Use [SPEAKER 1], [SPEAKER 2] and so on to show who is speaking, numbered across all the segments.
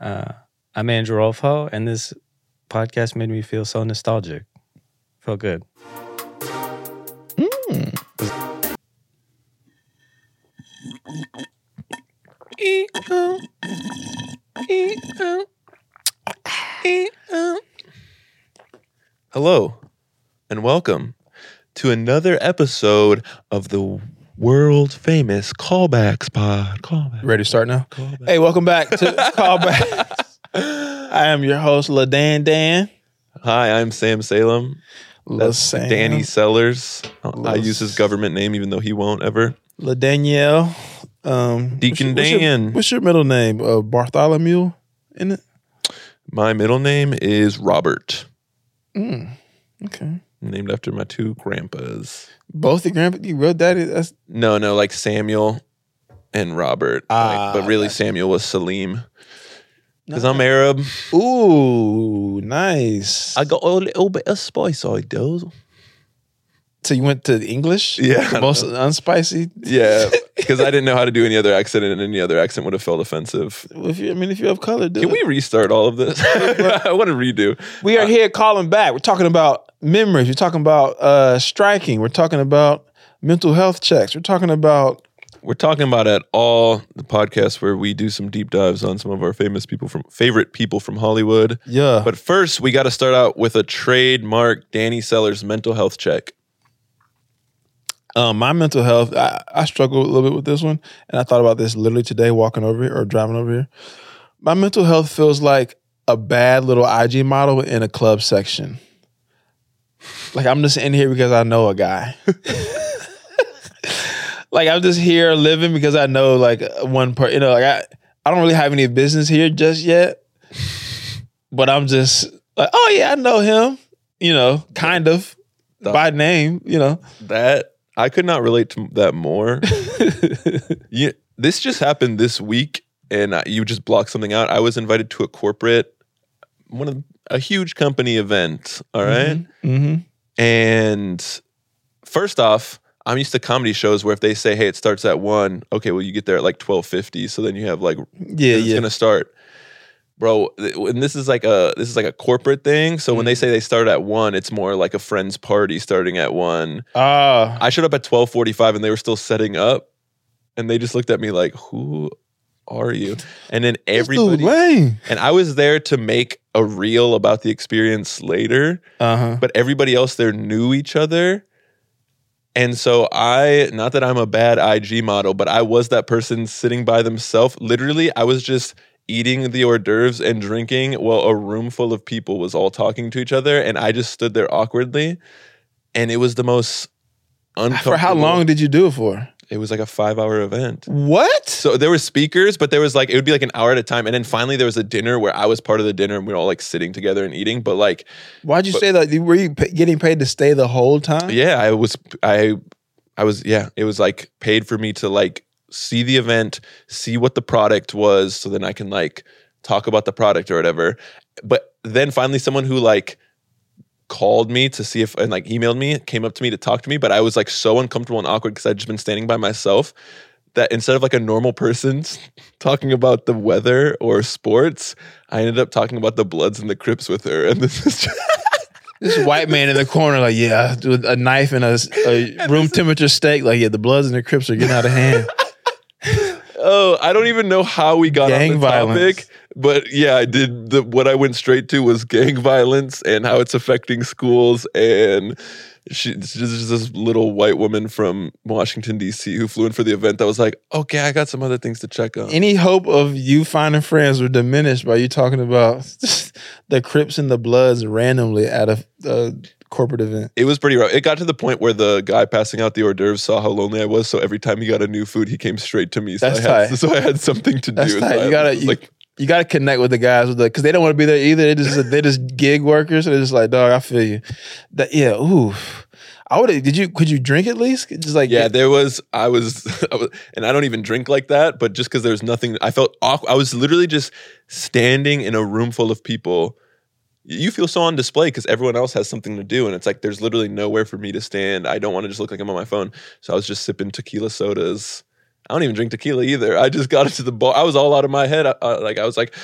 [SPEAKER 1] Uh, I'm Andrew Rolfo, and this podcast made me feel so nostalgic. Felt good.
[SPEAKER 2] Hello, and welcome to another episode of the world famous Callbacks Pod. Callback.
[SPEAKER 3] Ready to start now?
[SPEAKER 2] Callback.
[SPEAKER 3] Hey, welcome back to Callback. I am your host, LaDan Dan.
[SPEAKER 2] Hi, I'm Sam Salem. That's
[SPEAKER 3] Sam,
[SPEAKER 2] Danny Sellers. I- I
[SPEAKER 3] Los-
[SPEAKER 2] use his government name, even though he won't ever.
[SPEAKER 3] LaDanielle. Um,
[SPEAKER 2] Deacon
[SPEAKER 3] what's your-
[SPEAKER 2] Dan.
[SPEAKER 3] What's your, middle name? Uh, Bartholomew in it?
[SPEAKER 2] My middle name is Robert,
[SPEAKER 3] Mm, okay.
[SPEAKER 2] named after my two grandpas.
[SPEAKER 3] Both your grandpa, your real daddy, that's
[SPEAKER 2] No, no, like Samuel and Robert.
[SPEAKER 3] Ah,
[SPEAKER 2] Like, but really,
[SPEAKER 3] gotcha.
[SPEAKER 2] Samuel was Salim. Because I'm
[SPEAKER 3] nice.
[SPEAKER 2] Arab.
[SPEAKER 3] Ooh, nice.
[SPEAKER 2] I got a little bit of spice, I do.
[SPEAKER 3] so you went to the English?
[SPEAKER 2] Yeah, I don't
[SPEAKER 3] Most unspicy?
[SPEAKER 2] Yeah, because I didn't know how to do any other accent, and any other accent would have felt offensive.
[SPEAKER 3] If you, I mean, if you're of color, do
[SPEAKER 2] Can
[SPEAKER 3] it.
[SPEAKER 2] we restart all of this? I want to redo.
[SPEAKER 3] We are here calling back. We're talking about memories. We're talking about uh, striking. We're talking about mental health checks. We're talking about
[SPEAKER 2] We're talking about at all the podcasts where we do some deep dives on some of our famous people from favorite people from Hollywood.
[SPEAKER 3] yeah.
[SPEAKER 2] But first, we got to start out with a trademark Danny Sellers mental health check.
[SPEAKER 3] um, my mental health, I, I struggle a little bit with this one, and I thought about this literally today, walking over here or driving over here. My mental health feels like a bad little IG model in a club section. Like I'm just in here because I know a guy. like I'm just here living because I know like one part. You know, like I I don't really have any business here just yet, but I'm just like, oh yeah, I know him. You know, kind of by name. You know.
[SPEAKER 2] That I could not relate to that more. you, this just happened this week, and I- you just blocked something out. I was invited to a corporate, one of a huge company event. All right?
[SPEAKER 3] Mm-hmm.
[SPEAKER 2] and first off. I'm used to comedy shows where if they say, "Hey, it starts at one," okay, well, you get there at like twelve fifty, so then you have like
[SPEAKER 3] Yeah,
[SPEAKER 2] it's
[SPEAKER 3] yeah.
[SPEAKER 2] gonna start, bro. th- And this is like a this is like a corporate thing. So when
[SPEAKER 3] Mm-hmm.
[SPEAKER 2] they say they start at one, it's more like a friend's party starting at one.
[SPEAKER 3] Ah,
[SPEAKER 2] I showed up at twelve forty five, and they were still setting up, and they just looked at me like, "Who are you?" And then everybody, and I was there to make a reel about the experience later,
[SPEAKER 3] Uh huh.
[SPEAKER 2] but everybody else there knew each other. And so I, not that I'm a bad IG model, but I was that person sitting by themselves. Literally, I was just eating the hors d'oeuvres and drinking while a room full of people was all talking to each other. And I just stood there awkwardly. And it was the most uncomfortable.
[SPEAKER 3] For how long did you do it for?
[SPEAKER 2] It was like a five hour event.
[SPEAKER 3] What?
[SPEAKER 2] So there were speakers, but there was like it would be like an hour at a time, and then finally there was a dinner where I was part of the dinner, and we were all like sitting together and eating. But like,
[SPEAKER 3] Why'd you say that? Were you pa- getting paid to stay the whole time?
[SPEAKER 2] yeah, I was, I, I was, yeah, it was like paid for me to like see the event, see what the product was, so then I can like talk about the product or whatever. But then finally, someone who like called me to see if and like emailed me came up to me to talk to me, but I was like so uncomfortable and awkward because I'd just been standing by myself. that instead of like a normal person talking about the weather or sports, I ended up talking about the Bloods and the Crips with her. And this is just,
[SPEAKER 3] This white man in the corner, like, yeah, with a knife and a, s- a room temperature steak, like, yeah, the Bloods and the Crips are getting out of hand.
[SPEAKER 2] oh, I don't even know how we got
[SPEAKER 3] Gang
[SPEAKER 2] on the
[SPEAKER 3] violence.
[SPEAKER 2] topic, but yeah, I did the what I went straight to was gang violence and how it's affecting schools and. She, this is this little white woman from Washington D.C. who flew in for the event. That was like, okay, I got some other things to check on.
[SPEAKER 3] Any hope of you finding friends were diminished by you talking about the Crips and the Bloods randomly at a, a corporate event.
[SPEAKER 2] It was pretty rough. It got to the point where the guy passing out the hors d'oeuvres saw how lonely I was, so every time he got a new food, he came straight to me. So,
[SPEAKER 3] That's
[SPEAKER 2] I, had,
[SPEAKER 3] tight.
[SPEAKER 2] so I had something to
[SPEAKER 3] That's
[SPEAKER 2] do.
[SPEAKER 3] tight.
[SPEAKER 2] So I
[SPEAKER 3] You gotta-
[SPEAKER 2] was
[SPEAKER 3] you-
[SPEAKER 2] like,
[SPEAKER 3] you got to connect with the guys with the because they don't want to be there either. They just they just gig workers. So they're just like, dog, I feel you. That yeah, ooh. I would. Did you? Could you drink at least? Just like
[SPEAKER 2] yeah, there was. I was, I was, and I don't even drink like that. But just because there was nothing, I felt awkward. I was literally just standing in a room full of people. You feel so on display because everyone else has something to do, and it's like there's literally nowhere for me to stand. I don't want to just look like I'm on my phone, so I was just sipping tequila sodas. I don't even drink tequila either. I just got into the bar. I was all out of my head. I, I- like I was like,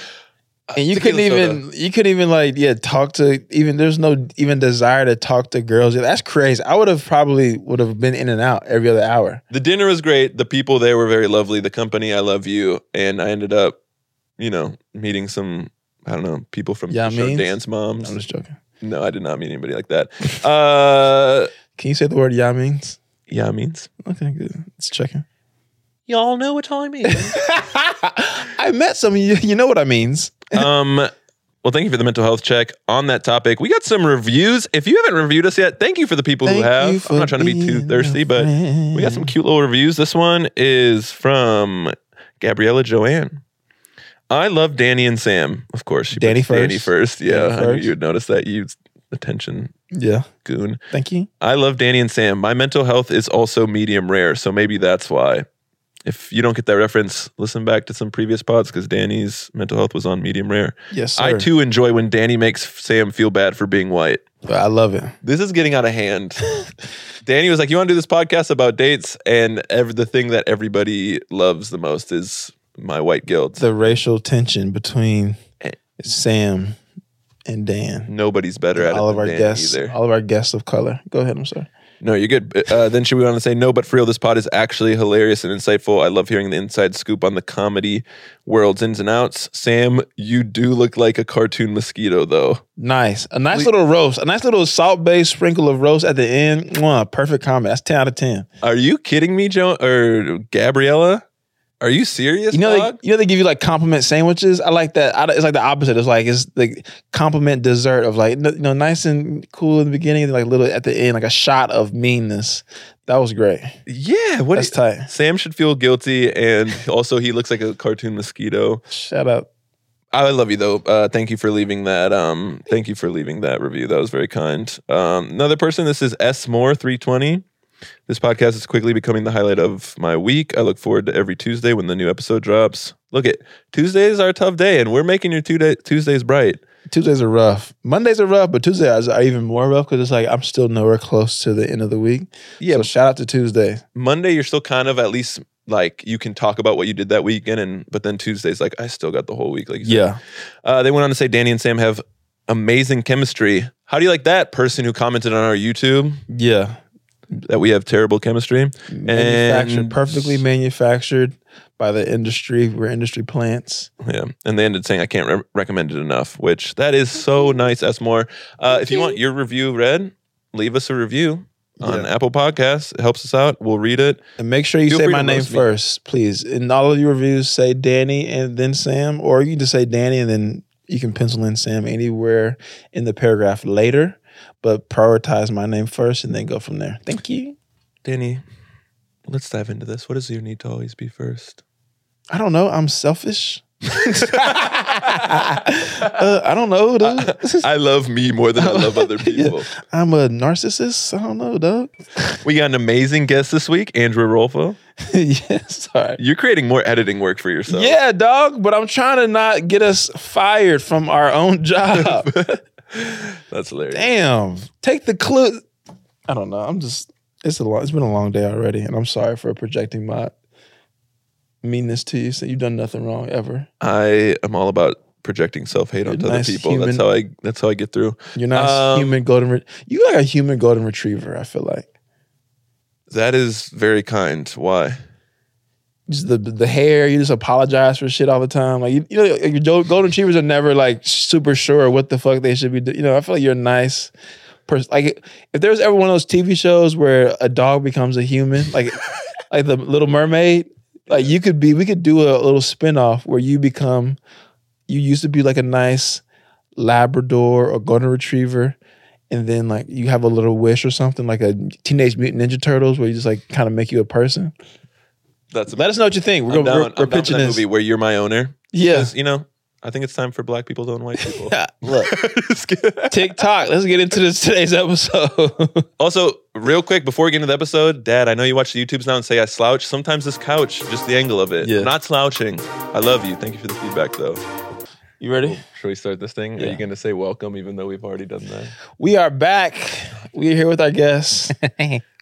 [SPEAKER 3] and you couldn't
[SPEAKER 2] tequila
[SPEAKER 3] even you couldn't even like yeah talk to even there's no even desire to talk to girls. That's crazy. I would have probably would have been in and out every other hour.
[SPEAKER 2] the dinner was great. The people there were very lovely. The company, I love you. And I ended up, you know, meeting some, I don't know, people from
[SPEAKER 3] Yeah,
[SPEAKER 2] the show
[SPEAKER 3] means?
[SPEAKER 2] Dance Moms.
[SPEAKER 3] I'm just joking.
[SPEAKER 2] no, I did not meet anybody like that. Uh,
[SPEAKER 3] Can you say the word yeah means?
[SPEAKER 2] yeah, means.
[SPEAKER 3] Okay, good. It's checking.
[SPEAKER 2] Y'all know what I mean.
[SPEAKER 3] I met some. You, you know what I means.
[SPEAKER 2] um, well, thank you for the mental health check on that topic. We got some reviews. If you haven't reviewed us yet, thank you for the people who have. I'm not trying to be too thirsty, but We got some cute little reviews. This one is from Gabriella Joanne. I love Danny and Sam. Of course, she
[SPEAKER 3] Danny
[SPEAKER 2] puts Danny first. Yeah,
[SPEAKER 3] Danny
[SPEAKER 2] I knew
[SPEAKER 3] first.
[SPEAKER 2] you would notice that. You attention
[SPEAKER 3] Yeah,
[SPEAKER 2] goon.
[SPEAKER 3] thank you.
[SPEAKER 2] I love Danny and Sam. My mental health is also medium rare, so maybe that's why. If you don't get that reference, listen back to some previous pods because Danny's mental health was on medium rare.
[SPEAKER 3] Yes, sir.
[SPEAKER 2] I too enjoy when Danny makes Sam feel bad for being white.
[SPEAKER 3] I love it.
[SPEAKER 2] This is getting out of hand. Danny was like, "You want to do this podcast about dates?" And every, the thing that everybody loves the most is my white guilt.
[SPEAKER 3] The racial tension between
[SPEAKER 2] Eh.
[SPEAKER 3] Sam and Dan.
[SPEAKER 2] Nobody's better at
[SPEAKER 3] all
[SPEAKER 2] it
[SPEAKER 3] of
[SPEAKER 2] than
[SPEAKER 3] our
[SPEAKER 2] Danny
[SPEAKER 3] guests,
[SPEAKER 2] either.
[SPEAKER 3] all of our guests of color. Go ahead, I'm sorry.
[SPEAKER 2] No, you're good. Uh, then should we want to say no? But for real, this pod is actually hilarious and insightful. I love hearing the inside scoop on the comedy world's ins and outs. Sam, you do look like a cartoon mosquito, though.
[SPEAKER 3] Nice, a nice
[SPEAKER 2] We-
[SPEAKER 3] little roast, a nice little salt-based sprinkle of roast at the end. Mwah, perfect comment. That's ten out of ten.
[SPEAKER 2] Are you kidding me, Joe or Gabriella? Are you serious?
[SPEAKER 3] You know,
[SPEAKER 2] dog?
[SPEAKER 3] they, you know they give you like compliment sandwiches. I like that. I, it's like the opposite. It's like it's the compliment dessert of like you know nice and cool in the beginning, and like little at the end, like a shot of meanness. That was great.
[SPEAKER 2] yeah. What
[SPEAKER 3] That's
[SPEAKER 2] is?
[SPEAKER 3] tight.
[SPEAKER 2] Sam should feel guilty, and also he looks like a cartoon mosquito.
[SPEAKER 3] Shout out.
[SPEAKER 2] I love you though. Uh, thank you for leaving that. Um, thank you for leaving that review. That was very kind. Um, another person. This is S Moore three twenty. This podcast is quickly becoming the highlight of my week. I look forward to every Tuesday when the new episode drops. Look it, Tuesdays are a tough day, and we're making your two day, Tuesdays bright.
[SPEAKER 3] Tuesdays are rough. Mondays are rough, but Tuesdays are even more rough because it's like I'm still nowhere close to the end of the week.
[SPEAKER 2] Yeah,
[SPEAKER 3] So shout out to Tuesday.
[SPEAKER 2] Monday you're still kind of at least like you can talk about what you did that weekend, and but then Tuesdays like I still got the whole week. Like you said. Uh, they went on to say Danny and Sam have amazing chemistry. How do you like that person who commented on our YouTube
[SPEAKER 3] Yeah.
[SPEAKER 2] that we have terrible chemistry?
[SPEAKER 3] Manufactured, perfectly manufactured by the industry. We're industry plants.
[SPEAKER 2] Yeah, and they ended saying I can't re- recommend it enough, which that is so nice, Esmore. Uh, if you want your review read, leave us a review on Apple Podcasts. It helps us out. We'll read it.
[SPEAKER 3] And make sure you
[SPEAKER 2] Feel
[SPEAKER 3] say
[SPEAKER 2] free
[SPEAKER 3] my
[SPEAKER 2] to
[SPEAKER 3] name
[SPEAKER 2] roast me.
[SPEAKER 3] first, please. In all of your reviews, say Danny and then Sam, or you can just say Danny and then you can pencil in Sam anywhere in the paragraph later. But prioritize my name first and then go from there. Thank you.
[SPEAKER 2] Danny, let's dive into this. What is your need to always be first?
[SPEAKER 3] I don't know. I'm selfish. Uh, I don't know, dude.
[SPEAKER 2] I love me more than I love other people.
[SPEAKER 3] I'm a narcissist. I don't know, dog.
[SPEAKER 2] We got an amazing guest this week, Andrew Rolfo.
[SPEAKER 3] yes, sorry.
[SPEAKER 2] You're creating more editing work for yourself.
[SPEAKER 3] Yeah, dog. But I'm trying to not get us fired from our own job.
[SPEAKER 2] That's hilarious.
[SPEAKER 3] Damn. Take the clue. I don't know. I'm just. It's a long. It's been a long day already, and I'm sorry for projecting my meanness to you. So you've done nothing wrong ever.
[SPEAKER 2] I am all about projecting self hate onto
[SPEAKER 3] nice
[SPEAKER 2] other people.
[SPEAKER 3] human.
[SPEAKER 2] That's how I that's how I get through.
[SPEAKER 3] You're not a
[SPEAKER 2] Um,
[SPEAKER 3] human golden. Re- you like a human golden retriever. I feel like
[SPEAKER 2] That is very kind. Why?
[SPEAKER 3] just the the hair. You just apologize for shit all the time. Like you, you know, like your go- golden retrievers are never like super sure what the fuck they should be doing. You know, I feel like you're a nice. Person. Like if there was ever one of those TV shows where a dog becomes a human, like like the Little Mermaid, like you could be. We could do a little spinoff where you become. You used to be like a nice Labrador or Golden Retriever. And then, like, you have a little wish or something, like a Teenage Mutant Ninja Turtles, where you just like kind of make you a person.
[SPEAKER 2] That's
[SPEAKER 3] Let us know what you think. We're
[SPEAKER 2] I'm
[SPEAKER 3] going
[SPEAKER 2] down,
[SPEAKER 3] we're,
[SPEAKER 2] I'm
[SPEAKER 3] we're
[SPEAKER 2] down for
[SPEAKER 3] pitching
[SPEAKER 2] that
[SPEAKER 3] this.
[SPEAKER 2] movie where you're my owner.
[SPEAKER 3] Yeah.
[SPEAKER 2] 'Cause, You know, I think it's time for black people to own white people.
[SPEAKER 3] Look,
[SPEAKER 2] Just kidding.
[SPEAKER 3] TikTok. Let's get into this today's episode.
[SPEAKER 2] also, real quick before we get into the episode, Dad, I know you watch the YouTubes now and say I slouch. Sometimes this couch, just the angle of it.
[SPEAKER 3] Yeah.
[SPEAKER 2] I'm not slouching. I love you. Thank you for the feedback though.
[SPEAKER 3] you ready?
[SPEAKER 2] Should we start this thing? Are
[SPEAKER 3] Yeah.
[SPEAKER 2] you gonna say welcome even though we've already done that?
[SPEAKER 3] We are back. We are here with our guests.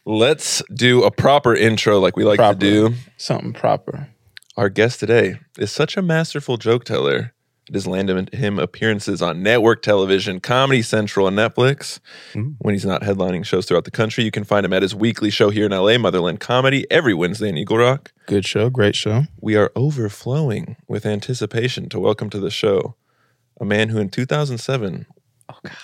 [SPEAKER 2] Let's do a proper intro like we like
[SPEAKER 3] Proper.
[SPEAKER 2] to do.
[SPEAKER 3] Something proper.
[SPEAKER 2] Our guest today is such a masterful joke teller. It has landed him appearances on network television, Comedy Central, and Netflix.
[SPEAKER 1] Mm.
[SPEAKER 2] When he's not headlining shows throughout the country, you can find him at his weekly show here in LA, Motherland Comedy, every Wednesday in Eagle Rock.
[SPEAKER 3] Good show, great show.
[SPEAKER 2] We are overflowing with anticipation to welcome to the show a man who in 2007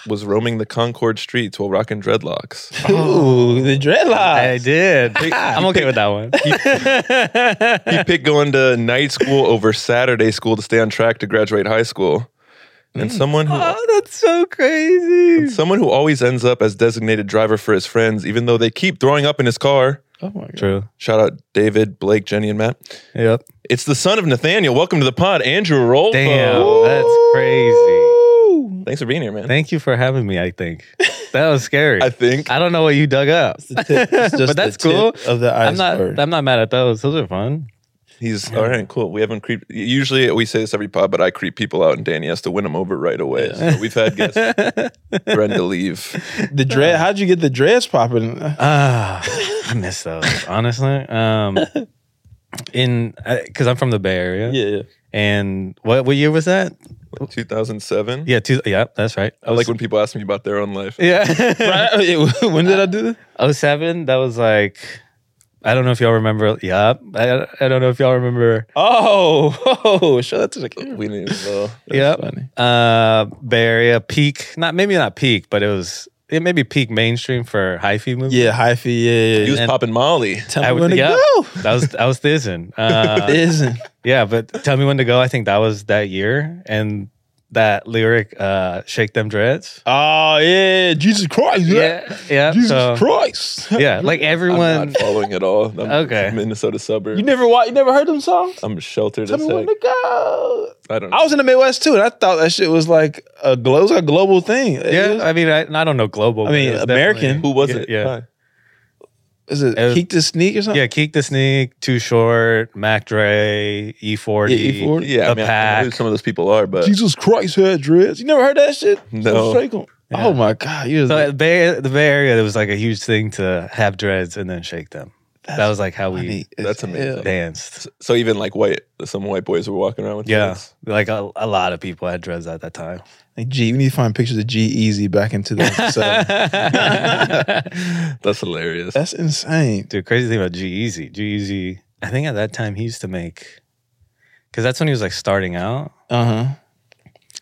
[SPEAKER 2] was roaming the Concord streets while rocking dreadlocks.
[SPEAKER 3] Ooh, the dreadlocks.
[SPEAKER 1] I did. I'm okay with that one.
[SPEAKER 2] he picked going to night school over Saturday school to stay on track to graduate high school. And someone who
[SPEAKER 1] Oh, that's so crazy.
[SPEAKER 2] someone who always ends up as designated driver for his friends, even though they keep throwing up in his car.
[SPEAKER 3] Oh my god.
[SPEAKER 1] True.
[SPEAKER 2] Shout out David, Blake, Jenny, and Matt.
[SPEAKER 1] Yep.
[SPEAKER 2] It's the son of Nathaniel. Welcome to the pod, Andrew Rolfo.
[SPEAKER 1] Damn, that's crazy.
[SPEAKER 3] Ooh.
[SPEAKER 2] Thanks for being here, man.
[SPEAKER 1] Thank you for having me. I think that was scary.
[SPEAKER 2] I
[SPEAKER 1] I,
[SPEAKER 2] think
[SPEAKER 1] don't know what you dug up,
[SPEAKER 3] It's the tip. It's just
[SPEAKER 1] but that's
[SPEAKER 3] the tip
[SPEAKER 1] cool.
[SPEAKER 3] Of the
[SPEAKER 1] I'm not.
[SPEAKER 3] iceberg.
[SPEAKER 1] I'm not mad at those. Those are fun.
[SPEAKER 2] he's all right. Cool. We haven't creeped. Usually we say this every pod, but I creep people out, and Danny has to win them over right away. So we've had guests, Brenda leave.
[SPEAKER 3] the dread. How'd you get the dreads popping?
[SPEAKER 1] Ah, I miss those. Honestly, um, in because I'm from the Bay Area,
[SPEAKER 3] yeah.
[SPEAKER 1] and what what year was that?
[SPEAKER 2] 2007.
[SPEAKER 1] Yeah, two, yeah, that's right.
[SPEAKER 2] I Oh, like when people ask me about their own life.
[SPEAKER 1] yeah,
[SPEAKER 3] Right? Oh, when did I do this?
[SPEAKER 1] Oh seven. That was like. I don't know if y'all remember. Yeah, I, I don't know if y'all remember.
[SPEAKER 3] Oh, oh, show that to the camera.
[SPEAKER 2] We need to
[SPEAKER 1] Yeah,
[SPEAKER 3] funny.
[SPEAKER 1] uh Bay Area peak, not maybe not peak, but it was it maybe peak mainstream for hyphy movies.
[SPEAKER 3] Yeah, hyphy. Yeah,
[SPEAKER 2] He
[SPEAKER 3] yeah.
[SPEAKER 2] was
[SPEAKER 3] yeah.
[SPEAKER 2] popping Molly.
[SPEAKER 3] Tell
[SPEAKER 1] I
[SPEAKER 3] me
[SPEAKER 1] would-
[SPEAKER 3] when to
[SPEAKER 1] yeah.
[SPEAKER 3] go.
[SPEAKER 1] That was that was Thizen. Uh,
[SPEAKER 3] Isn't
[SPEAKER 1] yeah, but tell me when to go. I think that was that year, and that lyric, uh, "Shake them dreads."
[SPEAKER 3] oh yeah, Jesus Christ, yeah,
[SPEAKER 1] Yeah, yeah.
[SPEAKER 3] Jesus
[SPEAKER 1] so-
[SPEAKER 3] Christ.
[SPEAKER 1] yeah, like
[SPEAKER 2] I'm
[SPEAKER 1] everyone.
[SPEAKER 2] not following at all. I'm
[SPEAKER 1] Okay.
[SPEAKER 2] from Minnesota suburb.
[SPEAKER 3] You never wa- you never heard them songs?
[SPEAKER 2] I'm sheltered
[SPEAKER 3] Tell
[SPEAKER 2] as
[SPEAKER 3] me when
[SPEAKER 2] heck.
[SPEAKER 3] to go.
[SPEAKER 2] I don't know.
[SPEAKER 3] I was in the Midwest too, and I thought that shit was like a glo- it was a global thing. It
[SPEAKER 1] Yeah,
[SPEAKER 3] was-
[SPEAKER 1] I mean, I, and I don't know global.
[SPEAKER 3] I
[SPEAKER 1] but
[SPEAKER 3] mean,
[SPEAKER 1] it was
[SPEAKER 3] American.
[SPEAKER 1] definitely-
[SPEAKER 2] Who was
[SPEAKER 1] yeah,
[SPEAKER 2] it?
[SPEAKER 1] Yeah,
[SPEAKER 2] Hi.
[SPEAKER 3] is it,
[SPEAKER 1] it was-
[SPEAKER 3] Keek to Sneak or something?
[SPEAKER 1] yeah. Keek the Sneak, Too Short, Mac Dre, E Forty,
[SPEAKER 3] Yeah, E40.
[SPEAKER 2] Yeah, I
[SPEAKER 1] The
[SPEAKER 2] mean, I know who
[SPEAKER 1] Pack.
[SPEAKER 2] some of those people are, but
[SPEAKER 3] Jesus Christ had dreads. You never heard that shit?
[SPEAKER 2] No.
[SPEAKER 3] Straight on.
[SPEAKER 1] Yeah.
[SPEAKER 3] Oh my god, you was
[SPEAKER 1] So uh, at Bay, the Bay Area, it was like a huge thing to have dreads and then shake them. that was like how we
[SPEAKER 2] That's amazing.
[SPEAKER 1] danced.
[SPEAKER 2] so even like white, some white boys were walking around with
[SPEAKER 1] Yeah,
[SPEAKER 2] dreads.
[SPEAKER 1] like a, a lot of people had dreads at that time.
[SPEAKER 3] Like, G, we need to find pictures of G Easy back in 2007.
[SPEAKER 2] That's hilarious.
[SPEAKER 3] That's insane.
[SPEAKER 1] Dude, crazy thing about G Easy. G Easy, I think at that time he used to make, because that's when he was like starting out
[SPEAKER 3] Uh huh.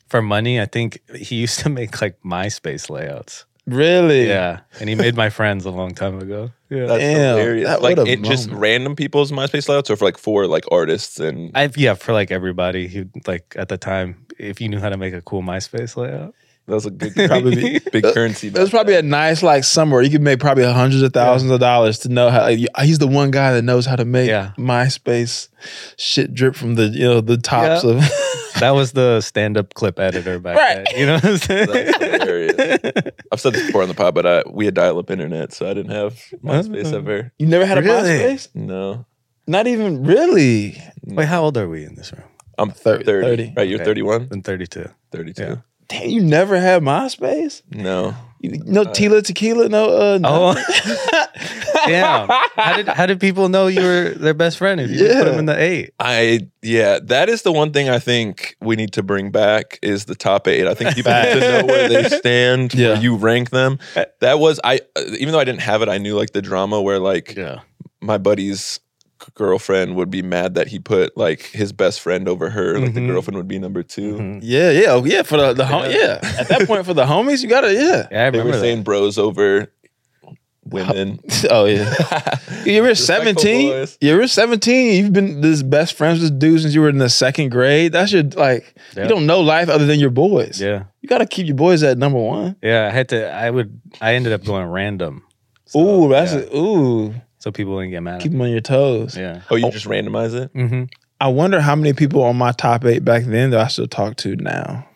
[SPEAKER 1] for money. I think he used to make like MySpace layouts.
[SPEAKER 3] Really?
[SPEAKER 1] Yeah, and he made my friends a long time ago. Yeah,
[SPEAKER 2] That's
[SPEAKER 3] Damn,
[SPEAKER 2] hilarious.
[SPEAKER 3] that-
[SPEAKER 2] like
[SPEAKER 3] what a
[SPEAKER 2] it just
[SPEAKER 3] moment.
[SPEAKER 2] random people's MySpace layouts or for like four like artists and
[SPEAKER 1] I yeah for like everybody who like at the time if you knew how to make a cool MySpace layout.
[SPEAKER 2] that was a good
[SPEAKER 3] Probably
[SPEAKER 2] probably
[SPEAKER 3] be-
[SPEAKER 2] big currency.
[SPEAKER 3] That's probably a nice like summer. You could make probably hundreds of thousands of dollars to know how. Like, you- he's the one guy that knows how to make
[SPEAKER 1] Yeah.
[SPEAKER 3] MySpace shit drip from the you know the tops
[SPEAKER 1] Yeah.
[SPEAKER 3] of.
[SPEAKER 1] That was the stand-up clip editor back
[SPEAKER 3] Right.
[SPEAKER 1] then. You know what I'm saying?
[SPEAKER 2] That's hilarious. I've said this before on the pod, but I, we had dial-up internet, so I didn't have MySpace
[SPEAKER 3] Uh-huh.
[SPEAKER 1] Oh.
[SPEAKER 2] ever.
[SPEAKER 3] you never had a
[SPEAKER 1] Really?
[SPEAKER 3] MySpace?
[SPEAKER 2] No,
[SPEAKER 3] Not even really.
[SPEAKER 1] Wait, how old are we in this room?
[SPEAKER 2] I'm
[SPEAKER 3] Thir-
[SPEAKER 2] 30.
[SPEAKER 3] 30.
[SPEAKER 2] Right, you're
[SPEAKER 1] Okay.
[SPEAKER 2] 31,
[SPEAKER 1] I'm 32.
[SPEAKER 2] 32.
[SPEAKER 1] Yeah.
[SPEAKER 3] Damn, you never had MySpace?
[SPEAKER 2] No,
[SPEAKER 3] You, no Tila Tequila? No. Uh,
[SPEAKER 1] Oh,
[SPEAKER 3] nothing?
[SPEAKER 1] damn. How did how did people know you were their best friend if you just put
[SPEAKER 3] Yeah.
[SPEAKER 1] them in the eight?
[SPEAKER 2] I yeah, that is the one thing I think we need to bring back is the top eight. I think people need to know where they stand,
[SPEAKER 3] Yeah.
[SPEAKER 2] where you rank them. That was I, uh, even though I didn't have it, I knew like the drama where like
[SPEAKER 1] Yeah.
[SPEAKER 2] my buddy's g- girlfriend would be mad that he put like his best friend over her, like
[SPEAKER 1] Mhm.
[SPEAKER 2] the girlfriend would be number 2
[SPEAKER 1] Mm-hmm.
[SPEAKER 3] Yeah, yeah, oh, yeah. For the, the hom- yeah.
[SPEAKER 2] Yeah.
[SPEAKER 3] At that point, for the homies, you gotta yeah.
[SPEAKER 1] Yeah, I
[SPEAKER 2] They
[SPEAKER 1] remember
[SPEAKER 2] were
[SPEAKER 1] that.
[SPEAKER 2] saying bros over women.
[SPEAKER 3] Oh yeah. You were seventeen.
[SPEAKER 2] boys.
[SPEAKER 3] You were seventeen. You've been this best friends with this dude since you were in the second grade. That should like
[SPEAKER 1] Yeah.
[SPEAKER 3] you don't know life other than your boys.
[SPEAKER 1] Yeah.
[SPEAKER 3] You gotta keep your boys at number one.
[SPEAKER 1] Yeah. I had to I would I ended up going random.
[SPEAKER 3] ooh, that's
[SPEAKER 1] yeah.
[SPEAKER 3] a, ooh.
[SPEAKER 1] So people didn't get mad at
[SPEAKER 3] Keep
[SPEAKER 1] me.
[SPEAKER 3] them on your toes.
[SPEAKER 1] Yeah.
[SPEAKER 2] Oh, you just randomize it?
[SPEAKER 1] Mm-hmm.
[SPEAKER 3] I wonder how many people on my top eight back then that I still talk to now.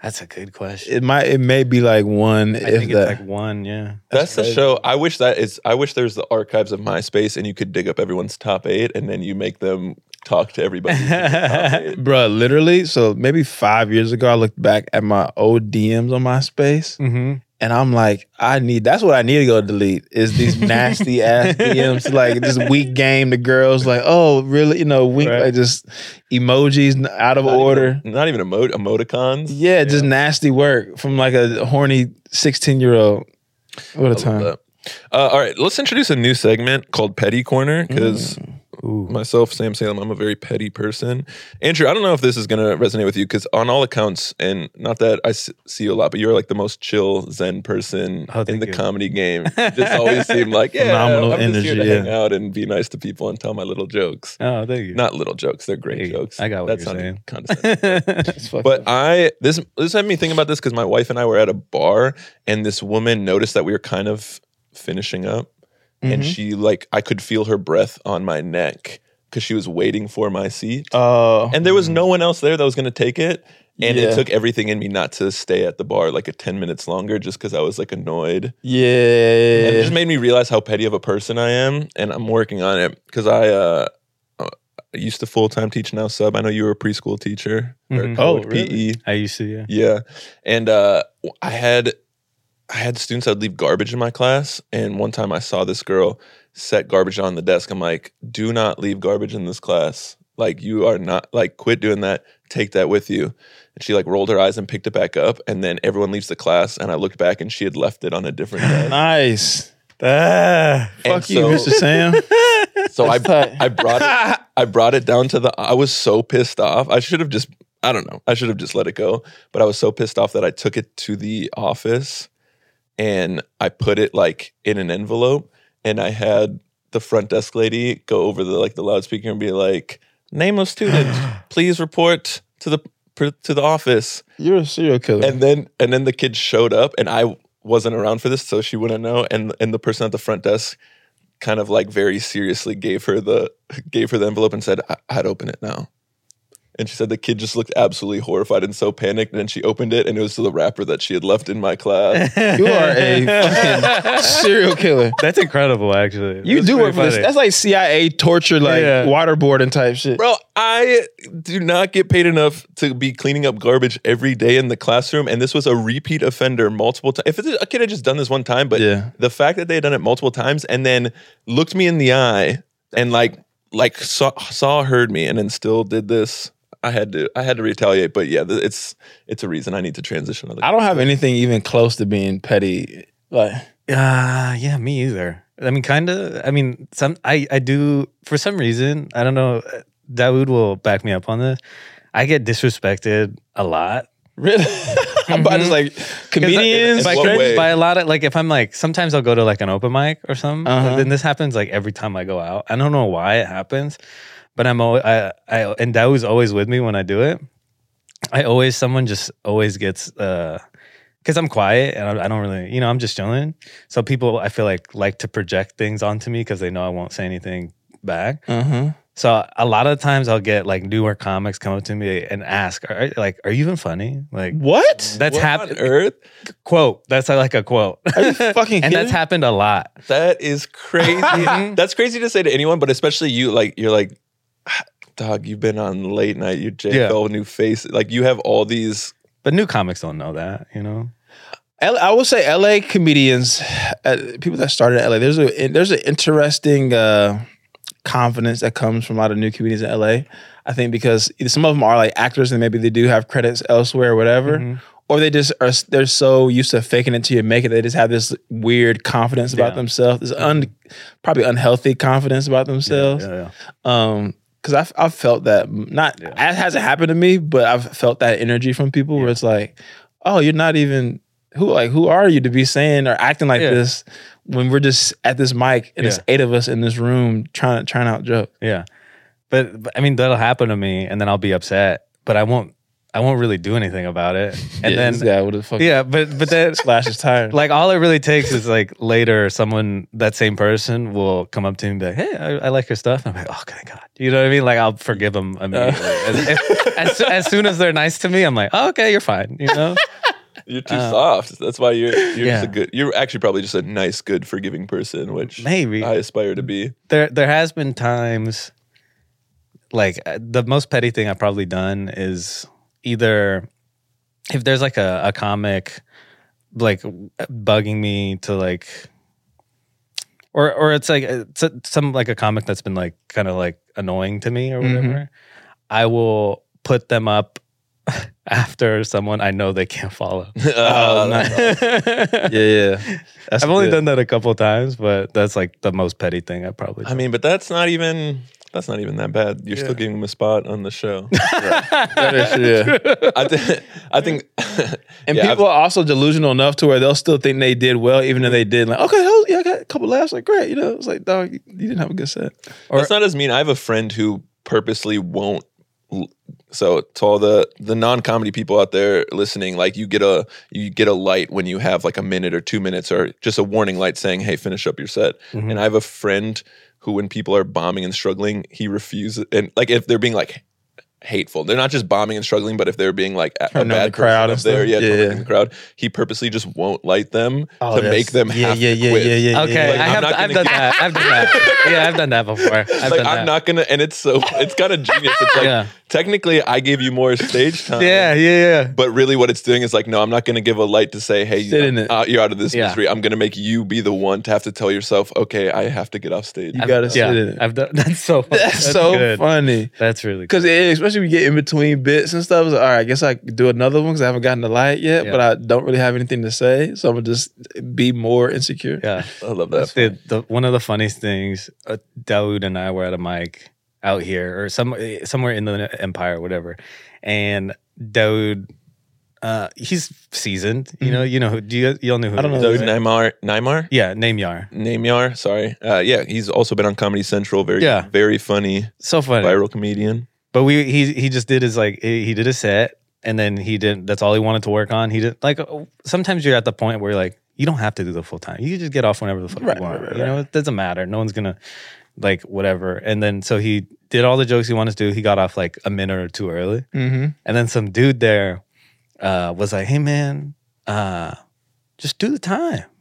[SPEAKER 1] That's a good question.
[SPEAKER 3] It might. It may be like one.
[SPEAKER 1] I
[SPEAKER 3] if
[SPEAKER 1] think
[SPEAKER 3] that.
[SPEAKER 1] it's like one, yeah.
[SPEAKER 2] That's, the
[SPEAKER 3] crazy.
[SPEAKER 2] show. I wish that is. I wish there's the archives of MySpace, and you could dig up everyone's top eight, and then you make them talk to everybody. who's in the top eight.
[SPEAKER 3] Bruh, literally. So maybe five years ago, I looked back at my old DMs on MySpace,
[SPEAKER 1] Mm-hmm.
[SPEAKER 3] And I'm like, I need that's what I need to go delete is these nasty ass DMs, like this weak game. The girls like, oh, really? You know, wink,
[SPEAKER 1] Right.
[SPEAKER 3] like just emojis n- out of
[SPEAKER 2] Not even-
[SPEAKER 3] order.
[SPEAKER 2] not even emo- emoticons.
[SPEAKER 3] yeah, just nasty work from like a horny 16 year old. What a
[SPEAKER 2] I love
[SPEAKER 3] time.
[SPEAKER 1] Uh-huh.
[SPEAKER 2] that. Uh, all right, let's introduce a new segment called Petty Corner because
[SPEAKER 1] Mm. Ooh.
[SPEAKER 2] myself, Sam Salem, I'm a very petty person. Andrew, I don't know if this is going to resonate with you because on all accounts, and not that I s- see you a lot, but you're like the most chill Zen person
[SPEAKER 1] Oh,
[SPEAKER 2] in
[SPEAKER 1] thank
[SPEAKER 2] the
[SPEAKER 1] you.
[SPEAKER 2] comedy game. You just always seem like yeah,
[SPEAKER 1] Phenomenal
[SPEAKER 2] I'm just here
[SPEAKER 1] energy,
[SPEAKER 2] to
[SPEAKER 1] yeah.
[SPEAKER 2] hang out and be nice to people and tell my little jokes.
[SPEAKER 1] Oh, thank you.
[SPEAKER 2] Not little jokes; they're great
[SPEAKER 1] Hey,
[SPEAKER 2] jokes.
[SPEAKER 1] I got what
[SPEAKER 2] That's
[SPEAKER 1] you're saying.
[SPEAKER 2] condescending.
[SPEAKER 3] It's fucked
[SPEAKER 2] But
[SPEAKER 3] up.
[SPEAKER 2] I this this had me thinking about this because my wife and I were at a bar and this woman noticed that we were kind of finishing up, and
[SPEAKER 3] Mhm.
[SPEAKER 1] Mm-hmm.
[SPEAKER 2] she like I could feel her breath on my neck because she was waiting for my seat,
[SPEAKER 3] Oh,
[SPEAKER 2] and there was
[SPEAKER 1] Mm.
[SPEAKER 2] no one else there that was going to take it, and
[SPEAKER 3] Yeah.
[SPEAKER 2] it took everything in me not to stay at the bar like a ten minutes longer just because I was like annoyed, and it
[SPEAKER 3] yeah.
[SPEAKER 2] just made me realize how petty of a person I am, and I'm working on it because I uh. uh, I used to full time teach now sub. I know you were a preschool teacher
[SPEAKER 1] Mhm.
[SPEAKER 2] or
[SPEAKER 3] Oh,
[SPEAKER 2] oh, PE.
[SPEAKER 3] really?
[SPEAKER 1] I used to, yeah.
[SPEAKER 2] Yeah, and uh, I had I had students I'd leave garbage in my class, and one time I saw this girl set garbage on the desk. I'm like, do not leave garbage in this class. Like you are not like quit doing that. Take that with you. And she like rolled her eyes and picked it back up, and then everyone leaves the class, and I looked back and she had left it on a different desk.
[SPEAKER 3] Nice. Ah.
[SPEAKER 2] And
[SPEAKER 1] Ah,
[SPEAKER 3] Fuck you,
[SPEAKER 2] so-
[SPEAKER 3] Mr. Sam.
[SPEAKER 2] So I
[SPEAKER 3] That's tight.
[SPEAKER 2] I brought it I brought it down to the I was so pissed off. I should have just I don't know. I should have just let it go, but I was so pissed off that I took it to the office and I put it like in an envelope and I had the front desk lady go over the like the loudspeaker and be like, "Nameless student, please report to the to the office."
[SPEAKER 3] You're a serial killer.
[SPEAKER 2] and then and then the kid showed up and i wasn't around for this so she wouldn't know and and the person at the front desk kind of like very seriously gave her the gave her the envelope and said I- i'd open it now and she said the kid just looked absolutely horrified and so panicked and then she opened it and it was the wrapper that she had left in my class
[SPEAKER 3] you are a fucking serial killer.
[SPEAKER 1] That's incredible, actually.
[SPEAKER 3] You
[SPEAKER 1] That's
[SPEAKER 3] do
[SPEAKER 1] pretty
[SPEAKER 3] work for this.
[SPEAKER 1] funny.
[SPEAKER 3] That's like CIA torture, like
[SPEAKER 1] Yeah.
[SPEAKER 3] waterboarding type shit.
[SPEAKER 2] bro i do not get paid enough to be cleaning up garbage every day in the classroom and this was a repeat offender multiple times if it's a kid had just done this one time but
[SPEAKER 3] Yeah.
[SPEAKER 2] the fact that they had done it multiple times and then looked me in the eye and like like saw, saw heard me and then still did this i had to i had to retaliate but yeah th- it's it's a reason i need to transition other
[SPEAKER 3] I don't have anything even close to being petty. Like,
[SPEAKER 1] Uh, yeah, me either. I mean, kind of. I mean, some. I I do for some reason. I don't know. Dawood will back me up on this. I get disrespected a lot.
[SPEAKER 3] really? I'm about to
[SPEAKER 1] Mhm.
[SPEAKER 3] like
[SPEAKER 1] 'Cause I-
[SPEAKER 3] comedians.
[SPEAKER 2] In
[SPEAKER 1] by,
[SPEAKER 2] what
[SPEAKER 1] cringe,
[SPEAKER 2] way?
[SPEAKER 1] by a lot of like, if I'm like, sometimes I'll go to like an open mic or something.
[SPEAKER 3] Uh-huh.
[SPEAKER 1] Then this happens like every time I go out. I don't know why it happens, but I'm always I, I and Dawood's always with me when I do it. I always someone just always gets uh because I'm quiet and I, I don't really you know I'm just chilling. So people I feel like like to project things onto me because they know I won't say anything back.
[SPEAKER 3] uh-huh.
[SPEAKER 1] So a lot of times I'll get like newer comics come up to me and ask, are, like, are you even funny? Like
[SPEAKER 3] What?
[SPEAKER 1] that's
[SPEAKER 2] What
[SPEAKER 1] happened.
[SPEAKER 2] on earth
[SPEAKER 1] Quote. That's like a quote.
[SPEAKER 3] Are you fucking
[SPEAKER 1] and
[SPEAKER 3] kidding?
[SPEAKER 1] that's happened a lot.
[SPEAKER 2] that is crazy
[SPEAKER 1] Mm-hmm.
[SPEAKER 2] that's crazy to say to anyone but especially you like you're like "Ah, dog you've been on late night you jfl
[SPEAKER 1] Yeah.
[SPEAKER 2] new face like you have all these
[SPEAKER 1] But new comics don't know that, you know.
[SPEAKER 3] L- I will say LA comedians, uh, people that started in LA, there's a there's an interesting uh, confidence that comes from a lot of new comedians in LA. I think because either some of them are like actors and maybe they do have credits elsewhere or whatever,
[SPEAKER 1] Mm-hmm.
[SPEAKER 3] or they just are they're so used to faking it till you make it they just have this weird confidence about
[SPEAKER 1] Yeah.
[SPEAKER 3] themselves, this un probably unhealthy confidence about themselves.
[SPEAKER 1] Yeah, yeah.
[SPEAKER 3] Um, because I've, I've felt that not
[SPEAKER 1] Yeah.
[SPEAKER 3] it hasn't happened to me, but I've felt that energy from people where it's like, oh, you're not even who like who are you to be saying or acting like
[SPEAKER 1] Yeah.
[SPEAKER 3] this when we're just at this mic and it's
[SPEAKER 1] Yeah.
[SPEAKER 3] eight of us in this room trying trying out jokes.
[SPEAKER 1] Yeah. But, but I mean that'll happen to me and then I'll be upset, but I won't I won't really do anything about it. And
[SPEAKER 3] yeah, this
[SPEAKER 1] then
[SPEAKER 3] guy would have fucking
[SPEAKER 1] yeah, but but then
[SPEAKER 3] slash his tire.
[SPEAKER 1] like all it really takes is like later someone that same person will come up to me and be like, "Hey, I, I like your stuff." And I'm like, "Oh, thank God!" You know what I mean? Like I'll forgive them immediately. as, as, as, soo- as soon as they're nice to me, I'm like, oh, "Okay, you're fine." You know?
[SPEAKER 2] you're too
[SPEAKER 1] Uh,
[SPEAKER 2] soft that's why you're you're
[SPEAKER 1] yeah.
[SPEAKER 2] just a good you're actually probably just a nice good forgiving person which
[SPEAKER 1] Maybe
[SPEAKER 2] i aspire to be
[SPEAKER 1] there there has been times like uh, the most petty thing I've probably done is either if there's like a, a comic like bugging me to like or or it's like it's a, some like a comic that's been like kind of like annoying to me or
[SPEAKER 2] Mm-hmm.
[SPEAKER 1] whatever i will put them up after someone i know they can't follow
[SPEAKER 2] Oh,
[SPEAKER 1] i've
[SPEAKER 2] yeah, yeah. That's
[SPEAKER 1] only
[SPEAKER 2] good.
[SPEAKER 1] done that a couple times but that's like the most petty thing i probably
[SPEAKER 2] I mean, but that's not even that's not even that bad. You're still
[SPEAKER 4] Yeah.
[SPEAKER 2] giving him a spot on the show.
[SPEAKER 4] That is true.
[SPEAKER 2] I, th- I think.
[SPEAKER 4] And
[SPEAKER 2] Yeah, I've-
[SPEAKER 4] people are also delusional enough to where they'll still think they did well, even if they did. Like, okay, hell, yeah, I got a couple laughs. Like, great. You know, it's like, dog, you you didn't have a good set.
[SPEAKER 1] Or-
[SPEAKER 2] That's not as mean. I have a friend who purposely won't. l- So to all the the non comedy people out there listening, like you get a you get a light when you have like a minute or two minutes or just a warning light saying, "Hey, finish up your set."
[SPEAKER 4] Mm-hmm.
[SPEAKER 1] Mhm.
[SPEAKER 2] And I have a friend who, when people are bombing and struggling, he refuses. And like if they're being like hateful, they're not just bombing and struggling, but if they're being like a, a
[SPEAKER 4] Turning on
[SPEAKER 2] bad
[SPEAKER 4] the crowd
[SPEAKER 2] person
[SPEAKER 4] and
[SPEAKER 2] up there,
[SPEAKER 4] stuff?
[SPEAKER 2] yeah,
[SPEAKER 4] Yeah,
[SPEAKER 2] turning
[SPEAKER 4] yeah.
[SPEAKER 2] on the crowd, he purposely just won't light them
[SPEAKER 4] Oh,
[SPEAKER 2] to
[SPEAKER 4] that's-
[SPEAKER 2] make them
[SPEAKER 4] yeah,
[SPEAKER 2] have
[SPEAKER 4] yeah,
[SPEAKER 2] to
[SPEAKER 4] yeah,
[SPEAKER 2] quit.
[SPEAKER 4] yeah, yeah, yeah.
[SPEAKER 1] Okay,
[SPEAKER 2] Like,
[SPEAKER 1] I
[SPEAKER 2] I'm
[SPEAKER 1] have,
[SPEAKER 2] not
[SPEAKER 1] I've
[SPEAKER 2] gonna
[SPEAKER 1] done
[SPEAKER 2] get-
[SPEAKER 1] that. I've done that. Yeah, I've done that before. I've
[SPEAKER 2] like
[SPEAKER 1] done
[SPEAKER 2] I'm
[SPEAKER 1] that.
[SPEAKER 2] not gonna, and it's so it's kind of genius. It's like
[SPEAKER 1] Yeah.
[SPEAKER 2] technically I gave you more stage time.
[SPEAKER 1] yeah, yeah, yeah.
[SPEAKER 2] But really, what it's doing is like, no, I'm not going to give a light to say, hey,
[SPEAKER 4] Sit in it.
[SPEAKER 2] uh, you're out of this
[SPEAKER 1] Yeah.
[SPEAKER 2] misery. I'm going to make you be the one to have to tell yourself, okay, I have to get off stage.
[SPEAKER 4] You got to
[SPEAKER 1] Yeah,
[SPEAKER 4] sit in it.
[SPEAKER 1] I've done. That's so. Funny.
[SPEAKER 4] That's, so
[SPEAKER 1] good.
[SPEAKER 4] funny.
[SPEAKER 1] That's really.
[SPEAKER 4] Because especially when you get in between bits and stuff, it's like, all right, I guess I could do another one because I haven't gotten the light yet,
[SPEAKER 1] Yeah.
[SPEAKER 4] but I don't really have anything to say. So I'm going to just be more insecure.
[SPEAKER 1] Good. Yeah.
[SPEAKER 2] I love that.
[SPEAKER 1] Dude, the, one of the funniest things, uh, Daoud and I were at a mic out here or some, somewhere in the empire, whatever. And Daoud, uh, he's seasoned. You know, you know who, do you, you all know who
[SPEAKER 4] Mm-hmm. I don't
[SPEAKER 1] he
[SPEAKER 4] know
[SPEAKER 1] is,
[SPEAKER 2] So
[SPEAKER 4] Daoud
[SPEAKER 1] right?
[SPEAKER 2] Neymar, Neymar,
[SPEAKER 1] Yeah, name Yar.
[SPEAKER 2] Neymar, sorry. Uh, yeah, he's also been on Comedy Central. Very,
[SPEAKER 1] Yeah.
[SPEAKER 2] very funny,
[SPEAKER 1] So funny.
[SPEAKER 2] viral comedian.
[SPEAKER 1] But we he he just did his like he he did his set and then he didn't. That's all he wanted to work on. He did like oh, sometimes you're at the point where you're like you don't have to do the full time. You can just get off whenever the fuck
[SPEAKER 4] Right,
[SPEAKER 1] you want.
[SPEAKER 4] right, right,
[SPEAKER 1] you know it doesn't matter. No one's gonna like whatever. And then so he did all the jokes he wanted to do. He got off like a minute or two early.
[SPEAKER 4] Mm-hmm.
[SPEAKER 1] And then some dude there uh, was like, "Hey man, uh, just do the time."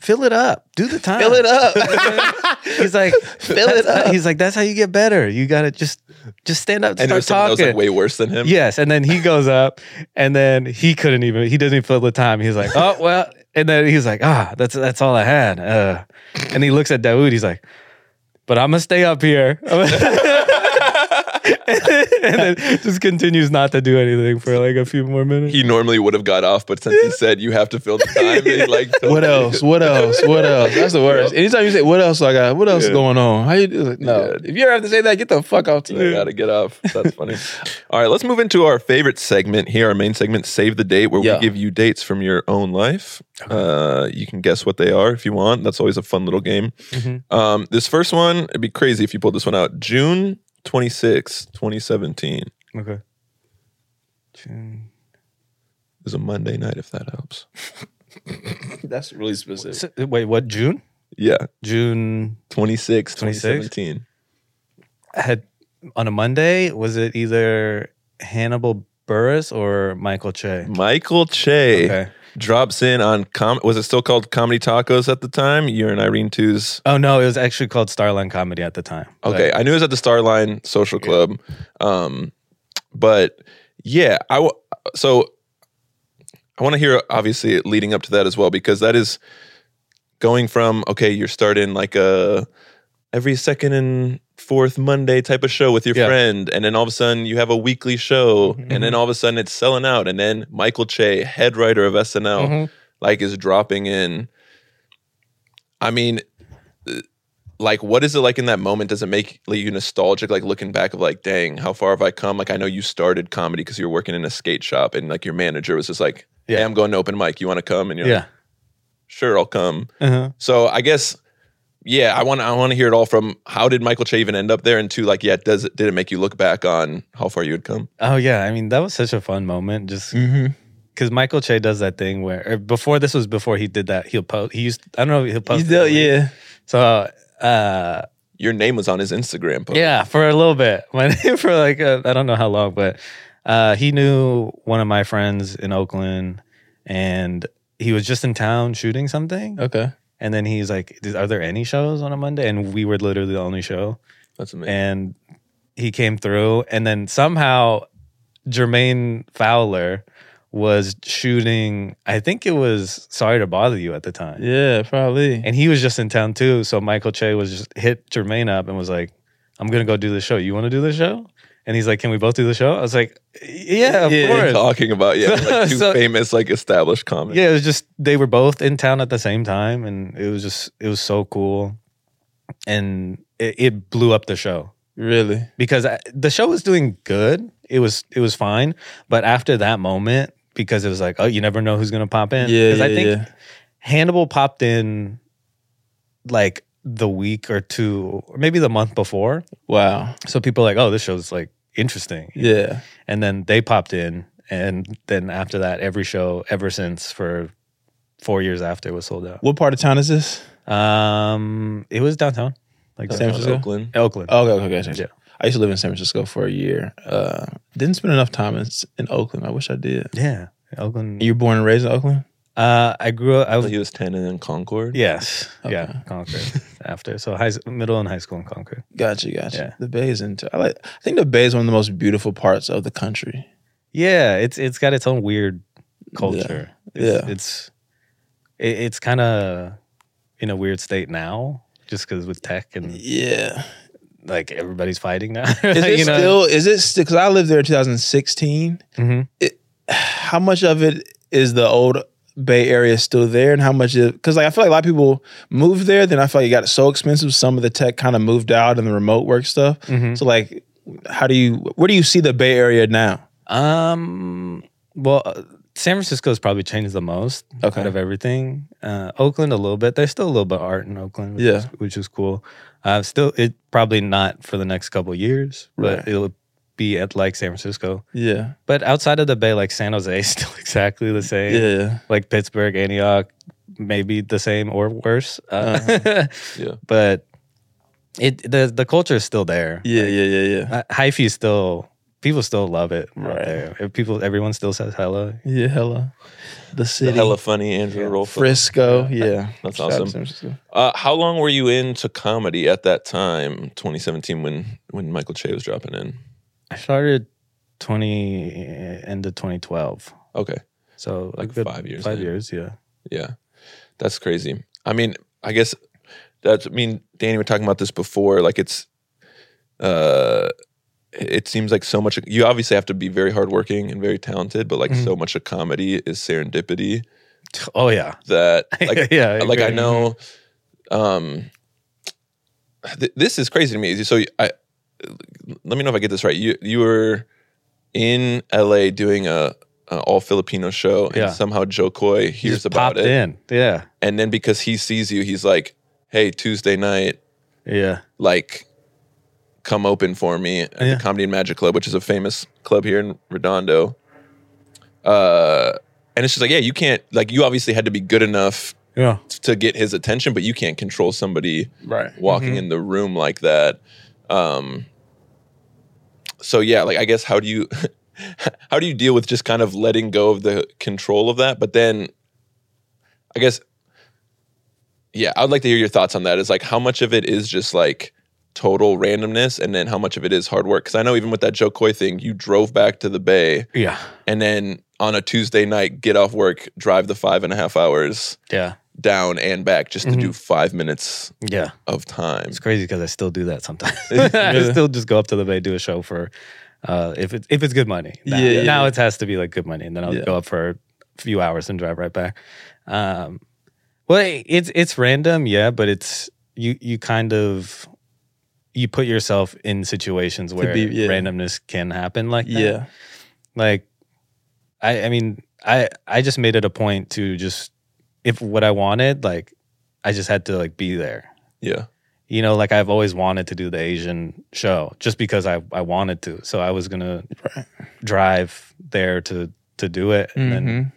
[SPEAKER 1] Fill it up. Do the time.
[SPEAKER 4] Fill it up.
[SPEAKER 1] He's like,
[SPEAKER 4] Fill it
[SPEAKER 1] "That's-
[SPEAKER 4] up."
[SPEAKER 1] He's like, that's how you get better. You gotta just, just stand up,
[SPEAKER 2] And
[SPEAKER 1] start
[SPEAKER 2] there's someone that was
[SPEAKER 1] talking.
[SPEAKER 2] like way worse than him.
[SPEAKER 1] Yes, and then he goes up, and then he couldn't even. He doesn't even fill the time. He's like, oh well, and then he's like, ah, that's that's all I had. Uh, and he looks at Daoud. He's like, but I'm gonna stay up here, and then just continues not to do anything for like a few more minutes.
[SPEAKER 2] He normally would have got off, but since he said you have to fill the time, he like
[SPEAKER 4] What else? What else? What else? That's the worst. Anytime you say, what else I got? What else is
[SPEAKER 2] Yeah.
[SPEAKER 4] going on? How you do like, No.
[SPEAKER 2] Yeah.
[SPEAKER 4] If you ever have to say that, get the fuck off to
[SPEAKER 2] I gotta get off. That's funny. All right, let's move into our favorite segment here, our main segment, Save the Date, where
[SPEAKER 4] Yeah.
[SPEAKER 2] we give you dates from your own life. Uh, you can guess what they are if you want. That's always a fun little game.
[SPEAKER 1] Mhm.
[SPEAKER 2] Um, this first one, it'd be crazy if you pulled this one out. June 26, 2017. It
[SPEAKER 1] Okay. June-
[SPEAKER 2] was a Monday night, if that helps.
[SPEAKER 4] That's really specific.
[SPEAKER 1] so- Wait, what? June?
[SPEAKER 2] Yeah,
[SPEAKER 1] June 26?
[SPEAKER 2] 26, 2017.
[SPEAKER 1] had on a Monday. Was it either Hannibal Burris or Michael Che?
[SPEAKER 2] Michael Che
[SPEAKER 1] Okay.
[SPEAKER 2] drops in on, com- was it still called Comedy Tacos at the time? You're in Irene 2's
[SPEAKER 1] Oh no, it was actually called Starline Comedy at the time. but-
[SPEAKER 2] Okay, I knew it was at the Starline Social Club, um, but yeah, I w- so I want to hear obviously leading up to that as well because that is going from okay, you're starting like a every second and fourth Monday type of show with your
[SPEAKER 1] Yeah.
[SPEAKER 2] friend, and then all of a sudden you have a weekly show, and then all of a sudden it's selling out, and then Michael Che, head writer of SNL,
[SPEAKER 4] Mm-hmm.
[SPEAKER 1] Mhm.
[SPEAKER 2] like is dropping in. I mean, uh, like, what is it like in that moment? Does it make like, you nostalgic? Like looking back of like, dang, how far have I come? Like, I know you started comedy because you were working in a skate shop, and like your manager was just like, "Yeah,
[SPEAKER 1] Yeah.
[SPEAKER 2] I'm going to open mic. You want to come?" And you're like,
[SPEAKER 1] Yeah.
[SPEAKER 2] "Sure, I'll come."
[SPEAKER 1] Uh-huh.
[SPEAKER 2] So I guess, yeah, I want I want to hear it all from how did Michael Che even end up there, and two, like, yeah, does it did it make you look back on how far you had come?
[SPEAKER 1] Oh yeah. I mean, that was such a fun moment. Just
[SPEAKER 3] Mm.
[SPEAKER 4] Mm-hmm.
[SPEAKER 1] because Michael Che does that thing where or before this was before he did that he'll post. He used I don't know if he'll post.
[SPEAKER 4] You deal,
[SPEAKER 1] every week.
[SPEAKER 4] yeah.
[SPEAKER 1] So uh,
[SPEAKER 2] Your name was on his Instagram post.
[SPEAKER 1] yeah, for a little bit. My name for like uh, I I don't know how long, but uh, he knew one of my friends in Oakland, and he was just in town shooting something.
[SPEAKER 4] Okay.
[SPEAKER 1] And then he's like, "Is- "Are there any shows on a Monday?" And we were literally the only show.
[SPEAKER 2] that's amazing.
[SPEAKER 1] And he came through, and then somehow Jermaine Fowler was shooting. I think it was Sorry to Bother You at the time,
[SPEAKER 3] Yeah, probably.
[SPEAKER 1] and he was just in town too. So Michael Che was just hit Jermaine up and was like, "I'm gonna go do the show. You want to do the show?" And he's like, "Can we both do the show?" I was like, "Yeah, of
[SPEAKER 3] Yeah,
[SPEAKER 1] course."
[SPEAKER 2] talking about yeah, like two
[SPEAKER 1] So-
[SPEAKER 2] famous like established comics.
[SPEAKER 1] Yeah, it was just they were both in town at the same time, and it was just it was so cool, and it, it blew up the show
[SPEAKER 3] Really?
[SPEAKER 1] because I, the show was doing good. It was it was fine, but after that moment, because it was like, oh, you never know who's gonna pop in.
[SPEAKER 3] Yeah,
[SPEAKER 1] 'Cause
[SPEAKER 3] yeah,
[SPEAKER 1] I think
[SPEAKER 3] yeah.
[SPEAKER 1] Hannibal popped in like the week or two, or maybe the month before.
[SPEAKER 3] Wow.
[SPEAKER 1] So people were like, oh, this show's like interesting,
[SPEAKER 3] Yeah.
[SPEAKER 1] and then they popped in, and then after that, every show ever since for four years after was sold out.
[SPEAKER 3] What part of town is this?
[SPEAKER 1] Um, it was downtown, like
[SPEAKER 3] San
[SPEAKER 2] Downtown
[SPEAKER 3] Francisco?
[SPEAKER 2] Oakland.
[SPEAKER 1] Oakland.
[SPEAKER 3] Oh, okay, okay, okay.
[SPEAKER 1] Yeah.
[SPEAKER 3] I used to live in San Francisco for a year. Uh, didn't spend enough time in, in Oakland. I wish I did.
[SPEAKER 1] Yeah, Oakland.
[SPEAKER 3] You were born and raised in Oakland?
[SPEAKER 1] Uh, I grew up. I was,
[SPEAKER 2] He was ten and then Concord.
[SPEAKER 1] yes,
[SPEAKER 3] Okay.
[SPEAKER 1] yeah, Concord. after so high, s- middle and high school in Concord.
[SPEAKER 3] Gotcha, gotcha.
[SPEAKER 1] Yeah.
[SPEAKER 3] The Bay is into. I like. I think the Bay is one of the most beautiful parts of the country.
[SPEAKER 1] Yeah, it's it's got its own weird culture. It's,
[SPEAKER 3] Yeah.
[SPEAKER 1] it's it, it's kind of in a weird state now, just because with tech and
[SPEAKER 3] Yeah.
[SPEAKER 1] like everybody's fighting now.
[SPEAKER 3] Is it
[SPEAKER 1] you know?
[SPEAKER 3] still? Is it still? Because I lived there in 2016.
[SPEAKER 1] Mhm.
[SPEAKER 3] How much of it is the old Bay Area still there, and how much is? Because like I feel like a lot of people moved there. Then I feel like it got so expensive. Some of the tech kind of moved out and the remote work stuff.
[SPEAKER 1] Mhm.
[SPEAKER 3] So like, how do you? Where do you see the Bay Area now?
[SPEAKER 1] Um. Well, uh, San Francisco's probably changed the most.
[SPEAKER 3] Okay.
[SPEAKER 1] out of everything. Uh, Oakland a little bit. There's still a little bit of art in Oakland, which
[SPEAKER 3] Yeah.
[SPEAKER 1] is, which is cool. Uh, still, it probably not for the next couple years, but
[SPEAKER 3] Right.
[SPEAKER 1] it'll be at like San Francisco.
[SPEAKER 3] Yeah.
[SPEAKER 1] But outside of the Bay, like San Jose, is still exactly the same.
[SPEAKER 3] Yeah.
[SPEAKER 1] Like Pittsburgh, Antioch, maybe the same or worse. Uh,
[SPEAKER 3] Uh-huh.
[SPEAKER 2] Yeah.
[SPEAKER 1] But it the the culture is still there.
[SPEAKER 3] Yeah. Yeah. Yeah. Yeah.
[SPEAKER 1] Uh, Hyphy is still. People still love it out
[SPEAKER 3] Right.
[SPEAKER 1] there. If People, everyone still says hello.
[SPEAKER 3] Yeah. Hella. The
[SPEAKER 2] The
[SPEAKER 3] city.
[SPEAKER 2] hella funny Andrew Rolfo.
[SPEAKER 3] Frisco. Yeah.
[SPEAKER 2] That's
[SPEAKER 3] Shout out to
[SPEAKER 2] awesome.
[SPEAKER 3] San Francisco.
[SPEAKER 2] Uh, how long were you into comedy at that time, 2017, when when Michael Che was dropping in?
[SPEAKER 1] I started twenty end of twenty twelve.
[SPEAKER 2] Okay,
[SPEAKER 1] So a
[SPEAKER 2] Like
[SPEAKER 1] good
[SPEAKER 2] five years
[SPEAKER 1] Five
[SPEAKER 2] in.
[SPEAKER 1] years, yeah.
[SPEAKER 2] yeah, that's crazy. I mean, I guess that's. I mean, Danny, we were talking about this before. Like, it's, uh, it seems like so much. You obviously have to be very hardworking and very talented, but like
[SPEAKER 1] Mhm.
[SPEAKER 2] so much of comedy is serendipity.
[SPEAKER 1] Oh yeah,
[SPEAKER 2] That like
[SPEAKER 1] yeah.
[SPEAKER 2] like I
[SPEAKER 1] agree.
[SPEAKER 2] know, um, th- this is crazy to me. So I, let me know if I get this right. You you were in L.A. doing a, a all Filipino show, and
[SPEAKER 1] Yeah.
[SPEAKER 2] somehow Joe Coy
[SPEAKER 1] He
[SPEAKER 2] hears
[SPEAKER 1] just
[SPEAKER 2] about
[SPEAKER 1] popped
[SPEAKER 2] it,
[SPEAKER 1] in. Yeah,
[SPEAKER 2] and then because he sees you, he's like, "Hey, Tuesday night,
[SPEAKER 1] yeah,
[SPEAKER 2] like." Come open for me at
[SPEAKER 1] Yeah.
[SPEAKER 2] the Comedy and Magic Club, which is a famous club here in Redondo. Uh, and it's just like, yeah, you can't like you obviously had to be good enough
[SPEAKER 1] yeah.
[SPEAKER 2] to get his attention, but you can't control somebody
[SPEAKER 3] Right.
[SPEAKER 2] walking in the room like that. Um, so yeah, like I guess how do you how do you deal with just kind of letting go of the control of that? But then, I guess, yeah, I'd like to hear your thoughts on that. Is like how much of it is just like total randomness, and then how much of it is hard work? Because I know even with that Joe Coy thing, you drove back to the Bay,
[SPEAKER 1] Yeah,
[SPEAKER 2] and then on a Tuesday night, get off work, drive the five and a half hours
[SPEAKER 1] yeah,
[SPEAKER 2] down and back just
[SPEAKER 1] Mhm.
[SPEAKER 2] to do five minutes
[SPEAKER 1] yeah.
[SPEAKER 2] of time.
[SPEAKER 1] It's crazy because I still do that sometimes. I still just go up to the bay, do a show for, uh, if it's if it's good money. Now,
[SPEAKER 3] Yeah, yeah,
[SPEAKER 1] now
[SPEAKER 3] yeah.
[SPEAKER 1] it has to be like good money, and then I'll
[SPEAKER 3] Yeah.
[SPEAKER 1] go up for a few hours and drive right back. Um, well, it- it's it's random, yeah, but it's you you kind of you put yourself in situations where
[SPEAKER 3] be- yeah.
[SPEAKER 1] randomness can happen like that.
[SPEAKER 3] Yeah.
[SPEAKER 1] like i i mean i i just made it a point to just if what i wanted like i just had to like be there
[SPEAKER 2] Yeah.
[SPEAKER 1] you know like i've always wanted to do the asian show just because i i wanted to so i was gonna
[SPEAKER 3] Right.
[SPEAKER 1] drive there to to do it and then
[SPEAKER 3] Mhm.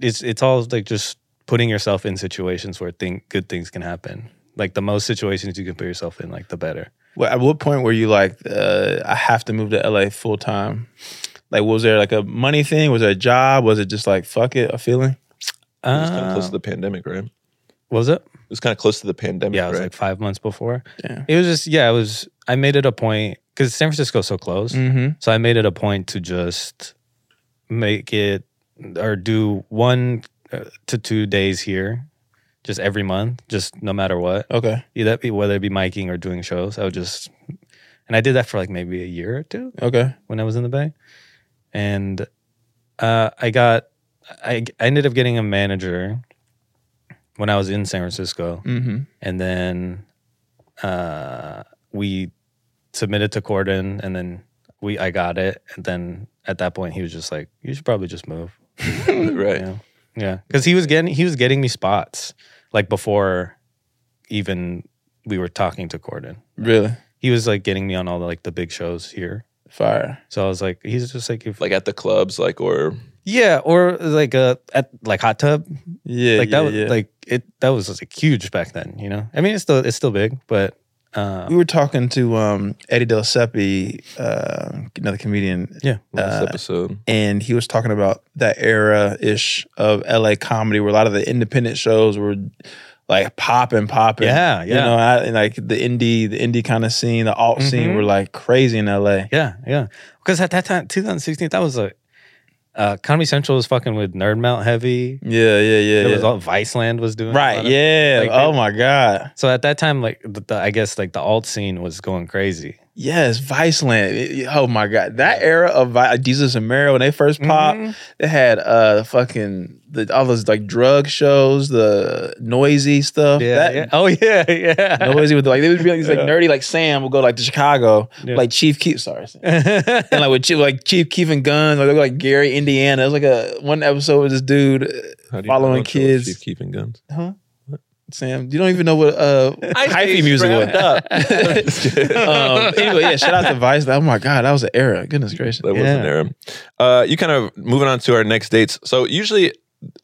[SPEAKER 1] it's it's all like just putting yourself in situations where think good things can happen like the most situations you can put yourself in like the better
[SPEAKER 3] Well, at what point were you like, uh, I have to move to LA full time? Like, was there like a money thing? Was there a job? Was it just like, fuck it, a feeling?
[SPEAKER 2] It was kind of close
[SPEAKER 1] Uh,
[SPEAKER 2] to the pandemic, right? It
[SPEAKER 1] was it
[SPEAKER 2] was kind of close to the pandemic,
[SPEAKER 1] yeah it was
[SPEAKER 2] right?
[SPEAKER 1] like five months before
[SPEAKER 3] Yeah.
[SPEAKER 1] it was just yeah it was i made it a point because san francisco's so close
[SPEAKER 3] Mm-hmm.
[SPEAKER 1] So I made it a point to just make it or do one uh, to two days here, just every month, just no matter what.
[SPEAKER 3] Okay.
[SPEAKER 1] Either that be whether it be miking or doing shows. I would just, and I did that for like maybe a year or two
[SPEAKER 3] Okay.
[SPEAKER 1] when I was in the Bay, and uh, I got I, I ended up getting a manager when I was in San Francisco,
[SPEAKER 3] Mm-hmm.
[SPEAKER 1] and then uh, we submitted to Corden, and then we I got it, and then at that point he was just like, "You should probably just move."
[SPEAKER 2] right.
[SPEAKER 1] Yeah, yeah, because he was getting he was getting me spots like before even we were talking to Corden.
[SPEAKER 3] Really?
[SPEAKER 1] He was like getting me on all the like the big shows here.
[SPEAKER 3] Fire.
[SPEAKER 1] So I was like, he's just like, if,
[SPEAKER 2] Like at the clubs, like or
[SPEAKER 1] yeah, or like uh at like hot tub,
[SPEAKER 3] Yeah.
[SPEAKER 1] like that
[SPEAKER 3] yeah,
[SPEAKER 1] was
[SPEAKER 3] yeah.
[SPEAKER 1] like it that was just, like huge back then. You know, I mean, it's still it's still big, but uh,
[SPEAKER 3] we were talking to um, Eddie Del Seppi, uh, another comedian,
[SPEAKER 1] yeah,
[SPEAKER 2] last
[SPEAKER 3] Uh,
[SPEAKER 2] episode.
[SPEAKER 3] and he was talking about that era ish of LA comedy where a lot of the independent shows were like popping, popping.
[SPEAKER 1] Yeah,
[SPEAKER 3] You
[SPEAKER 1] yeah.
[SPEAKER 3] know, I, and like the indie, the indie kind of scene, the alt scene
[SPEAKER 1] Mhm.
[SPEAKER 3] were like crazy in LA.
[SPEAKER 1] yeah, yeah. Because at that time, 2016, that was a uh, Comedy Central was fucking with Nerd Mount heavy.
[SPEAKER 3] Yeah, yeah, yeah.
[SPEAKER 1] It
[SPEAKER 3] yeah.
[SPEAKER 1] was all Viceland was doing a lot
[SPEAKER 3] right.
[SPEAKER 1] of-
[SPEAKER 3] Yeah.
[SPEAKER 1] like,
[SPEAKER 3] oh
[SPEAKER 1] they-
[SPEAKER 3] my God.
[SPEAKER 1] So at that time, like the, the, I guess like the alt scene was going crazy.
[SPEAKER 3] Yes. Viceland. It- it- oh my God. That era of Vi- Jesus and Mary when they first popped,
[SPEAKER 1] Mhm.
[SPEAKER 3] they had uh fucking the, all those like drug shows, the noisy stuff.
[SPEAKER 1] Yeah,
[SPEAKER 3] That-
[SPEAKER 1] yeah. Oh yeah, yeah.
[SPEAKER 3] Noisy with like they would be like these like nerdy like Sam will go like to Chicago
[SPEAKER 1] Yeah.
[SPEAKER 3] like Chief Keef sorry Sam. and like with Chief, like Chief Keef and Guns like they go like Gary Indiana it was like a one episode with this dude uh,
[SPEAKER 2] How do you
[SPEAKER 3] following
[SPEAKER 2] pronounce it with
[SPEAKER 3] kids.
[SPEAKER 2] Chief keeping guns.
[SPEAKER 3] Sam you don't even know what uh hyphy music was um, anyway yeah shout out to Vice oh my god that was an era goodness gracious
[SPEAKER 2] That
[SPEAKER 1] Yeah.
[SPEAKER 2] wasn't there. Uh, you kind of moving on to our next dates. So usually,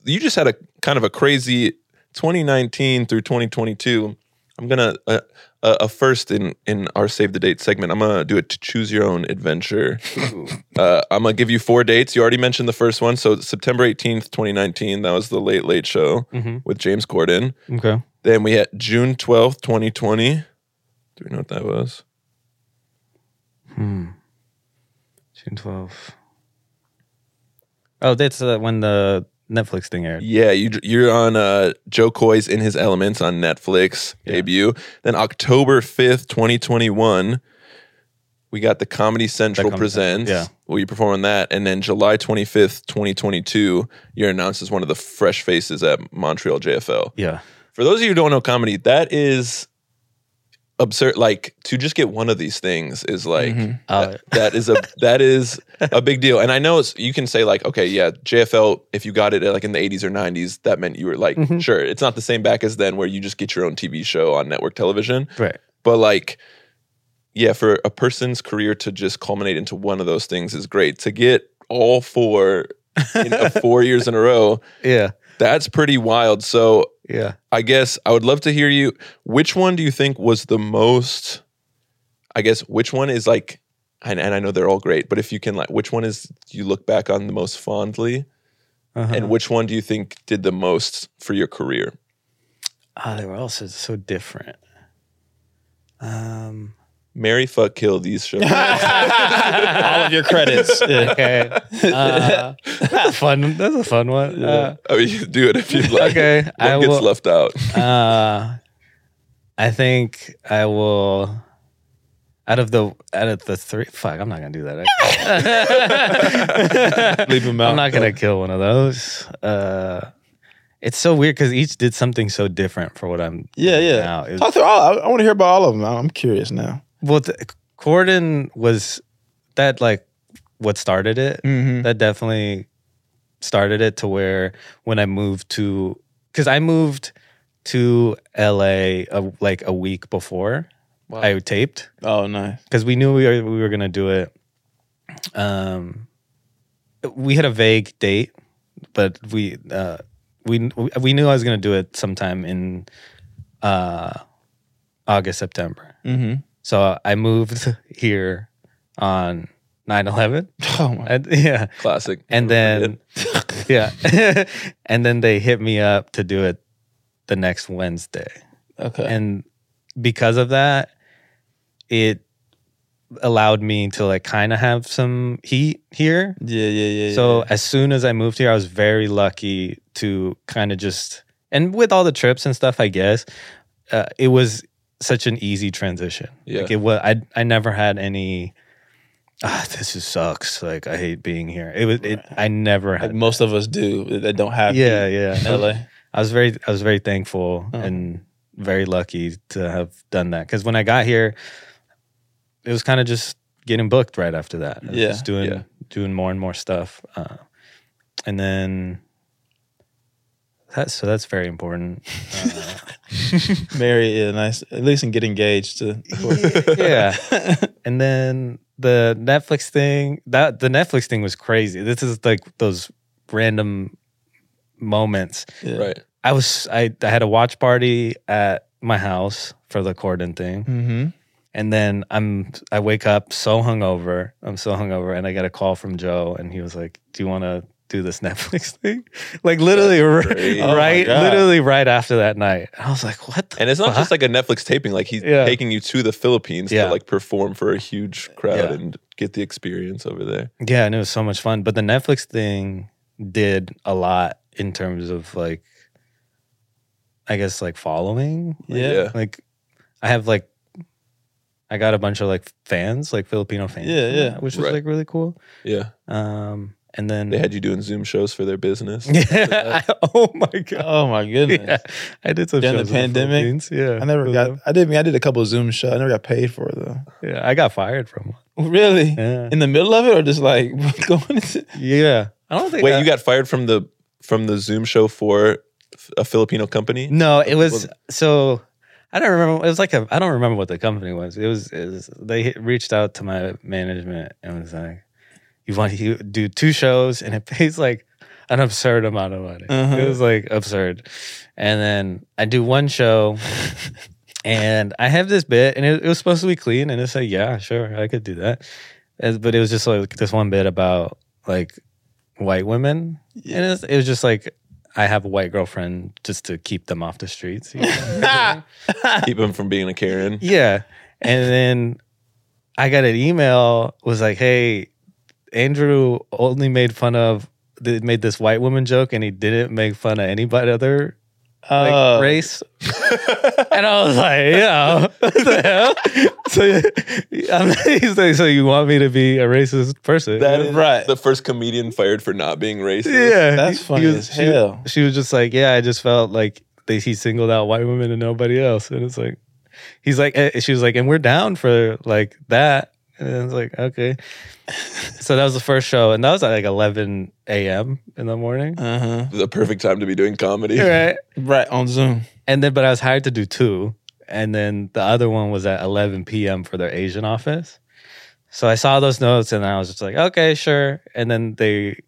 [SPEAKER 2] you just had a kind of a crazy 2019 through 2022. I'm gonna uh, a a first in in our save the date segment. I'm gonna do a t- choose your own adventure. Uh, I'm gonna give you four dates. You already mentioned the first one. So September 18th, 2019. That was the Late Late Show
[SPEAKER 1] Mhm.
[SPEAKER 2] with James Corden.
[SPEAKER 1] Okay.
[SPEAKER 2] Then we had June 12th, 2020. Do we know what that was?
[SPEAKER 1] Hmm. June 12th. Oh, that's uh, when the Netflix thing aired.
[SPEAKER 2] Yeah, you, you're on uh, Joe Coy's In His Elements on Netflix
[SPEAKER 1] Yeah.
[SPEAKER 2] debut. Then October 5th, 2021, we got the Comedy Central
[SPEAKER 1] Comedy Central,
[SPEAKER 2] Presents.
[SPEAKER 1] yeah.
[SPEAKER 2] Well, you perform on that. And then July 25th, 2022, you're announced as one of the fresh faces at Montreal JFL.
[SPEAKER 1] Yeah.
[SPEAKER 2] For those of you who don't know comedy, that is absurd. Like, to just get one of these things is like
[SPEAKER 3] Mm-hmm.
[SPEAKER 1] Uh,
[SPEAKER 2] that is a that is a big deal. And I know it's, you can say like, okay, yeah, JFL. If you got it like in the '80s or '90s, that meant you were like,
[SPEAKER 1] Mhm.
[SPEAKER 2] sure, it's not the same back as then, where you just get your own TV show on network television.
[SPEAKER 1] right.
[SPEAKER 2] But like, yeah, for a person's career to just culminate into one of those things is great. To get all four in uh, four years in a row,
[SPEAKER 1] Yeah.
[SPEAKER 2] that's pretty wild. So
[SPEAKER 1] Yeah.
[SPEAKER 2] I guess I would love to hear you. Which one do you think was the most? I guess which one is like, and, and I know they're all great, but if you can like, which one is you look back on the most fondly,
[SPEAKER 1] Uh-huh.
[SPEAKER 2] and which one do you think did the most for your career?
[SPEAKER 1] Ah, they were all so, so different. Um.
[SPEAKER 2] Mary fuck kill these shows.
[SPEAKER 3] all of your credits yeah.
[SPEAKER 1] Okay. Uh, that's fun. That's a fun one. Uh,
[SPEAKER 2] I mean, you do it if you'd like.
[SPEAKER 1] okay.
[SPEAKER 2] One
[SPEAKER 1] I
[SPEAKER 2] gets
[SPEAKER 1] will.
[SPEAKER 2] left out.
[SPEAKER 1] Uh, I think I will. Out of the out of the three, fuck, I'm not gonna do that.
[SPEAKER 3] leave him out
[SPEAKER 1] I'm not gonna kill one of those. Uh, it's so weird because each did something so different for what I'm.
[SPEAKER 3] yeah
[SPEAKER 1] doing
[SPEAKER 3] yeah
[SPEAKER 1] Now. It was-
[SPEAKER 3] talk through all I, want to hear about all of them I'm curious now
[SPEAKER 1] well, th- Corden was that like what started it.
[SPEAKER 3] mm-hmm.
[SPEAKER 1] That definitely started it to where when I moved to because I moved to LA a, like a week before
[SPEAKER 2] Wow.
[SPEAKER 1] I taped
[SPEAKER 3] oh nice
[SPEAKER 1] because we knew we were, we were gonna do it. Um, we had a vague date, but we uh, we we knew I was gonna do it sometime in uh, August September.
[SPEAKER 3] mm-hmm.
[SPEAKER 1] So I moved here on 9-11.
[SPEAKER 3] oh my
[SPEAKER 1] I- yeah,
[SPEAKER 2] Classic.
[SPEAKER 1] and then yeah, and then they hit me up to do it the next Wednesday
[SPEAKER 3] okay
[SPEAKER 1] and because of that it allowed me to like kind of have some heat here.
[SPEAKER 3] Yeah, yeah, yeah.
[SPEAKER 1] So
[SPEAKER 3] yeah.
[SPEAKER 1] as soon as I moved here, I was very lucky to kind of just and with all the trips and stuff, I guess uh, it was such an easy transition.
[SPEAKER 2] Yeah.
[SPEAKER 1] Like it was, I I never had any. Ah, this is sucks. Like I hate being here. It was. It, I never
[SPEAKER 3] like
[SPEAKER 1] had.
[SPEAKER 3] most of us do that don't have
[SPEAKER 1] Yeah,
[SPEAKER 3] heat
[SPEAKER 1] yeah.
[SPEAKER 3] in LA.
[SPEAKER 1] I was very I was very thankful
[SPEAKER 3] Oh.
[SPEAKER 1] and very lucky to have done that because when I got here, it was kind of just getting booked right after that. I was
[SPEAKER 3] Yeah,
[SPEAKER 1] just doing
[SPEAKER 2] yeah.
[SPEAKER 1] doing more and more stuff, uh, and then that's so that's very important. Uh,
[SPEAKER 3] Marry yeah, nice. At least and get engaged to
[SPEAKER 1] yeah, and then the Netflix thing that the Netflix thing was crazy. This is like those random moments
[SPEAKER 3] Yeah.
[SPEAKER 2] Right.
[SPEAKER 1] I was I, I had a watch party at my house for the Corden thing.
[SPEAKER 3] Mm-hmm.
[SPEAKER 1] And then I'm I wake up so hungover. I'm so hungover and I got a call from Joe and he was like, "Do you want to do this Netflix thing?" Like literally r-
[SPEAKER 2] great.
[SPEAKER 3] Oh my
[SPEAKER 1] right
[SPEAKER 3] God.
[SPEAKER 1] literally right after that night. And I was like, "What?" The
[SPEAKER 2] And it's not
[SPEAKER 1] fuck?
[SPEAKER 2] just like a Netflix taping. Like he's
[SPEAKER 1] Yeah.
[SPEAKER 2] taking you to the Philippines
[SPEAKER 1] Yeah.
[SPEAKER 2] to like perform for a huge crowd
[SPEAKER 1] Yeah.
[SPEAKER 2] and get the experience over there.
[SPEAKER 1] Yeah, and it was so much fun. But the Netflix thing did a lot in terms of like I guess like following. Like,
[SPEAKER 3] Yeah.
[SPEAKER 2] Yeah.
[SPEAKER 1] like I have like I got a bunch of like fans, like Filipino fans.
[SPEAKER 3] Yeah,
[SPEAKER 1] from
[SPEAKER 3] yeah.
[SPEAKER 1] that, Which was
[SPEAKER 2] Right.
[SPEAKER 1] like really cool.
[SPEAKER 2] Yeah.
[SPEAKER 1] Um and then
[SPEAKER 2] They had you doing Zoom shows for their business.
[SPEAKER 1] Yeah. I- oh my god.
[SPEAKER 3] Oh my goodness.
[SPEAKER 1] Yeah. I did some
[SPEAKER 3] During the
[SPEAKER 1] shows in
[SPEAKER 3] pandemic?
[SPEAKER 1] Philippines, Yeah.
[SPEAKER 4] I never
[SPEAKER 1] It was
[SPEAKER 4] got.
[SPEAKER 1] dope.
[SPEAKER 4] I did. I mean, I did a couple of Zoom shows. I never got paid for it though.
[SPEAKER 1] Yeah, I got fired from one.
[SPEAKER 3] Really?
[SPEAKER 1] Yeah.
[SPEAKER 3] In the middle of it or just like going into
[SPEAKER 1] Yeah. I don't think
[SPEAKER 2] Wait,
[SPEAKER 1] I-
[SPEAKER 2] you got fired from the from the Zoom show for a Filipino company?
[SPEAKER 1] No, it was
[SPEAKER 2] wasn't-
[SPEAKER 1] so I don't remember. It was like a I don't remember what the company was. It was, it was they hit- reached out to my management and was like, "You want to do two shows and it pays like an absurd amount of money.
[SPEAKER 3] Uh-huh.
[SPEAKER 1] It was like absurd." And then I do one show. And I have this bit, and it, it was supposed to be clean, and it's like, yeah, sure, I could do that, As- but it was just like this one bit about like white women, and it was, it was just like I have a white girlfriend just to keep them off the streets. you know?
[SPEAKER 2] Keep him from being a Karen.
[SPEAKER 1] yeah. And then I got an email was like, "Hey, Andrew only made fun of th- made this white woman joke and he didn't make fun of anybody other like,
[SPEAKER 3] Oh.
[SPEAKER 1] race." and I was like, "Yeah, what the hell?" So I'm he's like, "So you want me to be a racist person?"
[SPEAKER 2] That is
[SPEAKER 3] Right.
[SPEAKER 2] the first comedian fired for not being racist.
[SPEAKER 1] yeah,
[SPEAKER 3] That's
[SPEAKER 1] he-
[SPEAKER 3] funny
[SPEAKER 1] he
[SPEAKER 3] as hell.
[SPEAKER 1] She, she was just like, "Yeah, I just felt like they, he singled out white women and nobody else," and it's like, he's like, eh, she was like, "And we're down for like that," and I was like, "Okay." so that was the first show, and that was at like 11 a.m. in the morning,
[SPEAKER 3] Uh-huh.
[SPEAKER 2] The perfect time to be doing comedy.
[SPEAKER 1] right?
[SPEAKER 3] Right on Zoom.
[SPEAKER 1] And then, but I was hired to do two, and then the other one was at 11 p.m. for their Asian office. So I saw those notes, and I was just like, "Okay, sure." And then they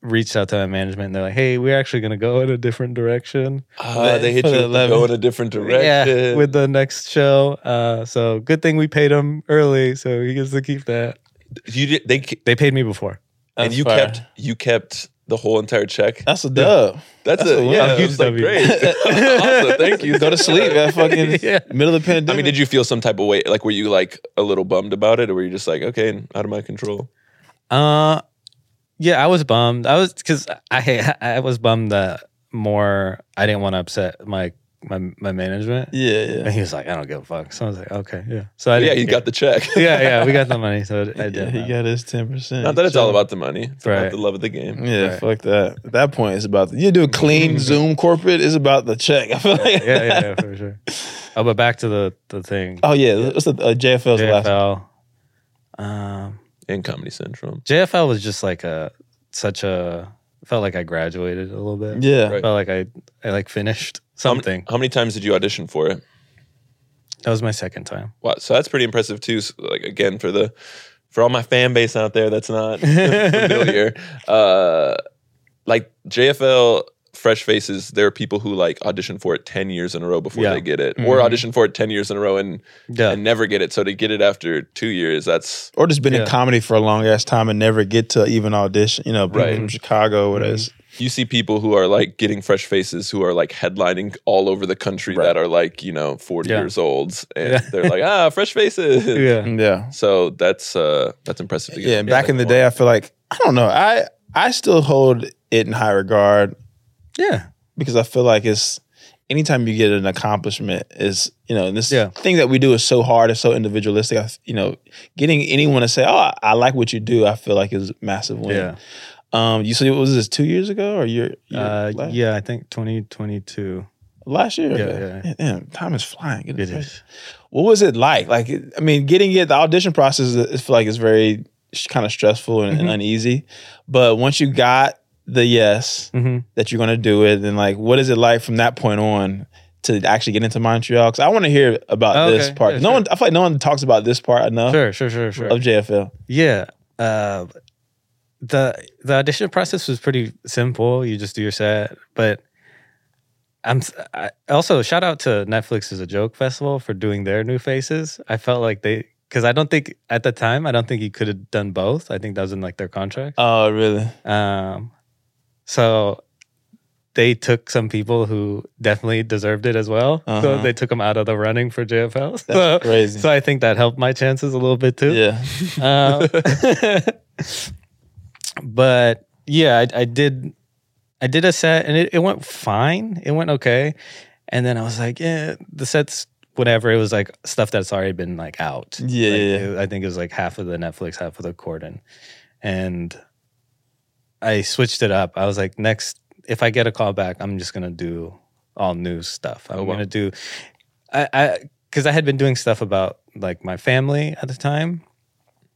[SPEAKER 1] reached out to my management, and they're like, "Hey, we're actually going to go in a different direction."
[SPEAKER 2] Ah, they hit
[SPEAKER 3] For
[SPEAKER 2] you
[SPEAKER 3] the
[SPEAKER 2] with the
[SPEAKER 3] 11.
[SPEAKER 2] go in a different direction.
[SPEAKER 1] Yeah, with the next show. Uh, so good thing we paid him early, so he gets to keep that.
[SPEAKER 2] you did, they ke-
[SPEAKER 1] They paid me before.
[SPEAKER 2] and
[SPEAKER 3] That's
[SPEAKER 2] you
[SPEAKER 3] fire.
[SPEAKER 2] kept you kept the whole entire check.
[SPEAKER 3] That's a dub.
[SPEAKER 2] That's,
[SPEAKER 3] That's
[SPEAKER 2] a,
[SPEAKER 3] a win.
[SPEAKER 2] yeah,
[SPEAKER 1] Huge
[SPEAKER 2] it's like
[SPEAKER 1] W.
[SPEAKER 2] great. awesome, thank you.
[SPEAKER 3] Go to sleep at fucking
[SPEAKER 1] Yeah.
[SPEAKER 3] middle of the pandemic.
[SPEAKER 2] I mean, did you feel some type of way? Like, were you like a little bummed about it, or were you just like, okay, out of my control?
[SPEAKER 1] Uh, yeah, I was bummed. I was because I I was bummed that more. I didn't want to upset my my my management.
[SPEAKER 3] Yeah, yeah.
[SPEAKER 1] And he was like, I don't give a fuck. So I was like, okay, yeah. So I
[SPEAKER 2] yeah,
[SPEAKER 1] didn't-
[SPEAKER 2] you got the check.
[SPEAKER 1] yeah, yeah, we got the money. So I
[SPEAKER 3] Yeah,
[SPEAKER 1] did.
[SPEAKER 3] he got his ten percent.
[SPEAKER 2] Not that it's all about the money. It's
[SPEAKER 1] Right. Mm.
[SPEAKER 2] about the love of the game.
[SPEAKER 3] Yeah,
[SPEAKER 1] Right.
[SPEAKER 3] fuck that. At that point, it's about the, you do a clean Zoom corporate. It's about the check. I feel
[SPEAKER 1] yeah,
[SPEAKER 3] like.
[SPEAKER 1] yeah, yeah, for sure. Oh, but back to the the thing.
[SPEAKER 3] Oh yeah, what's the uh, JFL's last?
[SPEAKER 1] JFL. Um,
[SPEAKER 2] And Comedy Central.
[SPEAKER 1] JFL was just like a such a felt like I graduated a little bit.
[SPEAKER 3] Yeah,
[SPEAKER 2] Right.
[SPEAKER 1] felt like I I like finished
[SPEAKER 2] How many-
[SPEAKER 1] something.
[SPEAKER 2] How, many times did you audition for it?
[SPEAKER 1] That was my second time.
[SPEAKER 2] Wow, so that's pretty impressive too. So, like again, for the for all my fan base out there that's not familiar, uh, like JFL fresh faces, there are people who like audition for it 10 years in a row before
[SPEAKER 1] Yeah.
[SPEAKER 2] they get it, or
[SPEAKER 1] Mhm.
[SPEAKER 2] audition for it 10 years in a row and,
[SPEAKER 1] Yeah.
[SPEAKER 2] and never get it. So to get it after two years, that's
[SPEAKER 3] or just been
[SPEAKER 1] Yeah.
[SPEAKER 3] in comedy for a long ass time and never get to even audition. You know, people
[SPEAKER 2] Right.
[SPEAKER 3] from Chicago, where it's
[SPEAKER 1] Mm-hmm.
[SPEAKER 2] you see people who are like getting fresh faces who are like headlining all over the country that are like, you know, 40
[SPEAKER 1] Yeah.
[SPEAKER 2] years olds and
[SPEAKER 1] Yeah.
[SPEAKER 2] they're like, ah, fresh faces.
[SPEAKER 1] yeah.
[SPEAKER 3] Mm, yeah,
[SPEAKER 2] So that's uh that's impressive to get.
[SPEAKER 3] yeah. and back in the day, I feel like I don't know. I I still hold it in high regard
[SPEAKER 1] Yeah.
[SPEAKER 3] because I feel like it's anytime you get an accomplishment is you know this
[SPEAKER 1] Yeah.
[SPEAKER 3] thing that we do is so hard, it's so individualistic. I, you know, getting anyone to say, "Oh, I, I like what you do," I feel like is a massive win.
[SPEAKER 1] Yeah.
[SPEAKER 3] Um, you said what was this two years ago or year? year
[SPEAKER 1] Uh,
[SPEAKER 3] last,
[SPEAKER 1] yeah. I think 2022.
[SPEAKER 3] last year.
[SPEAKER 1] Yeah,
[SPEAKER 3] Okay.
[SPEAKER 1] yeah.
[SPEAKER 3] Damn, time is flying. Goodness
[SPEAKER 1] It
[SPEAKER 3] gracious.
[SPEAKER 1] is.
[SPEAKER 3] What was it like? Like, I mean, getting it the audition process, is- I feel like is very kind of stressful
[SPEAKER 1] Mm-hmm.
[SPEAKER 3] and, and uneasy. But once you got the yes,
[SPEAKER 1] Mm-hmm.
[SPEAKER 3] that you're going to do it and like what is it like from that point on to actually get into montreal because i want to hear about
[SPEAKER 1] Oh,
[SPEAKER 3] this
[SPEAKER 1] okay.
[SPEAKER 3] part
[SPEAKER 1] Yeah,
[SPEAKER 3] no
[SPEAKER 1] sure.
[SPEAKER 3] one i feel like no one talks about this part enough
[SPEAKER 1] Sure. Sure. Sure.
[SPEAKER 2] Oh,
[SPEAKER 1] Sure.
[SPEAKER 3] of jfl
[SPEAKER 1] Yeah. Uh, the the audition process was pretty simple. You just do your set, but I'm s- I, also shout out to Netflix as a joke festival for doing their new faces. I felt like they because I don't think at the time I don't think you could have done both. I think that was in like their contract.
[SPEAKER 3] oh really
[SPEAKER 1] Um, so they took some people who definitely deserved it as well. So
[SPEAKER 3] Uh-huh.
[SPEAKER 1] they took them out of the running for JFL. So,
[SPEAKER 3] that's crazy
[SPEAKER 1] so I think that helped my chances a little bit too.
[SPEAKER 3] yeah
[SPEAKER 1] Um, but yeah, I, I did. I did a set and it, it went fine. It went okay. And then I was like, yeah, the set's whatever. It was like stuff that's already been like out.
[SPEAKER 3] Yeah,
[SPEAKER 1] Like,
[SPEAKER 3] yeah, yeah.
[SPEAKER 1] it- I think it was like half of the Netflix, half of the Corden. And I switched it up. I was like, next, if I get a call back, I'm just going to do all new stuff. I'm
[SPEAKER 2] Oh, wow.
[SPEAKER 1] going to do, I, I, cause I had been doing stuff about like my family at the time.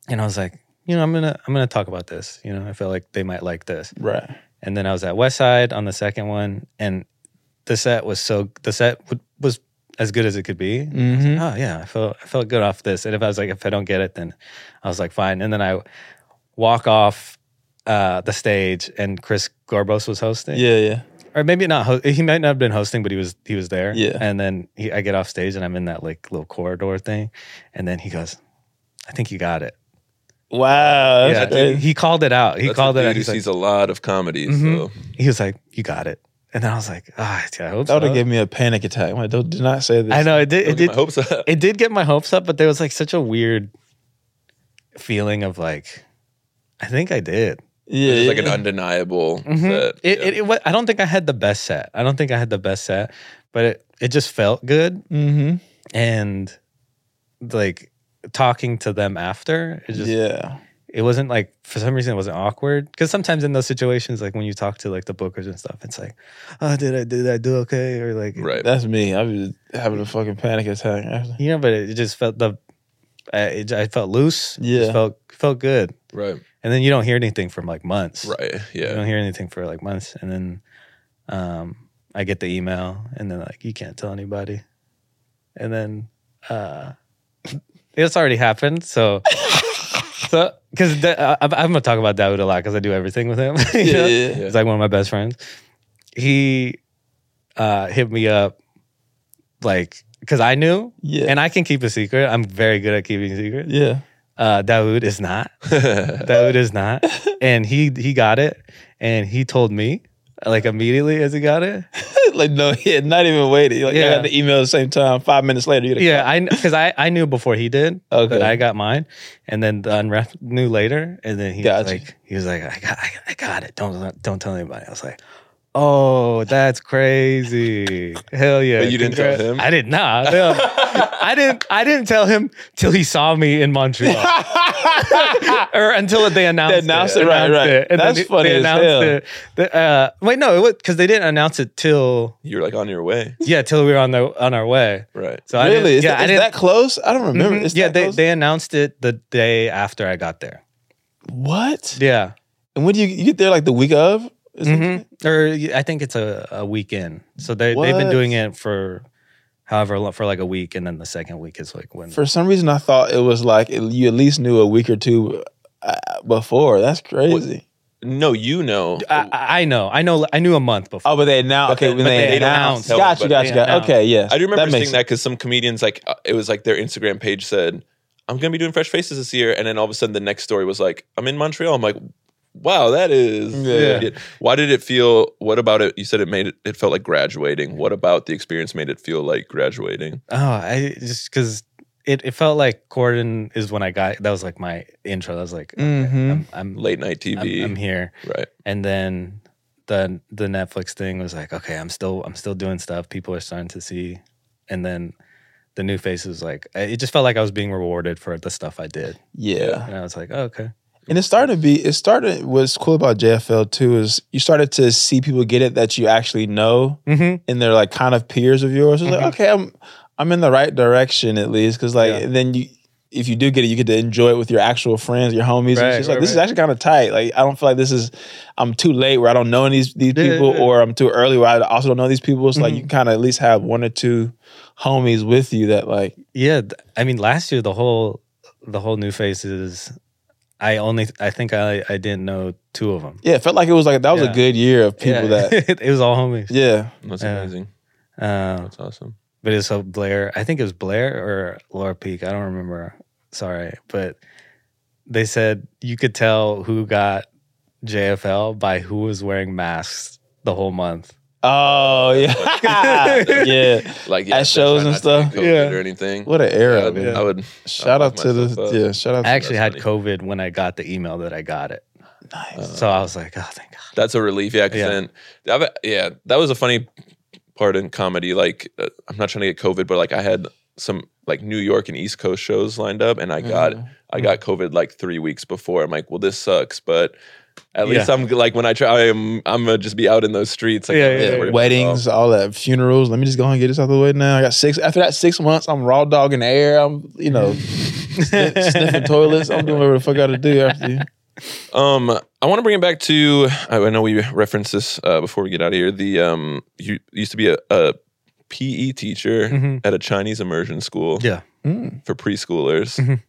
[SPEAKER 1] And I was like, you know, I'm going to, I'm going to talk about this. You know, I feel like they might like this.
[SPEAKER 3] right
[SPEAKER 1] And then I was at Westside on the second one. And the set was so, the set w- was as good as it could be
[SPEAKER 3] mm-hmm.
[SPEAKER 1] oh yeah, I felt I felt good off this. And if I was like, if I don't get it, then I was like, fine. And then I walk off uh, the stage, and Chris Gorbos was hosting,
[SPEAKER 3] yeah yeah
[SPEAKER 1] or maybe not. Ho- he might not have been hosting, but he was he was there.
[SPEAKER 3] Yeah.
[SPEAKER 1] And then he, I get off stage, and I'm in that like little corridor thing, and then he goes, "I think you got it."
[SPEAKER 3] wow that's
[SPEAKER 1] yeah, he,
[SPEAKER 3] crazy.
[SPEAKER 1] he called it out. He
[SPEAKER 2] That's
[SPEAKER 1] called
[SPEAKER 2] a
[SPEAKER 1] it
[SPEAKER 2] dude
[SPEAKER 1] out. He's
[SPEAKER 2] who
[SPEAKER 1] like, Mm-hmm.
[SPEAKER 2] sees a lot of comedy. So
[SPEAKER 1] he was like, "You got it," and then I was like, "Ah, yeah, I hope
[SPEAKER 3] that
[SPEAKER 1] so."
[SPEAKER 3] would have gave me a panic attack I'm like, don't, do not say this
[SPEAKER 1] I know it did.
[SPEAKER 2] I
[SPEAKER 1] It did.
[SPEAKER 2] hopes up.
[SPEAKER 1] it did get my hopes up, but there was like such a weird feeling of like, I think I did.
[SPEAKER 3] yeah,
[SPEAKER 2] It's like an
[SPEAKER 3] yeah.
[SPEAKER 2] undeniable set.
[SPEAKER 1] Mm-hmm. It, it,
[SPEAKER 2] Yeah.
[SPEAKER 1] it, wa- I don't think I had the best set. I don't think I had the best set, but it, it just felt good.
[SPEAKER 3] Mhm.
[SPEAKER 1] And like talking to them after, it just,
[SPEAKER 3] yeah
[SPEAKER 1] it wasn't like, for some reason, it wasn't awkward. Cause sometimes in those situations, like when you talk to like the bookers and stuff, it's like, oh, did I, did I do okay? Or like,
[SPEAKER 2] right.
[SPEAKER 3] that's me i was having a fucking panic attack after.
[SPEAKER 1] you know, but it just felt the, I, it, I felt loose. It just
[SPEAKER 3] Yeah.
[SPEAKER 1] felt, felt good.
[SPEAKER 2] right.
[SPEAKER 1] and then you don't hear anything from like months.
[SPEAKER 2] Right.
[SPEAKER 1] You
[SPEAKER 2] Yeah.
[SPEAKER 1] don't hear anything for like months, and then um, I get the email, and then like you can't tell anybody, and then uh, it's already happened. So, so because I'm gonna talk about Dawood a lot because I do everything with him. you
[SPEAKER 3] yeah,
[SPEAKER 1] know?
[SPEAKER 3] yeah, yeah.
[SPEAKER 2] Yeah.
[SPEAKER 1] He's like one of my best friends. He uh, hit me up like because I knew,
[SPEAKER 3] Yeah.
[SPEAKER 1] and I can keep a secret. I'm very good at keeping secrets.
[SPEAKER 3] yeah.
[SPEAKER 1] Uh, Dawood is not. That it is not. And he he got it, and he told me like immediately as he got it.
[SPEAKER 3] like no, yeah, not even waiting. Like I
[SPEAKER 1] Yeah.
[SPEAKER 3] got the email at the same time. Five minutes later, you got a
[SPEAKER 1] Yeah, I because I, I knew before he did
[SPEAKER 3] Okay.
[SPEAKER 1] that I got mine, and then the unref knew later, and then he
[SPEAKER 3] Gotcha.
[SPEAKER 1] was like he was like I got I, I got it. Don't don't tell anybody. I was like. Oh, that's crazy! Hell yeah!
[SPEAKER 2] But you didn't tell him?
[SPEAKER 1] I did not. No. I didn't. I didn't tell him till he saw me in Montreal. or until they announced,
[SPEAKER 3] They announced
[SPEAKER 1] it.
[SPEAKER 3] it, right,
[SPEAKER 1] Announced
[SPEAKER 3] right.
[SPEAKER 1] it. And then
[SPEAKER 3] That's
[SPEAKER 1] they-
[SPEAKER 3] funny
[SPEAKER 1] They
[SPEAKER 3] as
[SPEAKER 1] announced
[SPEAKER 3] hell.
[SPEAKER 1] it. The- uh, wait, no, it was because they didn't announce it till
[SPEAKER 2] You're like on your way.
[SPEAKER 1] yeah, till we were on the on our way.
[SPEAKER 2] Right.
[SPEAKER 1] So I
[SPEAKER 3] really?
[SPEAKER 1] didn't,
[SPEAKER 3] Is,
[SPEAKER 1] yeah,
[SPEAKER 3] that,
[SPEAKER 1] I
[SPEAKER 3] is
[SPEAKER 1] didn't.
[SPEAKER 3] that close? I don't remember.
[SPEAKER 1] Mhm.
[SPEAKER 3] Is
[SPEAKER 1] yeah,
[SPEAKER 3] that
[SPEAKER 1] they
[SPEAKER 3] close?
[SPEAKER 1] they announced it the day after I got there.
[SPEAKER 3] what?
[SPEAKER 1] Yeah,
[SPEAKER 3] And when do you, you get there? Like the week of? Is it-
[SPEAKER 1] Mhm. or y- I think it's a, a weekend. So they they've been
[SPEAKER 3] What?
[SPEAKER 1] doing it for however long for like a week, and then the second week is like when.
[SPEAKER 3] For some reason, I thought it was like it, you at least knew a week or two uh, before. That's crazy.
[SPEAKER 2] No, you know.
[SPEAKER 1] I, I know. I know. I knew a month before.
[SPEAKER 3] Oh, but they now okay.
[SPEAKER 2] they-
[SPEAKER 3] when
[SPEAKER 2] but
[SPEAKER 3] they,
[SPEAKER 1] they announced,
[SPEAKER 3] announced, got you,
[SPEAKER 2] but
[SPEAKER 3] got
[SPEAKER 1] they
[SPEAKER 3] you, got
[SPEAKER 1] announced.
[SPEAKER 3] okay, yes.
[SPEAKER 2] I do remember
[SPEAKER 3] that
[SPEAKER 2] seeing
[SPEAKER 3] makes
[SPEAKER 2] that because some comedians like uh, it was like their Instagram page said, "I'm gonna be doing Fresh Faces this year," and then all of a sudden the next story was like, "I'm in Montreal." I'm like, "Wow, that is."
[SPEAKER 1] Yeah.
[SPEAKER 2] it- Why did it feel? What about it? You said it made it. It felt like graduating. What about the experience made it feel like graduating?
[SPEAKER 1] Oh, I just because it, it felt like Gordon is when I got that was like my intro. That was like okay,
[SPEAKER 3] Mhm.
[SPEAKER 1] I'm, I'm,
[SPEAKER 2] Late night TV,
[SPEAKER 1] I'm I'm here,
[SPEAKER 2] right?
[SPEAKER 1] and then the the Netflix thing was like okay, I'm still I'm still doing stuff. People are starting to see, and then the new face was like it just felt like I was being rewarded for the stuff I did,
[SPEAKER 3] yeah.
[SPEAKER 1] and I was like oh, okay,
[SPEAKER 3] And it started to be, it started, what's cool about JFL too is you started to see people get it that you actually know
[SPEAKER 1] mm-hmm.
[SPEAKER 3] and they're like kind of peers of yours. It's
[SPEAKER 1] Mhm.
[SPEAKER 3] like, okay, I'm, I'm in the right direction at least. Cause like,
[SPEAKER 1] Yeah.
[SPEAKER 3] then you, if you do get it, you get to enjoy it with your actual friends, your homies.
[SPEAKER 1] Right,
[SPEAKER 3] and it's like,
[SPEAKER 1] right,
[SPEAKER 3] this is
[SPEAKER 1] right.
[SPEAKER 3] actually kind of tight. Like, I don't feel like this is, I'm too late where I don't know any these, these
[SPEAKER 1] Yeah, yeah,
[SPEAKER 3] people
[SPEAKER 1] yeah.
[SPEAKER 3] or I'm too early where I also don't know these people. It's like,
[SPEAKER 1] Mhm.
[SPEAKER 3] you kind of at least have one or two homies with you that like,
[SPEAKER 1] yeah. th- I mean, last year the whole the whole new faces. I only I think I I didn't know two of them.
[SPEAKER 3] yeah, it felt like it was like, that was
[SPEAKER 1] Yeah.
[SPEAKER 3] a good year of people that,
[SPEAKER 1] it was all homies.
[SPEAKER 3] yeah.
[SPEAKER 2] That's
[SPEAKER 1] Yeah.
[SPEAKER 2] amazing.
[SPEAKER 1] Um,
[SPEAKER 2] That's awesome.
[SPEAKER 1] but it's so Blair. I think it was Blair or Laura Peak. I don't remember. Sorry, but they said you could tell who got JFL by who was wearing masks the whole month.
[SPEAKER 3] Oh yeah, yeah.
[SPEAKER 2] Like
[SPEAKER 3] At
[SPEAKER 2] I
[SPEAKER 3] shows
[SPEAKER 2] try
[SPEAKER 3] and
[SPEAKER 2] not to get
[SPEAKER 3] stuff?
[SPEAKER 2] COVID
[SPEAKER 1] Yeah.
[SPEAKER 2] or anything.
[SPEAKER 3] What an era!
[SPEAKER 2] Yeah, I would-
[SPEAKER 3] man.
[SPEAKER 2] I would.
[SPEAKER 3] Shout
[SPEAKER 2] I'll
[SPEAKER 3] out to
[SPEAKER 2] look
[SPEAKER 3] the
[SPEAKER 2] myself uh, up.
[SPEAKER 3] yeah. Shout out.
[SPEAKER 1] I actually had
[SPEAKER 2] that's
[SPEAKER 1] COVID when I got the email that I got it,
[SPEAKER 3] to nice.
[SPEAKER 1] so I was like, oh, thank God.
[SPEAKER 2] That's a relief. Yeah. Cause
[SPEAKER 1] Yeah.
[SPEAKER 2] then, I've, yeah, that was a funny part in comedy. Like, uh, I'm not trying to get COVID, but like, I had some like New York and East Coast shows lined up, and I
[SPEAKER 3] Mm-hmm.
[SPEAKER 2] got I got COVID like three weeks before. I'm like, well, this sucks, but at least
[SPEAKER 1] Yeah.
[SPEAKER 2] I'm like, when I try, I'm I'm gonna just be out in those streets. Like,
[SPEAKER 1] Yeah,
[SPEAKER 2] I'm
[SPEAKER 1] yeah,
[SPEAKER 2] not
[SPEAKER 1] yeah.
[SPEAKER 2] worried about it at all.
[SPEAKER 3] Weddings, all that, funerals. Let me just go ahead and get this out of the way now. I got six. After that six months, I'm raw dog in the air. I'm you know sniff- sniffing toilets. I'm doing whatever the fuck I gotta do after you.
[SPEAKER 2] Um, I want to bring it back to. I I know we referenced this uh, before we get out of here. The um, you used to be a, a PE teacher
[SPEAKER 1] Mhm.
[SPEAKER 2] at a Chinese immersion school.
[SPEAKER 1] Yeah.
[SPEAKER 3] Mm.
[SPEAKER 2] for preschoolers,
[SPEAKER 1] Mhm.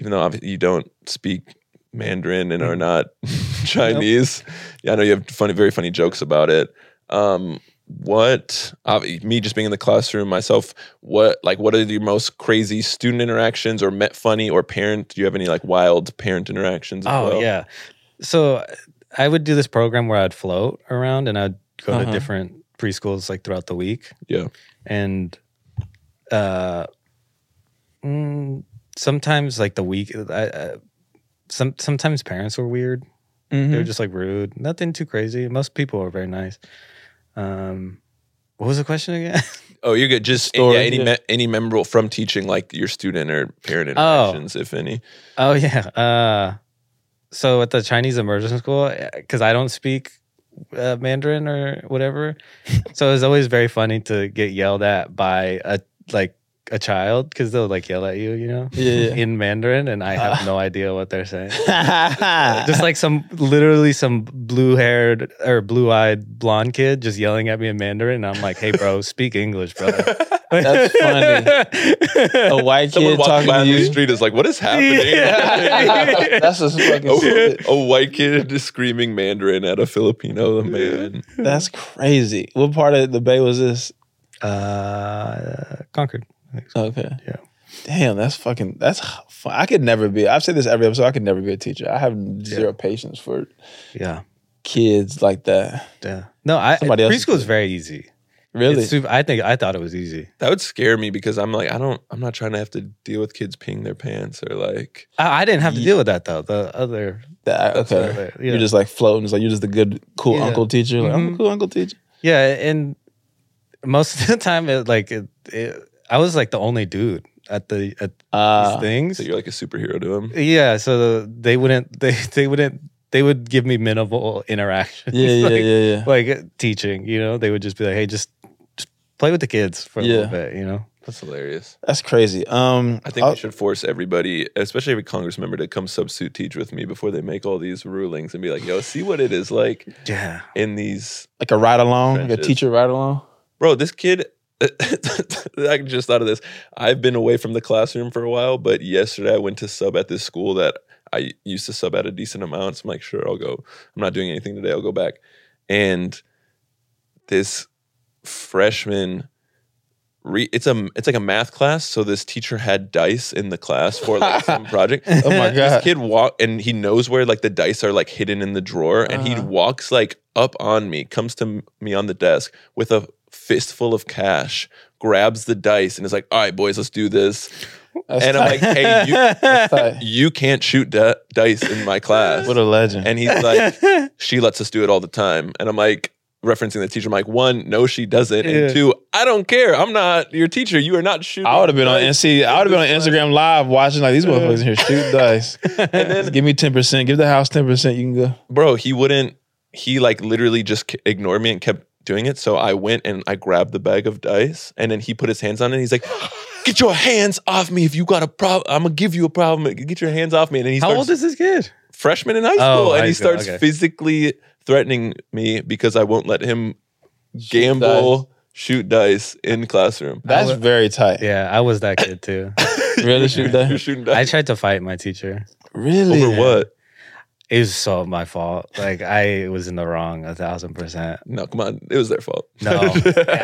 [SPEAKER 2] even though obvi- you don't speak Mandarin
[SPEAKER 1] Mm-hmm.
[SPEAKER 2] and are not Chinese. Yeah, I know you have funny, very funny jokes about it. Um, what obvi- me just being in the classroom myself? What like what are your most crazy student interactions or met funny or parent? Do you have any like wild parent interactions? as
[SPEAKER 1] Oh
[SPEAKER 2] well?
[SPEAKER 1] yeah. So I would do this program where I'd float around and I'd go to
[SPEAKER 3] Uh-huh.
[SPEAKER 1] different preschools like throughout the week.
[SPEAKER 2] Yeah.
[SPEAKER 1] And uh mm, sometimes like the week I, I some sometimes parents were weird. They were
[SPEAKER 2] Mm-hmm.
[SPEAKER 3] Mhm.
[SPEAKER 1] just like rude. Nothing too crazy. Most people are very nice. Um what was the question again?
[SPEAKER 2] Oh, you're good. Just
[SPEAKER 3] Story,
[SPEAKER 2] yeah, any
[SPEAKER 3] yeah.
[SPEAKER 2] me- any memorable from teaching like your student or parent
[SPEAKER 1] Oh.
[SPEAKER 2] interactions, if any.
[SPEAKER 1] Oh yeah. Uh, so at the Chinese immersion school, because I don't speak uh, Mandarin or whatever, so it was always very funny to get yelled at by a like a child because they'll like yell at you, you know,
[SPEAKER 3] Yeah.
[SPEAKER 1] in Mandarin, and I have no idea what they're saying.
[SPEAKER 3] yeah.
[SPEAKER 1] Just like some, literally some blue-haired or blue-eyed blonde kid just yelling at me in Mandarin, and I'm like, "Hey, bro, speak English, bro."
[SPEAKER 3] That's Oh.
[SPEAKER 1] funny.
[SPEAKER 3] a white
[SPEAKER 2] Someone
[SPEAKER 3] kid
[SPEAKER 2] walking
[SPEAKER 3] talking
[SPEAKER 2] by
[SPEAKER 3] to
[SPEAKER 2] on the
[SPEAKER 3] you.
[SPEAKER 2] street is like, "What is happening?"
[SPEAKER 1] Yeah.
[SPEAKER 3] That's just fucking.
[SPEAKER 2] a, a white kid screaming Mandarin at a Filipino man.
[SPEAKER 3] That's crazy. What part of the bay was this?
[SPEAKER 1] Uh, Concord.
[SPEAKER 3] Okay.
[SPEAKER 1] Yeah.
[SPEAKER 3] Damn, that's fucking. That's fun. I could never be. I've said this every episode. I could never be a teacher. I have zero patience for
[SPEAKER 1] Yeah.
[SPEAKER 3] kids like that.
[SPEAKER 1] Yeah. No, I
[SPEAKER 3] Somebody else
[SPEAKER 1] preschool is very easy.
[SPEAKER 3] Really?
[SPEAKER 1] It's super, I think I thought it was easy.
[SPEAKER 2] That would scare me because I'm like, I don't, I'm not trying to have to deal with kids peeing their pants or like,
[SPEAKER 1] I, I didn't have to
[SPEAKER 3] Ye-
[SPEAKER 1] deal with that though. The other,
[SPEAKER 3] That-
[SPEAKER 1] that's
[SPEAKER 3] okay.
[SPEAKER 1] right, yeah.
[SPEAKER 3] You're just like floating. It's like you're just the good, cool
[SPEAKER 1] Yeah.
[SPEAKER 3] uncle teacher. Like, I'm
[SPEAKER 2] Mm-hmm.
[SPEAKER 1] Mhm.
[SPEAKER 3] a cool uncle teacher.
[SPEAKER 1] yeah, and most of the time, it like it, it, I was like the only dude at the at these
[SPEAKER 3] Uh,
[SPEAKER 1] things.
[SPEAKER 2] so you're like a superhero to him.
[SPEAKER 1] Yeah, so they wouldn't they they wouldn't they would give me minimal interaction.
[SPEAKER 3] yeah, yeah,
[SPEAKER 1] like,
[SPEAKER 3] yeah,
[SPEAKER 1] Like
[SPEAKER 3] yeah.
[SPEAKER 1] uh, teaching, you know, they would just be like, "Hey, just just play with the kids for a
[SPEAKER 3] Yeah.
[SPEAKER 1] little bit," you know.
[SPEAKER 2] That's hilarious.
[SPEAKER 3] That's crazy. Um,
[SPEAKER 2] I think
[SPEAKER 3] I'll-
[SPEAKER 2] we should force everybody, especially every Congress member, to come substitute teach with me before they make all these rulings and be like, yo, see what it is like
[SPEAKER 1] Yeah.
[SPEAKER 2] in these.
[SPEAKER 3] like a ride along, like a
[SPEAKER 2] Trenches.
[SPEAKER 3] teacher ride along.
[SPEAKER 2] Bro, this kid. I just thought of this. I've been away from the classroom for a while, but yesterday I went to sub at this school that I used to sub out a decent amount. So I'm like, sure, I'll go. I'm not doing anything today. I'll go back. And this freshman, re- it's a it's like a math class. So this teacher had dice in the class for like some project.
[SPEAKER 4] Oh my
[SPEAKER 2] This
[SPEAKER 4] god.
[SPEAKER 2] kid walk and he knows where like the dice are like hidden in the drawer, and he
[SPEAKER 4] Uh-huh.
[SPEAKER 2] walks like up on me, comes to m- me on the desk with a fistful of cash, grabs the dice, and is like, "All right, boys, let's do this."
[SPEAKER 4] That's
[SPEAKER 2] and I'm
[SPEAKER 4] tight.
[SPEAKER 2] like, "Hey, you,
[SPEAKER 4] That's tight.
[SPEAKER 2] you can't shoot di- dice in my class.
[SPEAKER 3] What a legend.
[SPEAKER 2] and he's like, she lets us do it all the time. And I'm like, referencing the teacher, I'm like, one, no, she doesn't.
[SPEAKER 1] Yeah.
[SPEAKER 2] And two, I don't care. I'm not your teacher. You are not shooting.
[SPEAKER 3] I would have been on
[SPEAKER 2] dice."
[SPEAKER 3] NC. I would have been on Instagram live watching like these motherfuckers in here shoot dice.
[SPEAKER 2] And then,
[SPEAKER 3] Give me ten percent. Give the house ten percent. You can go.
[SPEAKER 2] bro, he wouldn't, he like literally just c- ignored me and kept doing it. So I went and I grabbed the bag of dice. And then he put his hands on it. And he's like, get your hands off me. If you got a problem, I'm going to give you a problem. Get your hands off me. And then he
[SPEAKER 1] How
[SPEAKER 2] starts
[SPEAKER 1] old is this kid?
[SPEAKER 2] freshman in high school
[SPEAKER 1] Oh,
[SPEAKER 2] and
[SPEAKER 1] high
[SPEAKER 2] he
[SPEAKER 1] school,
[SPEAKER 2] starts
[SPEAKER 1] okay.
[SPEAKER 2] physically threatening me because I won't let him gamble shoot dice in classroom.
[SPEAKER 3] That's
[SPEAKER 1] I would-
[SPEAKER 3] very tight.
[SPEAKER 1] Yeah, I was that kid too.
[SPEAKER 3] Really shoot
[SPEAKER 2] You're
[SPEAKER 3] dice.
[SPEAKER 2] shooting
[SPEAKER 1] I
[SPEAKER 2] dice
[SPEAKER 1] tried to fight my teacher.
[SPEAKER 3] Really.
[SPEAKER 2] over what?
[SPEAKER 1] It was so my fault. Like I was in the wrong a thousand percent.
[SPEAKER 2] No, come on. It was their fault.
[SPEAKER 1] No,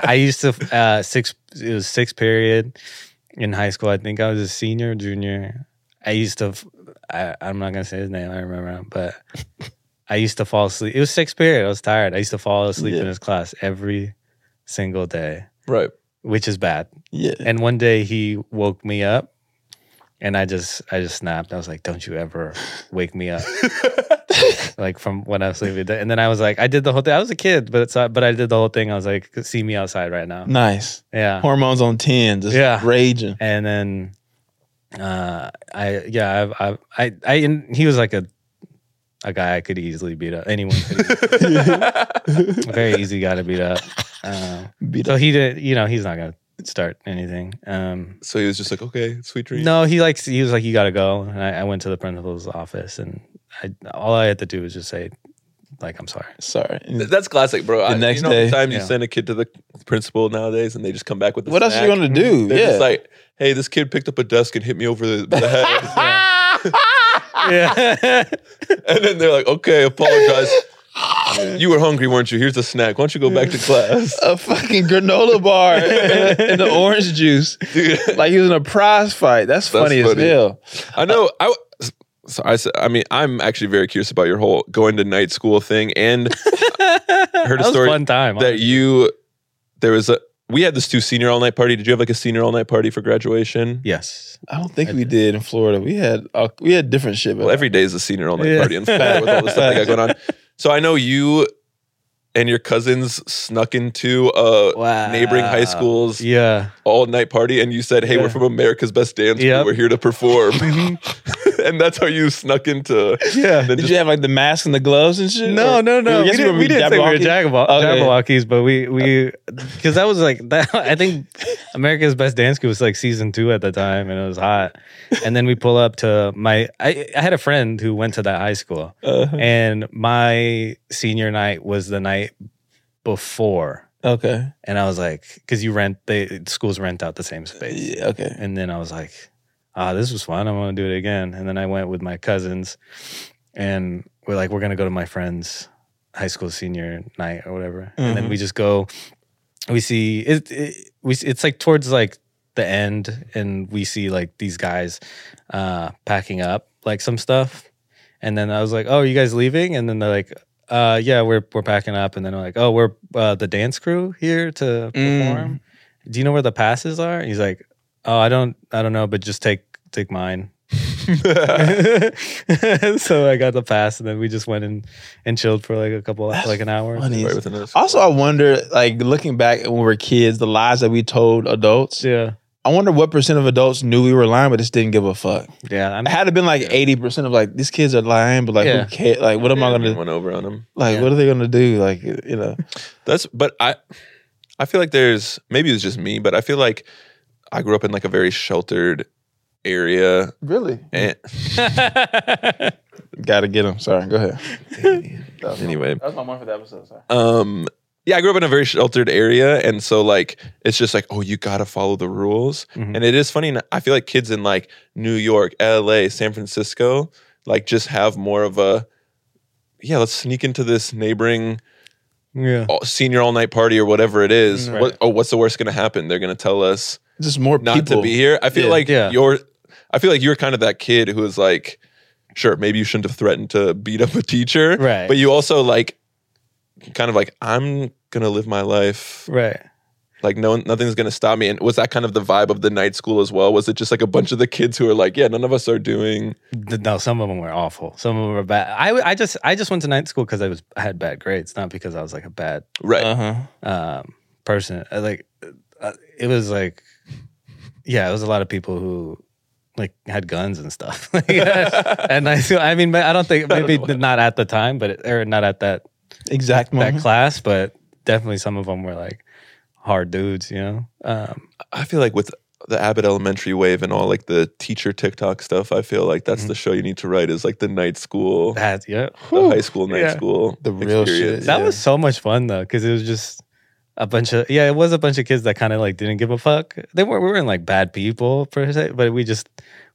[SPEAKER 1] I used to uh, six. It was sixth period in high school. I think I was a senior, junior. I used to. I, I'm not gonna say his name. I don't remember, him, but I used to fall asleep. It was sixth period. I was tired. I used to fall asleep
[SPEAKER 2] Yeah.
[SPEAKER 1] in his class every single day,
[SPEAKER 2] Right.
[SPEAKER 1] which is bad.
[SPEAKER 3] Yeah.
[SPEAKER 1] And one day he woke me up, and I just I just snapped. I was like, "Don't you ever wake me up!" like from when I was sleeping. And then I was like, I did the whole thing. I was a kid, but it's but I did the whole thing. I was like, "See me outside right now."
[SPEAKER 3] Nice.
[SPEAKER 1] Yeah.
[SPEAKER 3] Hormones on ten. Just
[SPEAKER 1] Yeah.
[SPEAKER 3] raging.
[SPEAKER 1] and then uh i yeah i i i, I and he was like a a guy i could easily beat up anyone could easily- very easy guy to beat up um,
[SPEAKER 3] Beat
[SPEAKER 1] so
[SPEAKER 3] up.
[SPEAKER 1] he did you know he's not gonna start anything um
[SPEAKER 2] So he was just like, okay, sweet dream.
[SPEAKER 1] no he likes he was like you gotta go and i, I went to the principal's office and i all i had to do was just say like i'm sorry
[SPEAKER 3] Sorry.
[SPEAKER 2] Th- That's classic, bro. I-
[SPEAKER 3] next
[SPEAKER 2] you know, how many
[SPEAKER 3] day,
[SPEAKER 2] times you
[SPEAKER 1] yeah.
[SPEAKER 2] send a kid to the principal nowadays and they just come back with the
[SPEAKER 3] What else are you
[SPEAKER 2] snack.
[SPEAKER 3] gonna do?
[SPEAKER 2] They're just
[SPEAKER 3] Yeah.
[SPEAKER 2] like, hey, this kid picked up a desk and hit me over the, the head.
[SPEAKER 1] yeah
[SPEAKER 2] and then they're like, okay, apologize. you were hungry, weren't you? Here's a snack. Why don't you go back to class?
[SPEAKER 3] a fucking granola bar and, and the orange juice.
[SPEAKER 2] Dude.
[SPEAKER 3] Like he was in a prize fight. That's funny,
[SPEAKER 2] funny.
[SPEAKER 3] as hell.
[SPEAKER 2] I know. I w- so I said. I mean, I'm actually very curious about your whole going to night school thing, and
[SPEAKER 1] heard
[SPEAKER 2] a
[SPEAKER 1] that
[SPEAKER 2] story
[SPEAKER 1] was a fun time
[SPEAKER 2] that you there was a. We had this two senior all night party. Did you have like a senior all night party for graduation?
[SPEAKER 1] yes
[SPEAKER 3] I don't think we did in Florida. We had uh, we had different shit.
[SPEAKER 2] Well, every day is a senior all night
[SPEAKER 1] Yeah.
[SPEAKER 2] party in Florida with all the stuff they got going on. So I know you and your cousins snuck into a
[SPEAKER 1] wow
[SPEAKER 2] neighboring high school's
[SPEAKER 1] yeah
[SPEAKER 2] all night party, and you said, "Hey, we're
[SPEAKER 1] Yeah.
[SPEAKER 2] from America's Best Dance. Crew.
[SPEAKER 1] Yep.
[SPEAKER 2] We're here to perform," and that's how you snuck into.
[SPEAKER 1] yeah
[SPEAKER 2] Then
[SPEAKER 3] did
[SPEAKER 2] just
[SPEAKER 3] you have like the mask and the gloves and shit?
[SPEAKER 1] No,
[SPEAKER 3] Or-
[SPEAKER 1] no, no.
[SPEAKER 3] I
[SPEAKER 1] We
[SPEAKER 3] guess
[SPEAKER 1] didn't,
[SPEAKER 3] were
[SPEAKER 1] we didn't say we were
[SPEAKER 3] Jabberwocky?
[SPEAKER 1] Jabberwo-
[SPEAKER 3] Okay.
[SPEAKER 1] Jabberwockies, but we we because that was like that. I think America's Best Dance Crew was like season two at the time, and it was hot. And then we pull up to my. I, I had a friend who went to that high school,
[SPEAKER 3] Uh,
[SPEAKER 1] and my senior night was the night before,
[SPEAKER 3] okay.
[SPEAKER 1] and I was like, because you rent they schools rent out the same space.
[SPEAKER 3] Yeah, okay.
[SPEAKER 1] And then I was like, ah, this was fun. I want to do it again. And then I went with my cousins and we're like, we're going to go to my friend's high school senior night or whatever. And then
[SPEAKER 3] Mhm.
[SPEAKER 1] we just go, we see, it, it, we, see- it's like towards like the end and we see like these guys uh, packing up like some stuff. And then I was like, oh, are you guys leaving? And then they're like, uh, yeah, we're, we're packing up. And then I'm like, oh, we're uh, the dance crew here to
[SPEAKER 3] Mm.
[SPEAKER 1] perform. Do you know where the passes are? And he's like, Oh, I don't, I don't know, but just take take mine. so I got the pass, and then we just went and and chilled for like a couple,
[SPEAKER 3] That's
[SPEAKER 1] like an hour.
[SPEAKER 3] funny.
[SPEAKER 2] Right within us.
[SPEAKER 3] Also, I wonder, like looking back when we were kids, the lies that we told adults.
[SPEAKER 1] Yeah,
[SPEAKER 3] I wonder what percent of adults knew we were lying, but just didn't give a fuck.
[SPEAKER 1] yeah. I'm,
[SPEAKER 3] It had to been like eighty percent of like these kids are lying, but like
[SPEAKER 1] Yeah.
[SPEAKER 3] who cares? Like what am I gonna
[SPEAKER 2] went over on him?
[SPEAKER 3] like?
[SPEAKER 1] Yeah.
[SPEAKER 3] What are they gonna do? Like you know,
[SPEAKER 2] That's but I I feel like there's maybe it's just me, but I feel like I grew up in like a very sheltered area.
[SPEAKER 3] really
[SPEAKER 2] And
[SPEAKER 3] gotta get them. Sorry, go ahead.
[SPEAKER 2] Eh, anyway,
[SPEAKER 3] That's my one for the episode. Sorry.
[SPEAKER 2] um yeah, I grew up in a very sheltered area and so like it's just like oh, you got to follow the rules.
[SPEAKER 1] Mhm.
[SPEAKER 2] And it is funny and I feel like kids in like New York, LA, San Francisco like just have more of a yeah let's sneak into this neighboring
[SPEAKER 1] Yeah.
[SPEAKER 2] all- senior all night party or whatever it is
[SPEAKER 1] Right.
[SPEAKER 2] what, oh what's the worst going to happen they're going to tell us
[SPEAKER 3] Just more
[SPEAKER 2] not
[SPEAKER 3] people.
[SPEAKER 2] to be here i feel
[SPEAKER 3] Yeah.
[SPEAKER 2] like
[SPEAKER 1] Yeah.
[SPEAKER 2] you're i feel like you're kind of that kid who is like sure maybe you shouldn't have threatened to beat up a teacher
[SPEAKER 1] Right.
[SPEAKER 2] but you also like kind of like i'm going to live my life
[SPEAKER 1] Right.
[SPEAKER 2] like no nothing's going to stop me and was that kind of the vibe of the night school as well was it just like a bunch of the kids who are like yeah none of us are doing
[SPEAKER 1] Th- No, some of them were awful. Some of them were bad. I, w- I just I just went to night school because I was I had bad grades, not because I was like a bad
[SPEAKER 2] right
[SPEAKER 3] Uh huh.
[SPEAKER 1] um, person. I, like uh, it was like, yeah, it was a lot of people who like had guns and stuff. Like, and I, I mean, I don't think maybe not at the time, but it, or not at that
[SPEAKER 3] Exact
[SPEAKER 1] that
[SPEAKER 3] moment.
[SPEAKER 1] class, but definitely some of them were like hard dudes, you know. Um,
[SPEAKER 2] I feel like with the Abbott Elementary wave and all like the teacher TikTok stuff, I feel like
[SPEAKER 1] Mm-hmm.
[SPEAKER 2] that's the show you need to write is like the night school, the
[SPEAKER 1] that yeah,
[SPEAKER 2] high school night
[SPEAKER 1] yeah.
[SPEAKER 2] school,
[SPEAKER 3] The real shit.
[SPEAKER 1] that was so much fun though, because it was just a bunch of yeah, it was a bunch of kids that kind of like didn't give a fuck. They weren't we weren't like bad people per se, but we just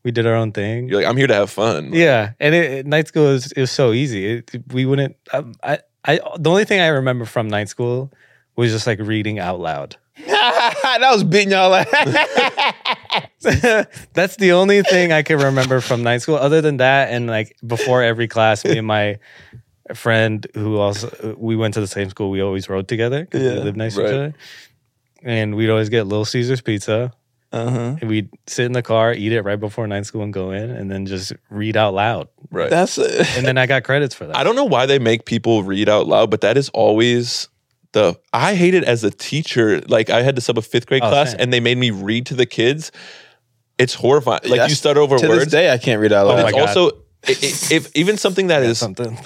[SPEAKER 1] we did our own thing.
[SPEAKER 2] You're like, I'm here to have fun.
[SPEAKER 1] Yeah, and it, it- night school is it was so easy. It, we wouldn't. Um, I, I, the only thing I remember from night school was just like reading out loud.
[SPEAKER 3] that was beating y'all ass.
[SPEAKER 1] That's the only thing I can remember from night school. Other than that, and like before every class, me and my friend who also we went to the same school. We always rode together because we
[SPEAKER 3] Yeah,
[SPEAKER 1] lived next
[SPEAKER 2] right.
[SPEAKER 1] to each other, and we'd always get Little Caesars pizza.
[SPEAKER 3] uh huh.
[SPEAKER 1] And we'd sit in the car, eat it right before night school, and go in, and then just read out loud.
[SPEAKER 2] Right.
[SPEAKER 3] That's uh,
[SPEAKER 1] And then I got credits for that.
[SPEAKER 2] I don't know why they make people read out loud, but that is always the I hate it as a teacher. Like I had to sub a fifth grade
[SPEAKER 1] Oh,
[SPEAKER 2] class
[SPEAKER 1] same.
[SPEAKER 2] and they made me read to the kids. It's horrifying. Like
[SPEAKER 3] Yes,
[SPEAKER 2] you start over
[SPEAKER 3] to
[SPEAKER 2] words.
[SPEAKER 3] this day I can't read out
[SPEAKER 2] but
[SPEAKER 1] Oh
[SPEAKER 3] loud.
[SPEAKER 1] my
[SPEAKER 2] it's
[SPEAKER 1] God.
[SPEAKER 2] also i- i- if even something that is
[SPEAKER 1] something.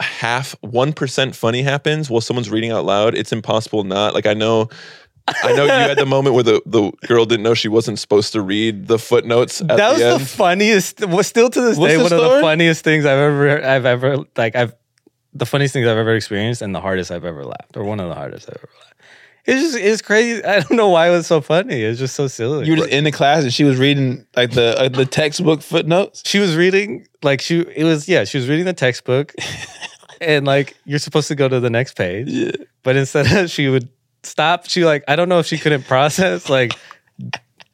[SPEAKER 2] half one percent funny happens while someone's reading out loud, it's impossible not. Like I know, I know you had the moment where the, the girl didn't know she wasn't supposed to read the footnotes. At
[SPEAKER 1] that was
[SPEAKER 2] the
[SPEAKER 1] the
[SPEAKER 2] end.
[SPEAKER 1] funniest. Was still to this
[SPEAKER 3] What's
[SPEAKER 1] day
[SPEAKER 3] the
[SPEAKER 1] one of the
[SPEAKER 3] story?
[SPEAKER 1] funniest things I've ever, I've ever like, I've the funniest things I've ever experienced, and the hardest I've ever laughed, or one of the hardest I've ever laughed. It's just, it's crazy. I don't know why it was so funny. It's just so silly.
[SPEAKER 3] you were just in the class and she was reading like the uh, the textbook footnotes.
[SPEAKER 1] she was reading like she, it was yeah, she was reading the textbook, and like you're supposed to go to the next page,
[SPEAKER 3] Yeah.
[SPEAKER 1] but instead of she would stop. She like I don't know if she couldn't process like.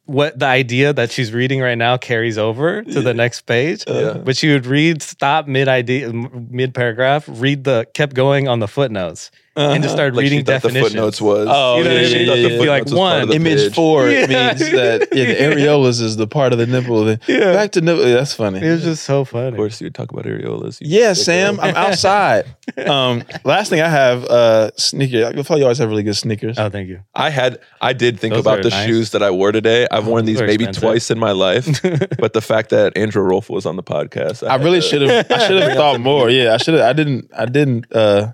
[SPEAKER 1] What the idea that she's reading right now carries over to the next page,
[SPEAKER 2] Yeah.
[SPEAKER 1] But she would read, stop mid idea, mid paragraph, read the, kept going on the footnotes, and just started
[SPEAKER 2] Uh-huh. Like she
[SPEAKER 1] reading
[SPEAKER 2] thought the
[SPEAKER 1] definitions.
[SPEAKER 2] footnotes was.
[SPEAKER 3] Oh,
[SPEAKER 1] You know
[SPEAKER 3] yeah,
[SPEAKER 1] what I
[SPEAKER 3] yeah,
[SPEAKER 1] mean?
[SPEAKER 3] yeah,
[SPEAKER 1] You'd
[SPEAKER 3] yeah.
[SPEAKER 1] be like
[SPEAKER 2] Footnotes was part
[SPEAKER 1] one.
[SPEAKER 2] of the
[SPEAKER 1] Im-
[SPEAKER 3] Image
[SPEAKER 2] page.
[SPEAKER 3] four it
[SPEAKER 1] Yeah.
[SPEAKER 3] means that yeah, the areolas is the part of the nipple. Then
[SPEAKER 1] Yeah.
[SPEAKER 3] Back to nipple. That's
[SPEAKER 1] It
[SPEAKER 3] funny.
[SPEAKER 1] was just so
[SPEAKER 2] Of
[SPEAKER 1] funny.
[SPEAKER 2] course, you would talk about areolas. you
[SPEAKER 3] Yeah,
[SPEAKER 2] dick
[SPEAKER 3] Sam, I'm outside. Um, last thing I have, uh, sneaker. I probably always have really good sneakers.
[SPEAKER 1] Oh, thank you.
[SPEAKER 2] I had I did think
[SPEAKER 1] Those
[SPEAKER 2] about
[SPEAKER 1] are
[SPEAKER 2] the
[SPEAKER 1] nice.
[SPEAKER 2] shoes that I wore today. I've worn
[SPEAKER 1] Those
[SPEAKER 2] these
[SPEAKER 1] are
[SPEAKER 2] maybe
[SPEAKER 1] expensive.
[SPEAKER 2] twice in my life, but the fact that Andrew Rolfe was on the podcast,
[SPEAKER 3] I
[SPEAKER 2] had
[SPEAKER 3] really
[SPEAKER 2] to-
[SPEAKER 3] should have. I should have thought more. Yeah, I should have. I didn't. I didn't. Uh,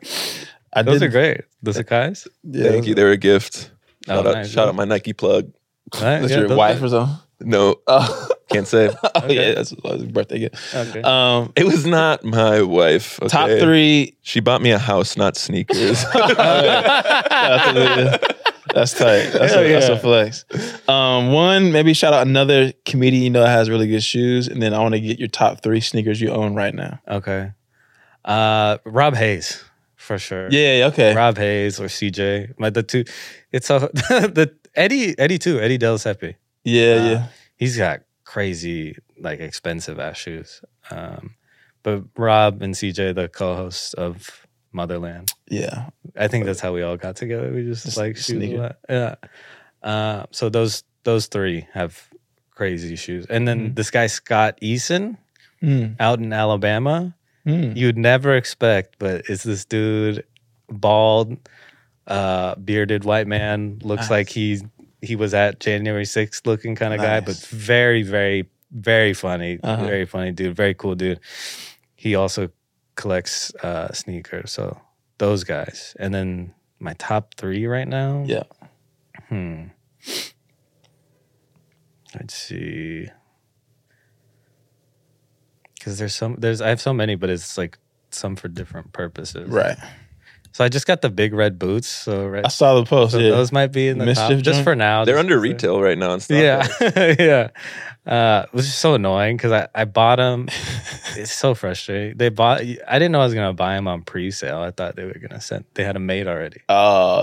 [SPEAKER 3] I
[SPEAKER 1] Those
[SPEAKER 3] didn't.
[SPEAKER 1] are great. The Sakai's.
[SPEAKER 3] yeah,
[SPEAKER 2] Thank you. They're a gift.
[SPEAKER 1] Oh,
[SPEAKER 2] Shout, out,
[SPEAKER 1] nice.
[SPEAKER 2] shout out my Nike plug.
[SPEAKER 1] Right?
[SPEAKER 3] That's
[SPEAKER 1] Yeah,
[SPEAKER 3] your
[SPEAKER 1] those
[SPEAKER 3] wife or something.
[SPEAKER 2] No,
[SPEAKER 3] Oh,
[SPEAKER 2] can't say.
[SPEAKER 3] oh, yeah, that's, that's a birthday gift.
[SPEAKER 1] are- okay.
[SPEAKER 3] Um,
[SPEAKER 2] It was not my wife.
[SPEAKER 3] top
[SPEAKER 2] okay?
[SPEAKER 3] three.
[SPEAKER 2] She bought me a house, not sneakers.
[SPEAKER 3] That's tight. That's,
[SPEAKER 1] Hell
[SPEAKER 3] a, that's
[SPEAKER 1] yeah.
[SPEAKER 3] a flex. Um, one maybe shout out another comedian you know that has really good shoes, and then I want to get your top three sneakers you own right now.
[SPEAKER 1] okay. Uh, Rob Hayes, for sure.
[SPEAKER 3] Yeah. yeah, Okay.
[SPEAKER 1] Rob Hayes or CJ. My, the two, it's so, the Eddie, Eddie too, Eddie Del Seppe.
[SPEAKER 3] Yeah.
[SPEAKER 1] Uh,
[SPEAKER 3] yeah.
[SPEAKER 1] he's got crazy like expensive ass shoes um but rob and cj the co-hosts of motherland
[SPEAKER 3] Yeah.
[SPEAKER 1] i think that's how we all got together we just,
[SPEAKER 3] Just
[SPEAKER 1] like shoes
[SPEAKER 3] sneak
[SPEAKER 1] a
[SPEAKER 3] it.
[SPEAKER 1] lot. yeah uh, so those those three have crazy shoes and then
[SPEAKER 3] Mhm.
[SPEAKER 1] this guy scott eason
[SPEAKER 3] Mm,
[SPEAKER 1] out in alabama
[SPEAKER 3] mm.
[SPEAKER 1] you'd never expect but it's this dude bald uh bearded white man looks
[SPEAKER 3] Nice.
[SPEAKER 1] like he he was at january 6th looking kind of guy but
[SPEAKER 3] Nice.
[SPEAKER 1] very very very funny
[SPEAKER 3] Uh-huh.
[SPEAKER 1] very funny dude very cool dude he also collects uh sneakers so those guys and then my top three right now
[SPEAKER 3] Yeah.
[SPEAKER 1] hmm let's see because there's some there's i have so many but it's like some for different purposes
[SPEAKER 3] Right.
[SPEAKER 1] So I just got the big red boots. So right,
[SPEAKER 3] I saw the post.
[SPEAKER 1] so
[SPEAKER 3] yeah.
[SPEAKER 1] those might be in the
[SPEAKER 3] Mischief
[SPEAKER 1] top, just
[SPEAKER 3] joint?
[SPEAKER 1] for now.
[SPEAKER 2] They're
[SPEAKER 1] just-
[SPEAKER 2] under retail right now and stuff.
[SPEAKER 1] Yeah, yeah. Uh, it was just so annoying because I, I bought them. it's so frustrating. They bought. I didn't know I was gonna buy them on pre-sale. I thought they were gonna send. They had them made already.
[SPEAKER 3] Oh,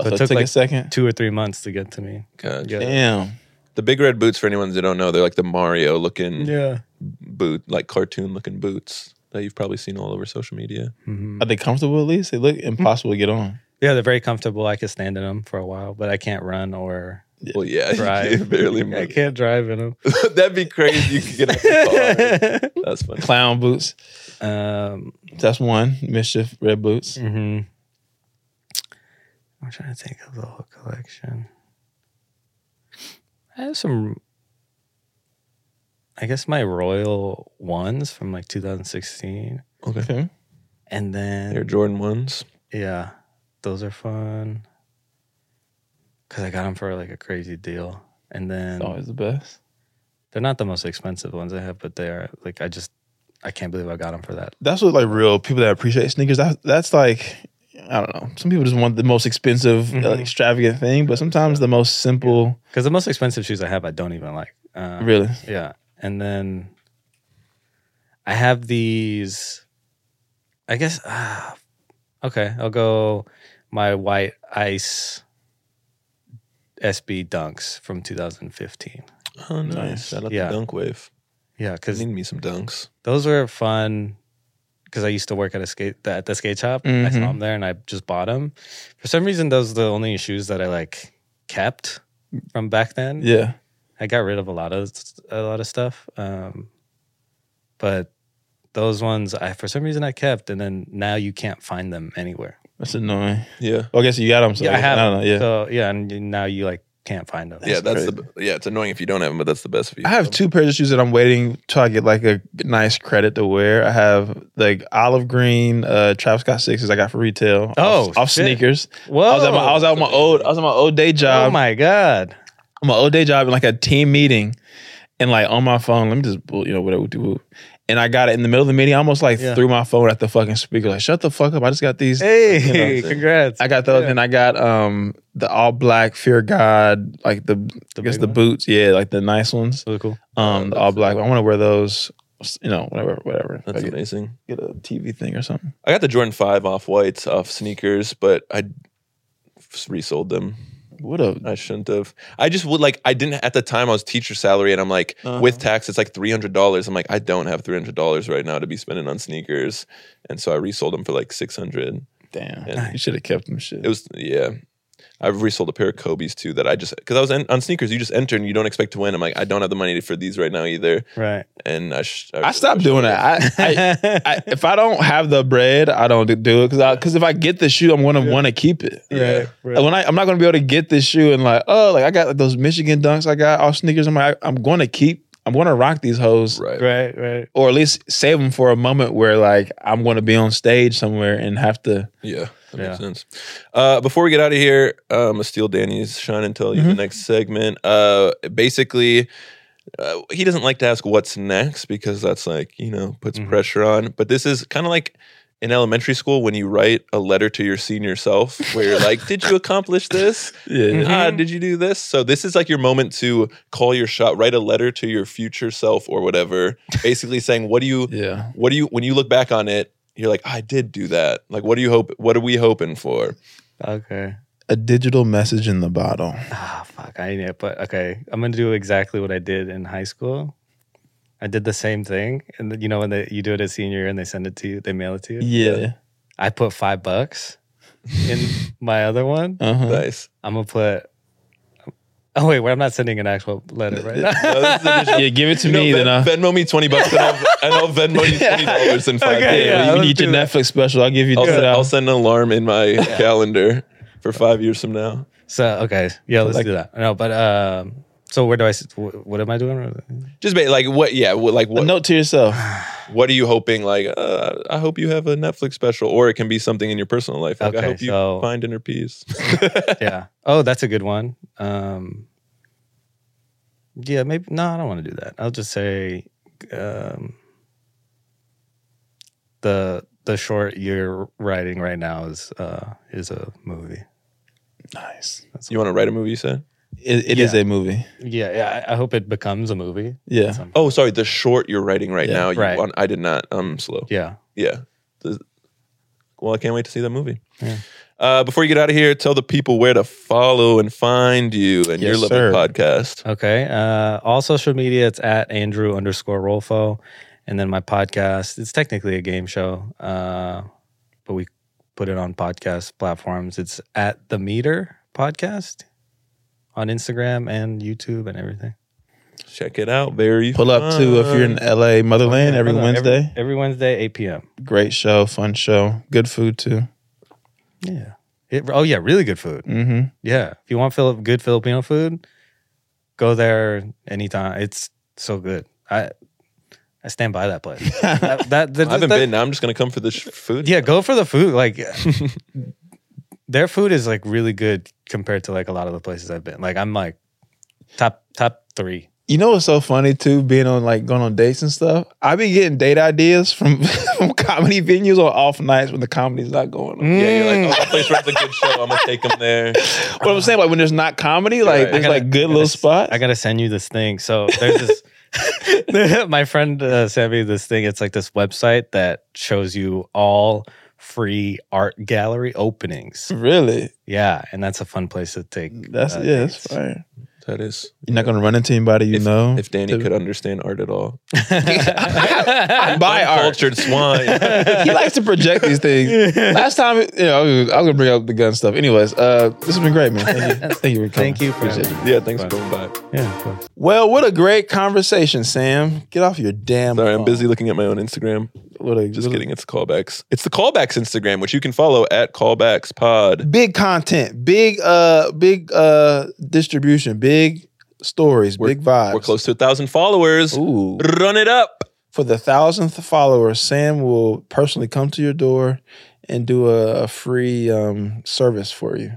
[SPEAKER 1] So it
[SPEAKER 3] so it
[SPEAKER 1] took
[SPEAKER 3] took,
[SPEAKER 1] like
[SPEAKER 3] a second.
[SPEAKER 1] Two or three months to get to me.
[SPEAKER 2] God.
[SPEAKER 1] Yeah.
[SPEAKER 3] Damn.
[SPEAKER 2] The big red boots, for anyone that don't know, they're like the Mario looking
[SPEAKER 1] Yeah.
[SPEAKER 2] boot, like cartoon looking boots that you've probably seen all over social media.
[SPEAKER 1] Mhm.
[SPEAKER 3] Are they comfortable at least? They look impossible to get on.
[SPEAKER 1] Yeah, they're very comfortable. I could stand in them for a while, but I can't run or
[SPEAKER 2] Well, yeah, you
[SPEAKER 1] drive.
[SPEAKER 2] can barely
[SPEAKER 1] I
[SPEAKER 2] move.
[SPEAKER 1] can't drive in them.
[SPEAKER 2] That'd be crazy. You could get off the car. That's funny.
[SPEAKER 3] Clown boots.
[SPEAKER 1] um,
[SPEAKER 3] That's one. Mischief red boots.
[SPEAKER 1] mhm. I'm trying to think of the whole collection. I have some. I guess my royal ones from like 2016,
[SPEAKER 2] Okay.
[SPEAKER 3] Okay.
[SPEAKER 1] and then
[SPEAKER 2] Air Jordan ones.
[SPEAKER 1] yeah, those are fun. Cause I got them for like a crazy deal, and then
[SPEAKER 3] It's always the best.
[SPEAKER 1] They're not the most expensive ones I have, but they are like I just I can't believe I got them for that.
[SPEAKER 3] That's what like real people that appreciate sneakers. That that's like I don't know. Some people just want the most expensive, uh,
[SPEAKER 1] Mhm.
[SPEAKER 3] extravagant thing, but sometimes the most simple.
[SPEAKER 1] Because the most expensive shoes I have, I don't even like. Uh,
[SPEAKER 3] Really,
[SPEAKER 1] Yeah, and then I have these. I guess ah, okay, I'll go my white ice SB Dunks from 2015.
[SPEAKER 2] Oh, nice.
[SPEAKER 3] Nice.
[SPEAKER 2] Shout out
[SPEAKER 1] Yeah.
[SPEAKER 2] the dunk wave.
[SPEAKER 1] Yeah, because
[SPEAKER 2] Need me some dunks.
[SPEAKER 1] those were fun because I used to work at a skate at the skate shop. I saw
[SPEAKER 3] Mhm.
[SPEAKER 1] them there and I just bought them. For some reason, those are the only shoes that I like kept from back then.
[SPEAKER 3] yeah.
[SPEAKER 1] I got rid of a lot of a lot of stuff, um, but those ones I for some reason I kept, and then now you can't find them anywhere.
[SPEAKER 3] That's annoying.
[SPEAKER 2] Yeah.
[SPEAKER 3] Well, I guess you got them. So
[SPEAKER 1] yeah, I have.
[SPEAKER 3] don't know.
[SPEAKER 1] them.
[SPEAKER 3] Yeah,
[SPEAKER 1] So yeah, and you- now you like can't find them.
[SPEAKER 2] yeah, that's the yeah. It's annoying if you don't have them, but that's the best for you. Oh,
[SPEAKER 3] I have two pairs of shoes that I'm waiting till I get like a nice credit to wear. I have like olive green uh Travis Scott sixes I got for retail.
[SPEAKER 1] Oh,
[SPEAKER 3] off, off
[SPEAKER 1] shit.
[SPEAKER 3] sneakers.
[SPEAKER 1] Whoa!
[SPEAKER 3] I was at my I was at my old I was at my old day
[SPEAKER 1] oh
[SPEAKER 3] job.
[SPEAKER 1] my god!
[SPEAKER 3] my old day job in like a team meeting and like on my phone, let me just, you know, whatever, do. whoop. And I got it in the middle of the meeting. I almost like
[SPEAKER 1] Yeah.
[SPEAKER 3] threw my phone at the fucking speaker, like, shut the fuck up. I just got these.
[SPEAKER 1] Hey,
[SPEAKER 2] You know,
[SPEAKER 1] congrats!
[SPEAKER 3] I got those.
[SPEAKER 1] Yeah.
[SPEAKER 3] And I got um the all black Fear God, like the, I guess
[SPEAKER 1] big
[SPEAKER 3] the
[SPEAKER 1] ones?
[SPEAKER 3] boots. Yeah, like the nice ones.
[SPEAKER 1] Really cool.
[SPEAKER 3] Um, the all black. I want to wear those, you know, whatever, whatever.
[SPEAKER 2] That's
[SPEAKER 3] If I get,
[SPEAKER 2] amazing.
[SPEAKER 3] get a TV thing or something.
[SPEAKER 2] I got the Jordan Five off whites off sneakers, but I resold them.
[SPEAKER 3] What a
[SPEAKER 2] I shouldn't have. I just would like. I didn't at the time. I was teacher salary, and I'm like
[SPEAKER 3] Uh-huh.
[SPEAKER 2] with tax, it's like three hundred dollars. I'm like, I don't have three hundred dollars right now to be spending on sneakers, and so I resold them for like six hundred.
[SPEAKER 3] damn.
[SPEAKER 2] Yeah.
[SPEAKER 3] You should have kept them shit.
[SPEAKER 2] It was yeah. I've resold a pair of Kobe's too that I just because I was en- on sneakers. You just enter and you don't expect to win. I'm like, I don't have the money for these right now either,
[SPEAKER 1] Right.
[SPEAKER 2] and I sh-
[SPEAKER 3] I stopped doing that. I, I, I, if I don't have the bread, I don't do- do it because because if I get the shoe, I'm gonna want to keep it.
[SPEAKER 2] Yeah.
[SPEAKER 3] And When I, I'm not gonna be able to get this shoe and like oh like I got like those Michigan dunks I got all sneakers. I'm like I'm gonna keep. I'm gonna rock these hoes
[SPEAKER 2] right.
[SPEAKER 1] Right, right.
[SPEAKER 3] or at least save them for a moment where like I'm gonna be on stage somewhere and have to.
[SPEAKER 2] Yeah, that
[SPEAKER 1] Yeah.
[SPEAKER 2] makes sense. Uh, before we get out of here, I'm gonna steal Danny's shine and tell you the next segment. Uh, basically, uh, he doesn't like to ask what's next because that's like you know puts
[SPEAKER 1] Mhm.
[SPEAKER 2] pressure on. But this is kind of like in elementary school when you write a letter to your senior self where you're like, "Did you accomplish this?
[SPEAKER 3] Yeah.
[SPEAKER 2] Ah,
[SPEAKER 1] Mhm.
[SPEAKER 2] did you do this?" So this is like your moment to call your shot, write a letter to your future self or whatever, basically saying, "What do you?"
[SPEAKER 3] Yeah.
[SPEAKER 2] what do you when you look back on it you're like i did do that like what do you hope what are we hoping for
[SPEAKER 1] Okay.
[SPEAKER 3] A digital message in the bottle.
[SPEAKER 1] Ah, fuck. I need it. But okay, I'm gonna do exactly what I did in high school. I did the same thing, and then, you know when they, you do it as senior and they send it to you, they mail it to you.
[SPEAKER 3] Yeah.
[SPEAKER 1] I put five bucks in my other one.
[SPEAKER 3] Uh huh.
[SPEAKER 2] nice
[SPEAKER 1] I'm gonna put. Oh wait, wait, I'm not sending an actual letter right
[SPEAKER 2] No,
[SPEAKER 1] now.
[SPEAKER 2] this is interesting.
[SPEAKER 3] Yeah. Give it to
[SPEAKER 2] You know,
[SPEAKER 3] me.
[SPEAKER 2] Ven-
[SPEAKER 3] then uh, I,
[SPEAKER 2] venmo me 20 bucks and i'll, and I'll venmo you 20 dollars in five
[SPEAKER 1] Okay,
[SPEAKER 2] years
[SPEAKER 1] yeah,
[SPEAKER 3] yeah, um, you
[SPEAKER 1] let's
[SPEAKER 3] can get
[SPEAKER 1] do
[SPEAKER 3] your
[SPEAKER 1] that.
[SPEAKER 3] Netflix special. I'll give you.
[SPEAKER 2] I'll,
[SPEAKER 3] that.
[SPEAKER 2] send, I'll send an alarm in my calendar for five years from now
[SPEAKER 1] so okay, yeah, let's
[SPEAKER 3] Like-
[SPEAKER 1] do that. No, but um, so where do I? s- wh- What am I doing?
[SPEAKER 2] just ba- like what yeah what, like
[SPEAKER 3] a
[SPEAKER 2] what,
[SPEAKER 3] note to yourself.
[SPEAKER 2] what are you hoping like uh, i hope you have a netflix special or it can be something in your personal life like i
[SPEAKER 1] Okay,
[SPEAKER 2] hope you
[SPEAKER 1] so-
[SPEAKER 2] find inner peace
[SPEAKER 1] yeah. Oh, that's a good one. Um, yeah, maybe. No, I don't want to do that. I'll just say um, the the short you're writing right now is uh is a movie.
[SPEAKER 3] Nice.
[SPEAKER 2] You want to write a movie? You said.
[SPEAKER 3] It, it is a movie.
[SPEAKER 1] Yeah, yeah. I, I hope it becomes a movie.
[SPEAKER 3] Yeah.
[SPEAKER 1] Some-
[SPEAKER 2] Oh, sorry. The short you're writing right
[SPEAKER 3] Yeah,
[SPEAKER 2] now. You
[SPEAKER 1] right.
[SPEAKER 2] want, I did not. I'm slow.
[SPEAKER 1] yeah.
[SPEAKER 2] Yeah. The- well, I can't wait to see that movie.
[SPEAKER 1] Yeah.
[SPEAKER 2] Uh, before you get out of here, tell the people where to follow and find you and your
[SPEAKER 3] Yes,
[SPEAKER 2] lovely
[SPEAKER 3] sir.
[SPEAKER 2] podcast.
[SPEAKER 1] Okay. Uh, all social media, it's at Andrew underscore Rolfo. And then my podcast, it's technically a game show, uh, but we put it on podcast platforms. It's at The Meter Podcast on Instagram and YouTube and everything.
[SPEAKER 2] Check it out. Very
[SPEAKER 3] Pull up to if you're in LA Motherland every
[SPEAKER 1] Every-
[SPEAKER 3] Wednesday.
[SPEAKER 1] Every Wednesday, 8 p.m.
[SPEAKER 3] Great show, fun show, good food too.
[SPEAKER 1] Yeah. It- oh, yeah. Really good food.
[SPEAKER 3] Mm-hmm.
[SPEAKER 1] Yeah. If you want Philip good Filipino food, go there anytime. It's so good. I I stand by that place. that, that, that,
[SPEAKER 2] I haven't
[SPEAKER 1] that-
[SPEAKER 2] been. I'm just gonna come for the sh- food.
[SPEAKER 1] Yeah, go for the food. Like their food is like really good compared to like a lot of the places I've been. Like I'm like top top three.
[SPEAKER 3] You know what's so funny too? Being on like going on dates and stuff. I be getting date ideas from from comedy venues on off nights when the comedy's not going on.
[SPEAKER 2] Yeah, you're
[SPEAKER 1] Mm.
[SPEAKER 2] like, oh, that place runs a good show. I'm gonna take them there.
[SPEAKER 3] oh, But I'm saying like when there's not comedy, like
[SPEAKER 2] Right.
[SPEAKER 3] there's
[SPEAKER 1] I gotta-
[SPEAKER 3] like good
[SPEAKER 1] I gotta
[SPEAKER 3] little
[SPEAKER 1] s-
[SPEAKER 3] spot.
[SPEAKER 1] I gotta send you this thing. So there's this. my friend uh, sent me this thing. It's like this website that shows you all free art gallery openings.
[SPEAKER 3] really?
[SPEAKER 1] Yeah, and that's a fun place to take.
[SPEAKER 3] Mm, That's
[SPEAKER 1] uh,
[SPEAKER 3] yeah, that's
[SPEAKER 1] dates.
[SPEAKER 3] fire.
[SPEAKER 2] That is,
[SPEAKER 3] You're not gonna run into anybody you know.
[SPEAKER 2] if Danny could understand art at all,
[SPEAKER 3] Buy art.
[SPEAKER 2] cultured swine.
[SPEAKER 3] he likes to project these things. Last time, you know, I was, I was gonna bring up the gun stuff. Anyways, uh, this has been great, man. Thank you. Thank you for coming.
[SPEAKER 1] Thank you for
[SPEAKER 3] Appreciate
[SPEAKER 1] having
[SPEAKER 3] it.
[SPEAKER 2] yeah, thanks for coming by.
[SPEAKER 1] Yeah, of course.
[SPEAKER 3] Well, what a great conversation, Sam. Get off your damn.
[SPEAKER 2] Sorry, I'm
[SPEAKER 3] phone.
[SPEAKER 2] busy looking at my own Instagram.
[SPEAKER 3] What a,
[SPEAKER 2] Just
[SPEAKER 3] what a-
[SPEAKER 2] kidding. It's callbacks. It's the callbacks Instagram, which you can follow at callbacks pod.
[SPEAKER 3] Big content, big uh, big uh, distribution, big stories, big vibes.
[SPEAKER 2] We're close to a thousand followers.
[SPEAKER 3] Ooh.
[SPEAKER 2] Run it up.
[SPEAKER 3] For the thousandth follower, Sam will personally come to your door and do a, a free um, service for you.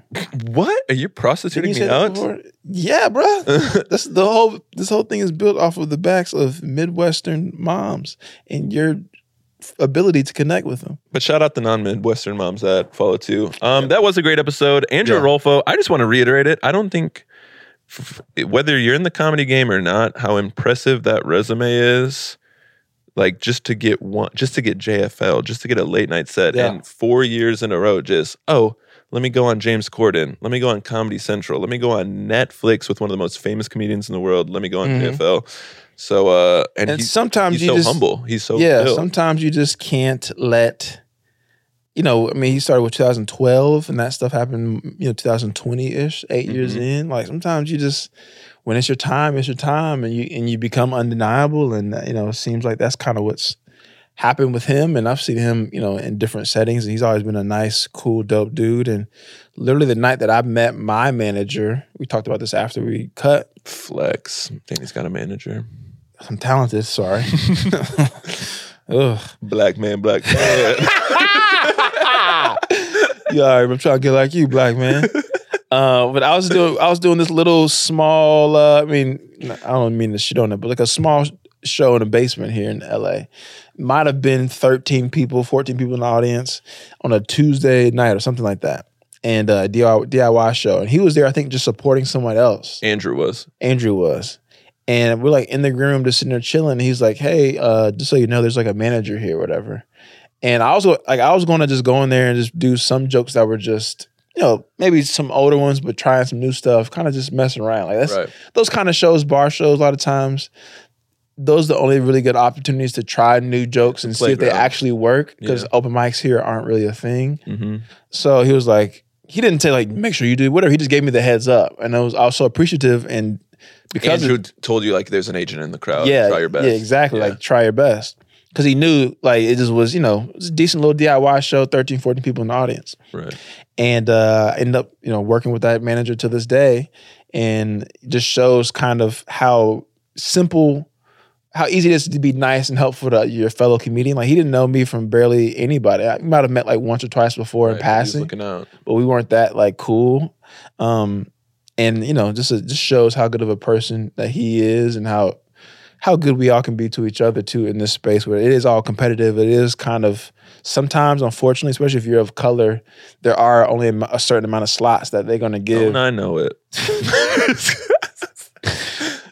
[SPEAKER 2] What are you prostituting
[SPEAKER 3] Didn't
[SPEAKER 2] me
[SPEAKER 3] you say that
[SPEAKER 2] out?
[SPEAKER 3] before? Yeah, bruh. That's the whole. This whole thing is built off of the backs of Midwestern moms and your ability to connect with them.
[SPEAKER 2] But shout out the non Midwestern moms that follow too. Um, That was a great episode. Andrew Rolfo, I just want to reiterate it. I don't think, f- f- whether you're in the comedy game or not, how impressive that resume is. Like just to get one, just to get JFL, just to get a late night set,
[SPEAKER 3] Yeah.
[SPEAKER 2] and four years in a row, just oh, let me go on James Corden, let me go on Comedy Central, let me go on Netflix with one of the most famous comedians in the world, let me go on
[SPEAKER 3] Mhm.
[SPEAKER 2] JFL. So uh, and,
[SPEAKER 3] And
[SPEAKER 2] he-
[SPEAKER 3] sometimes
[SPEAKER 2] he's
[SPEAKER 3] you
[SPEAKER 2] so
[SPEAKER 3] just
[SPEAKER 2] humble, he's so
[SPEAKER 3] yeah.
[SPEAKER 2] chill.
[SPEAKER 3] Sometimes you just can't let. You know, I mean, he started with 2012, and that stuff happened. You know, 2020 ish, 8 years in. Like sometimes you just, when it's your time, it's your time, and you and you become undeniable. And uh, you know, it seems like that's kind of what's happened with him. And I've seen him, you know, in different settings, and he's always been a nice, cool, dope dude. And literally the night that I met my manager, we talked about this after we cut.
[SPEAKER 2] flex. Danny's got a manager.
[SPEAKER 3] I'm talented. Sorry. Ugh.
[SPEAKER 2] Black man, black man.
[SPEAKER 3] Yeah, all right, I'm trying to get like you, black man. Uh, but I was doing, I was doing this little small. Uh, I mean, I don't mean to shit on it, but like a small sh- show in a basement here in LA. Might have been 13 people, 14 people in the audience on a Tuesday night or something like that, and uh, DIY, DIY show. And he was there, I think, just supporting someone else.
[SPEAKER 2] Andrew was.
[SPEAKER 3] Andrew was. And we're like in the green room just sitting there chilling. And he's like, hey, uh, just so you know, there's like a manager here, whatever. And I was go- like, I was gonna just go in there and just do some jokes that were just, you know, maybe some older ones, but trying some new stuff, kind of just messing around. Like that's
[SPEAKER 2] Right.
[SPEAKER 3] those kind of shows, bar shows, a lot of times, those are the only really good opportunities to try new jokes and see if they
[SPEAKER 2] playground.
[SPEAKER 3] actually work. Because
[SPEAKER 2] Yeah.
[SPEAKER 3] open mics here aren't really a thing.
[SPEAKER 2] Mm-hmm.
[SPEAKER 3] So he was like, he didn't say like make sure you do whatever. He just gave me the heads up, and I was I was so appreciative and because
[SPEAKER 2] Andrew
[SPEAKER 3] of,
[SPEAKER 2] told you like there's an agent in the crowd.
[SPEAKER 3] yeah
[SPEAKER 2] try your best.
[SPEAKER 3] yeah exactly
[SPEAKER 2] Yeah.
[SPEAKER 3] like try your best because he knew like it just was you know it was a decent little DIY show 13, 14 people in the audience
[SPEAKER 2] Right.
[SPEAKER 3] and uh, end up you know working with that manager to this day, and just shows kind of how simple, how easy it is to be nice and helpful to your fellow comedian. Like he didn't know me from barely anybody. I might have met like once or twice before
[SPEAKER 2] Right.
[SPEAKER 3] in
[SPEAKER 2] He's
[SPEAKER 3] passing,
[SPEAKER 2] looking out.
[SPEAKER 3] but we weren't that like cool. Um, and you know, just it just shows how good of a person that he is and how how good we all can be to each other too in this space where it is all competitive. It is kind of sometimes, unfortunately, especially if you're of color, there are only a m- a certain amount of slots that they're going to give.
[SPEAKER 2] Don't Oh, I know it?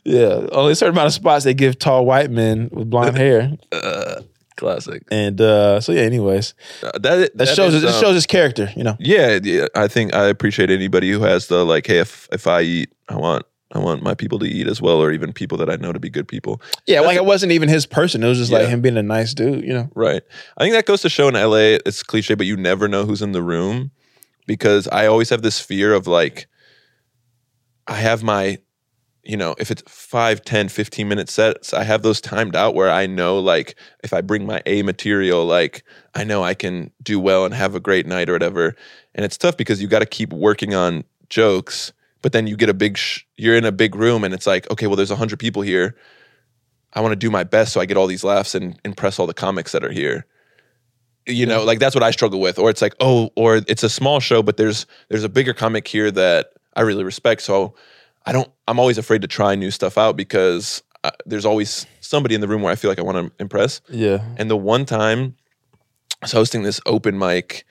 [SPEAKER 3] Yeah, only a certain amount of spots they give tall white men with blonde hair.
[SPEAKER 2] uh, classic.
[SPEAKER 3] And uh, so yeah, anyways,
[SPEAKER 2] Uh, that
[SPEAKER 3] that, shows
[SPEAKER 2] is,
[SPEAKER 3] it
[SPEAKER 2] um,
[SPEAKER 3] shows his character. You know,
[SPEAKER 2] Yeah, yeah, I think I appreciate anybody who has the like, hey, if if I eat, I want I want my people to eat as well, or even people that I know to be good people.
[SPEAKER 3] yeah, like it wasn't even his person. It was just like
[SPEAKER 2] Yeah.
[SPEAKER 3] him being a nice dude. You know,
[SPEAKER 2] Right. I think that goes to show in LA. It's cliche, but you never know who's in the room because I always have this fear of like, I have my, you know, if it's 5, 10, 15 minute sets, I have those timed out where I know, like, if I bring my A material, like, I know I can do well and have a great night or whatever. And it's tough because you got to keep working on jokes, but then you get a big, sh- you're in a big room and it's like, okay, well, there's 100 people here. I want to do my best so I get all these laughs and impress all the comics that are here. You know, like that's what I struggle with. Or it's like, oh, or it's a small show, but there's there's a bigger comic here that I really respect. So I don't. I'm always afraid to try new stuff out because uh there's always somebody in the room where I feel like I want to impress.
[SPEAKER 3] yeah,
[SPEAKER 2] And the one time I was hosting this open mic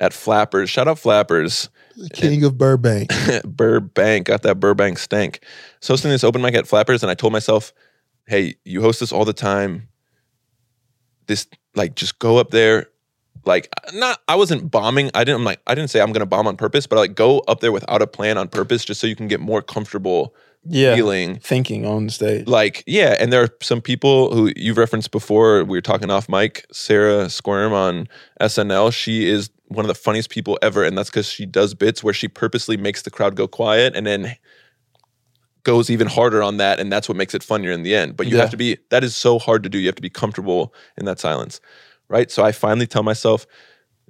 [SPEAKER 2] at Flappers, shout out Flappers.
[SPEAKER 4] King of Burbank.
[SPEAKER 2] Burbank, got that Burbank stank. So I was hosting this open mic at Flappers, and I told myself, "Hey, you host this all the time. This like just go up there, like not. I wasn't bombing. I didn't. I'm like I didn't say I'm gonna bomb on purpose, but like go up there without a plan on purpose, just so you can get more comfortable
[SPEAKER 3] yeah,
[SPEAKER 2] feeling
[SPEAKER 3] thinking on the stage.
[SPEAKER 2] like yeah and there are some people who you've referenced before we were talking off mic sarah squirm on snl she is one of the funniest people ever and that's because she does bits where she purposely makes the crowd go quiet and then goes even harder on that and that's what makes it funnier in the end but you
[SPEAKER 3] Yeah.
[SPEAKER 2] have to be that is so hard to do you have to be comfortable in that silence right so i finally tell myself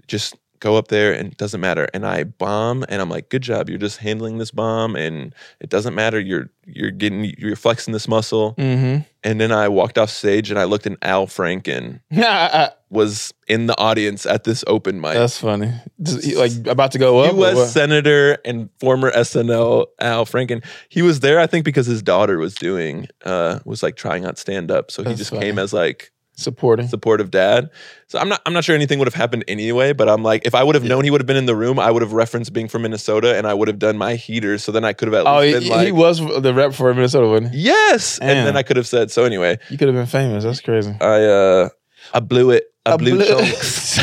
[SPEAKER 2] just go up there and it doesn't matter and i bomb and i'm like good job you're just handling this bomb and it doesn't matter you're you're getting you're flexing this muscle
[SPEAKER 3] Mm-hmm.
[SPEAKER 2] and then i walked off stage and i looked and al franken was in the audience at this open mic
[SPEAKER 3] That's funny. Just, he, like about to go up. or what?
[SPEAKER 2] U.S. Senator and former SNL Al Franken. He was there, I think, because his daughter was doing, uh, was like trying out stand up. So he
[SPEAKER 3] That's
[SPEAKER 2] just
[SPEAKER 3] funny.
[SPEAKER 2] came as like
[SPEAKER 3] supporting.
[SPEAKER 2] supportive dad. So I'm not, I'm not sure anything would have happened anyway. But I'm like, if I would have known he would have been in the room, I would have referenced being from Minnesota, and I would have done my heater. So then I could have at
[SPEAKER 3] Oh,
[SPEAKER 2] least
[SPEAKER 3] he,
[SPEAKER 2] been
[SPEAKER 3] he
[SPEAKER 2] like,
[SPEAKER 3] was the rep for Minnesota, wasn't he?
[SPEAKER 2] yes,
[SPEAKER 3] Damn.
[SPEAKER 2] and then I could have said so. Anyway,
[SPEAKER 3] You could have been famous. That's crazy.
[SPEAKER 2] I, uh, I blew it. I,
[SPEAKER 3] I
[SPEAKER 2] blew,
[SPEAKER 3] blew-
[SPEAKER 2] chunks.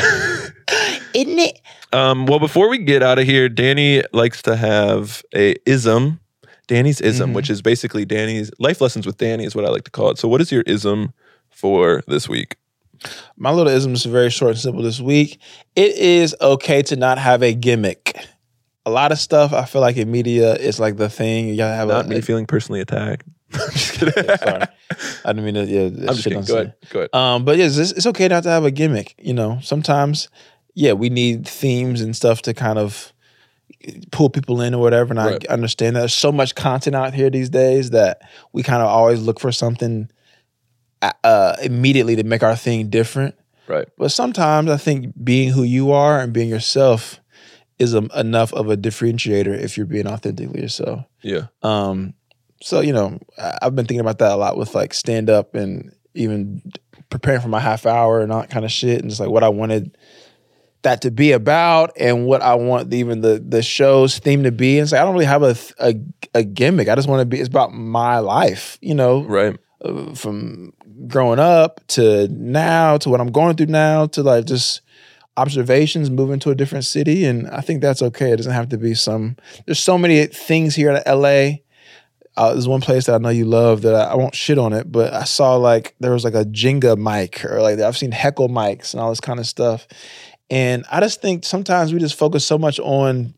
[SPEAKER 2] Isn't it? Um, well, before we get out of here, Danny likes to have a ism. Danny's ism,
[SPEAKER 3] Mhm.
[SPEAKER 2] which is basically Danny's life lessons with Danny, is what I like to call it. So, what is your ism for this week?
[SPEAKER 3] My little ism is very short and simple this week. It is okay to not have a gimmick. A lot of stuff I feel like in media is like the thing you gotta have.
[SPEAKER 2] Not
[SPEAKER 3] a,
[SPEAKER 2] me feeling personally attacked. I'm just kidding.
[SPEAKER 3] Yeah, sorry, I didn't mean to. Yeah,
[SPEAKER 2] I'm just kidding. Go ahead. Go ahead.
[SPEAKER 3] Um, but yes, it's, it's okay not to have a gimmick. You know, sometimes, yeah, we need themes and stuff to kind of eh, pull people in or whatever. And
[SPEAKER 2] Right.
[SPEAKER 3] I understand that there's so much content out here these days that we kind of always look for something uh, immediately to make our thing different.
[SPEAKER 2] Right.
[SPEAKER 3] But sometimes I think being who you are and being yourself is um enough of a differentiator if you're being authentically yourself.
[SPEAKER 2] Yeah.
[SPEAKER 3] Um, so you know, I- I've been thinking about that a lot with like stand up and even preparing for my half hour and all that kind of shit, and just like what I wanted that to be about and what I want the- even the the show's theme to be. And so I don't really have a th- a, a gimmick. I just want to be. It's about my life, you know,
[SPEAKER 2] Right.
[SPEAKER 3] uh, from growing up to now to what I'm going through now to like just observations moving to a different city and I think that's okay it doesn't have to be some there's so many things here in LA uh, there's one place that I know you love that I, I won't shit on it but I saw like there was like a Jenga mic or like I've seen heckle mics and all this kind of stuff and I just think sometimes we just focus so much on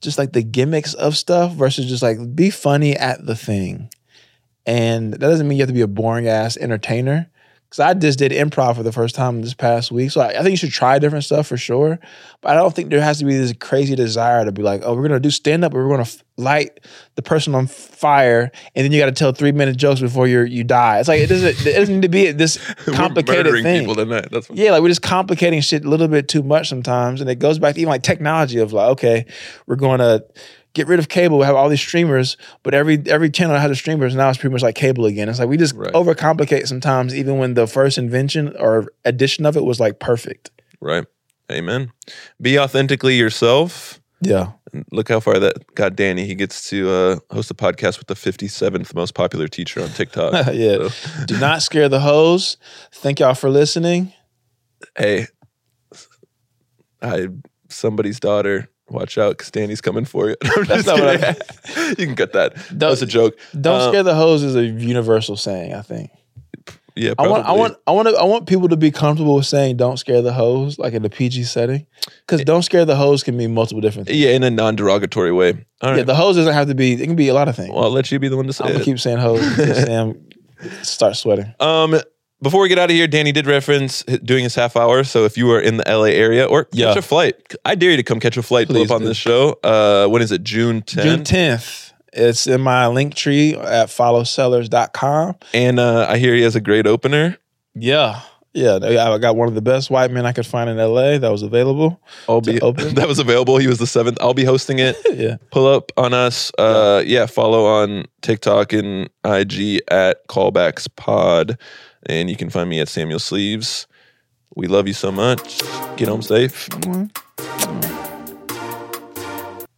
[SPEAKER 3] just like the gimmicks of stuff versus just like be funny at the thing and that doesn't mean you have to be a boring ass entertainer. Cause I just did improv for the first time this past week. So I, I think you should try different stuff for sure. But I don't think there has to be this crazy desire to be like, oh, we're gonna do stand up or we're gonna f- light the person on fire, and then you gotta tell three minute jokes before you you die. It's like it doesn't it doesn't need to be this
[SPEAKER 2] We're
[SPEAKER 3] complicated
[SPEAKER 2] murdering
[SPEAKER 3] thing.
[SPEAKER 2] people tonight. That's what
[SPEAKER 3] Yeah, like we're just complicating shit a little bit too much sometimes. And it goes back to even like technology of like, okay, we're going to get rid of cable. We have all these streamers, but every every channel has a streamer. so Now it's pretty much like cable again. It's like we just
[SPEAKER 2] Right.
[SPEAKER 3] overcomplicate sometimes, even when the first invention or addition of it was like perfect.
[SPEAKER 2] Right. Amen. Be authentically yourself.
[SPEAKER 3] Yeah,
[SPEAKER 2] And Look how far that got Danny. He gets to uh, host a podcast with the 57th most popular teacher on TikTok.
[SPEAKER 3] yeah. Do not scare the hoes. Thank y'all for listening.
[SPEAKER 2] hey, I somebody's daughter. Watch out, because Danny's coming for you. I'm just
[SPEAKER 3] That's not what I
[SPEAKER 2] kidding. you can cut that. that was a joke.
[SPEAKER 3] Don't
[SPEAKER 2] Uh,
[SPEAKER 3] scare the hoes is a universal saying. I think.
[SPEAKER 2] Yeah,
[SPEAKER 3] I want, I
[SPEAKER 2] probably.
[SPEAKER 3] want, I want, to, I want people to be comfortable with saying "don't scare the hoes" like in the PG setting, because "don't scare the hoes" can mean multiple different things.
[SPEAKER 2] Yeah, in a non-derogatory way. All right.
[SPEAKER 3] Yeah, the hoes doesn't have to be. It can be a lot of things.
[SPEAKER 2] well, I'll let you be the one to say
[SPEAKER 3] I'm
[SPEAKER 2] it.
[SPEAKER 3] gonna keep saying hoes until Sam starts sweating.
[SPEAKER 2] Um, before we get out of here, Danny did reference h- doing his half hour. So if you are in the LA area or
[SPEAKER 4] Yeah.
[SPEAKER 2] catch a flight, I dare you to come catch a flight. Pull
[SPEAKER 3] Please
[SPEAKER 2] up on
[SPEAKER 3] do.
[SPEAKER 2] this show. Uh, when is it? June 10th.
[SPEAKER 3] June 10th. It's in my link tree at followsellers.com.
[SPEAKER 2] And uh, I hear he has a great opener.
[SPEAKER 3] Yeah. Yeah, they- I got one of the best white men I could find in LA that was available.
[SPEAKER 2] I'll
[SPEAKER 3] To
[SPEAKER 2] be
[SPEAKER 3] open?
[SPEAKER 2] that was available. He was the seventh. I'll be hosting it.
[SPEAKER 3] Yeah.
[SPEAKER 2] Pull up on us. Uh, yeah, follow on TikTok and IG at Callbacks Pod, and you can find me at Samuel Sleeves. We love you so much. Get home safe.
[SPEAKER 3] Mwah.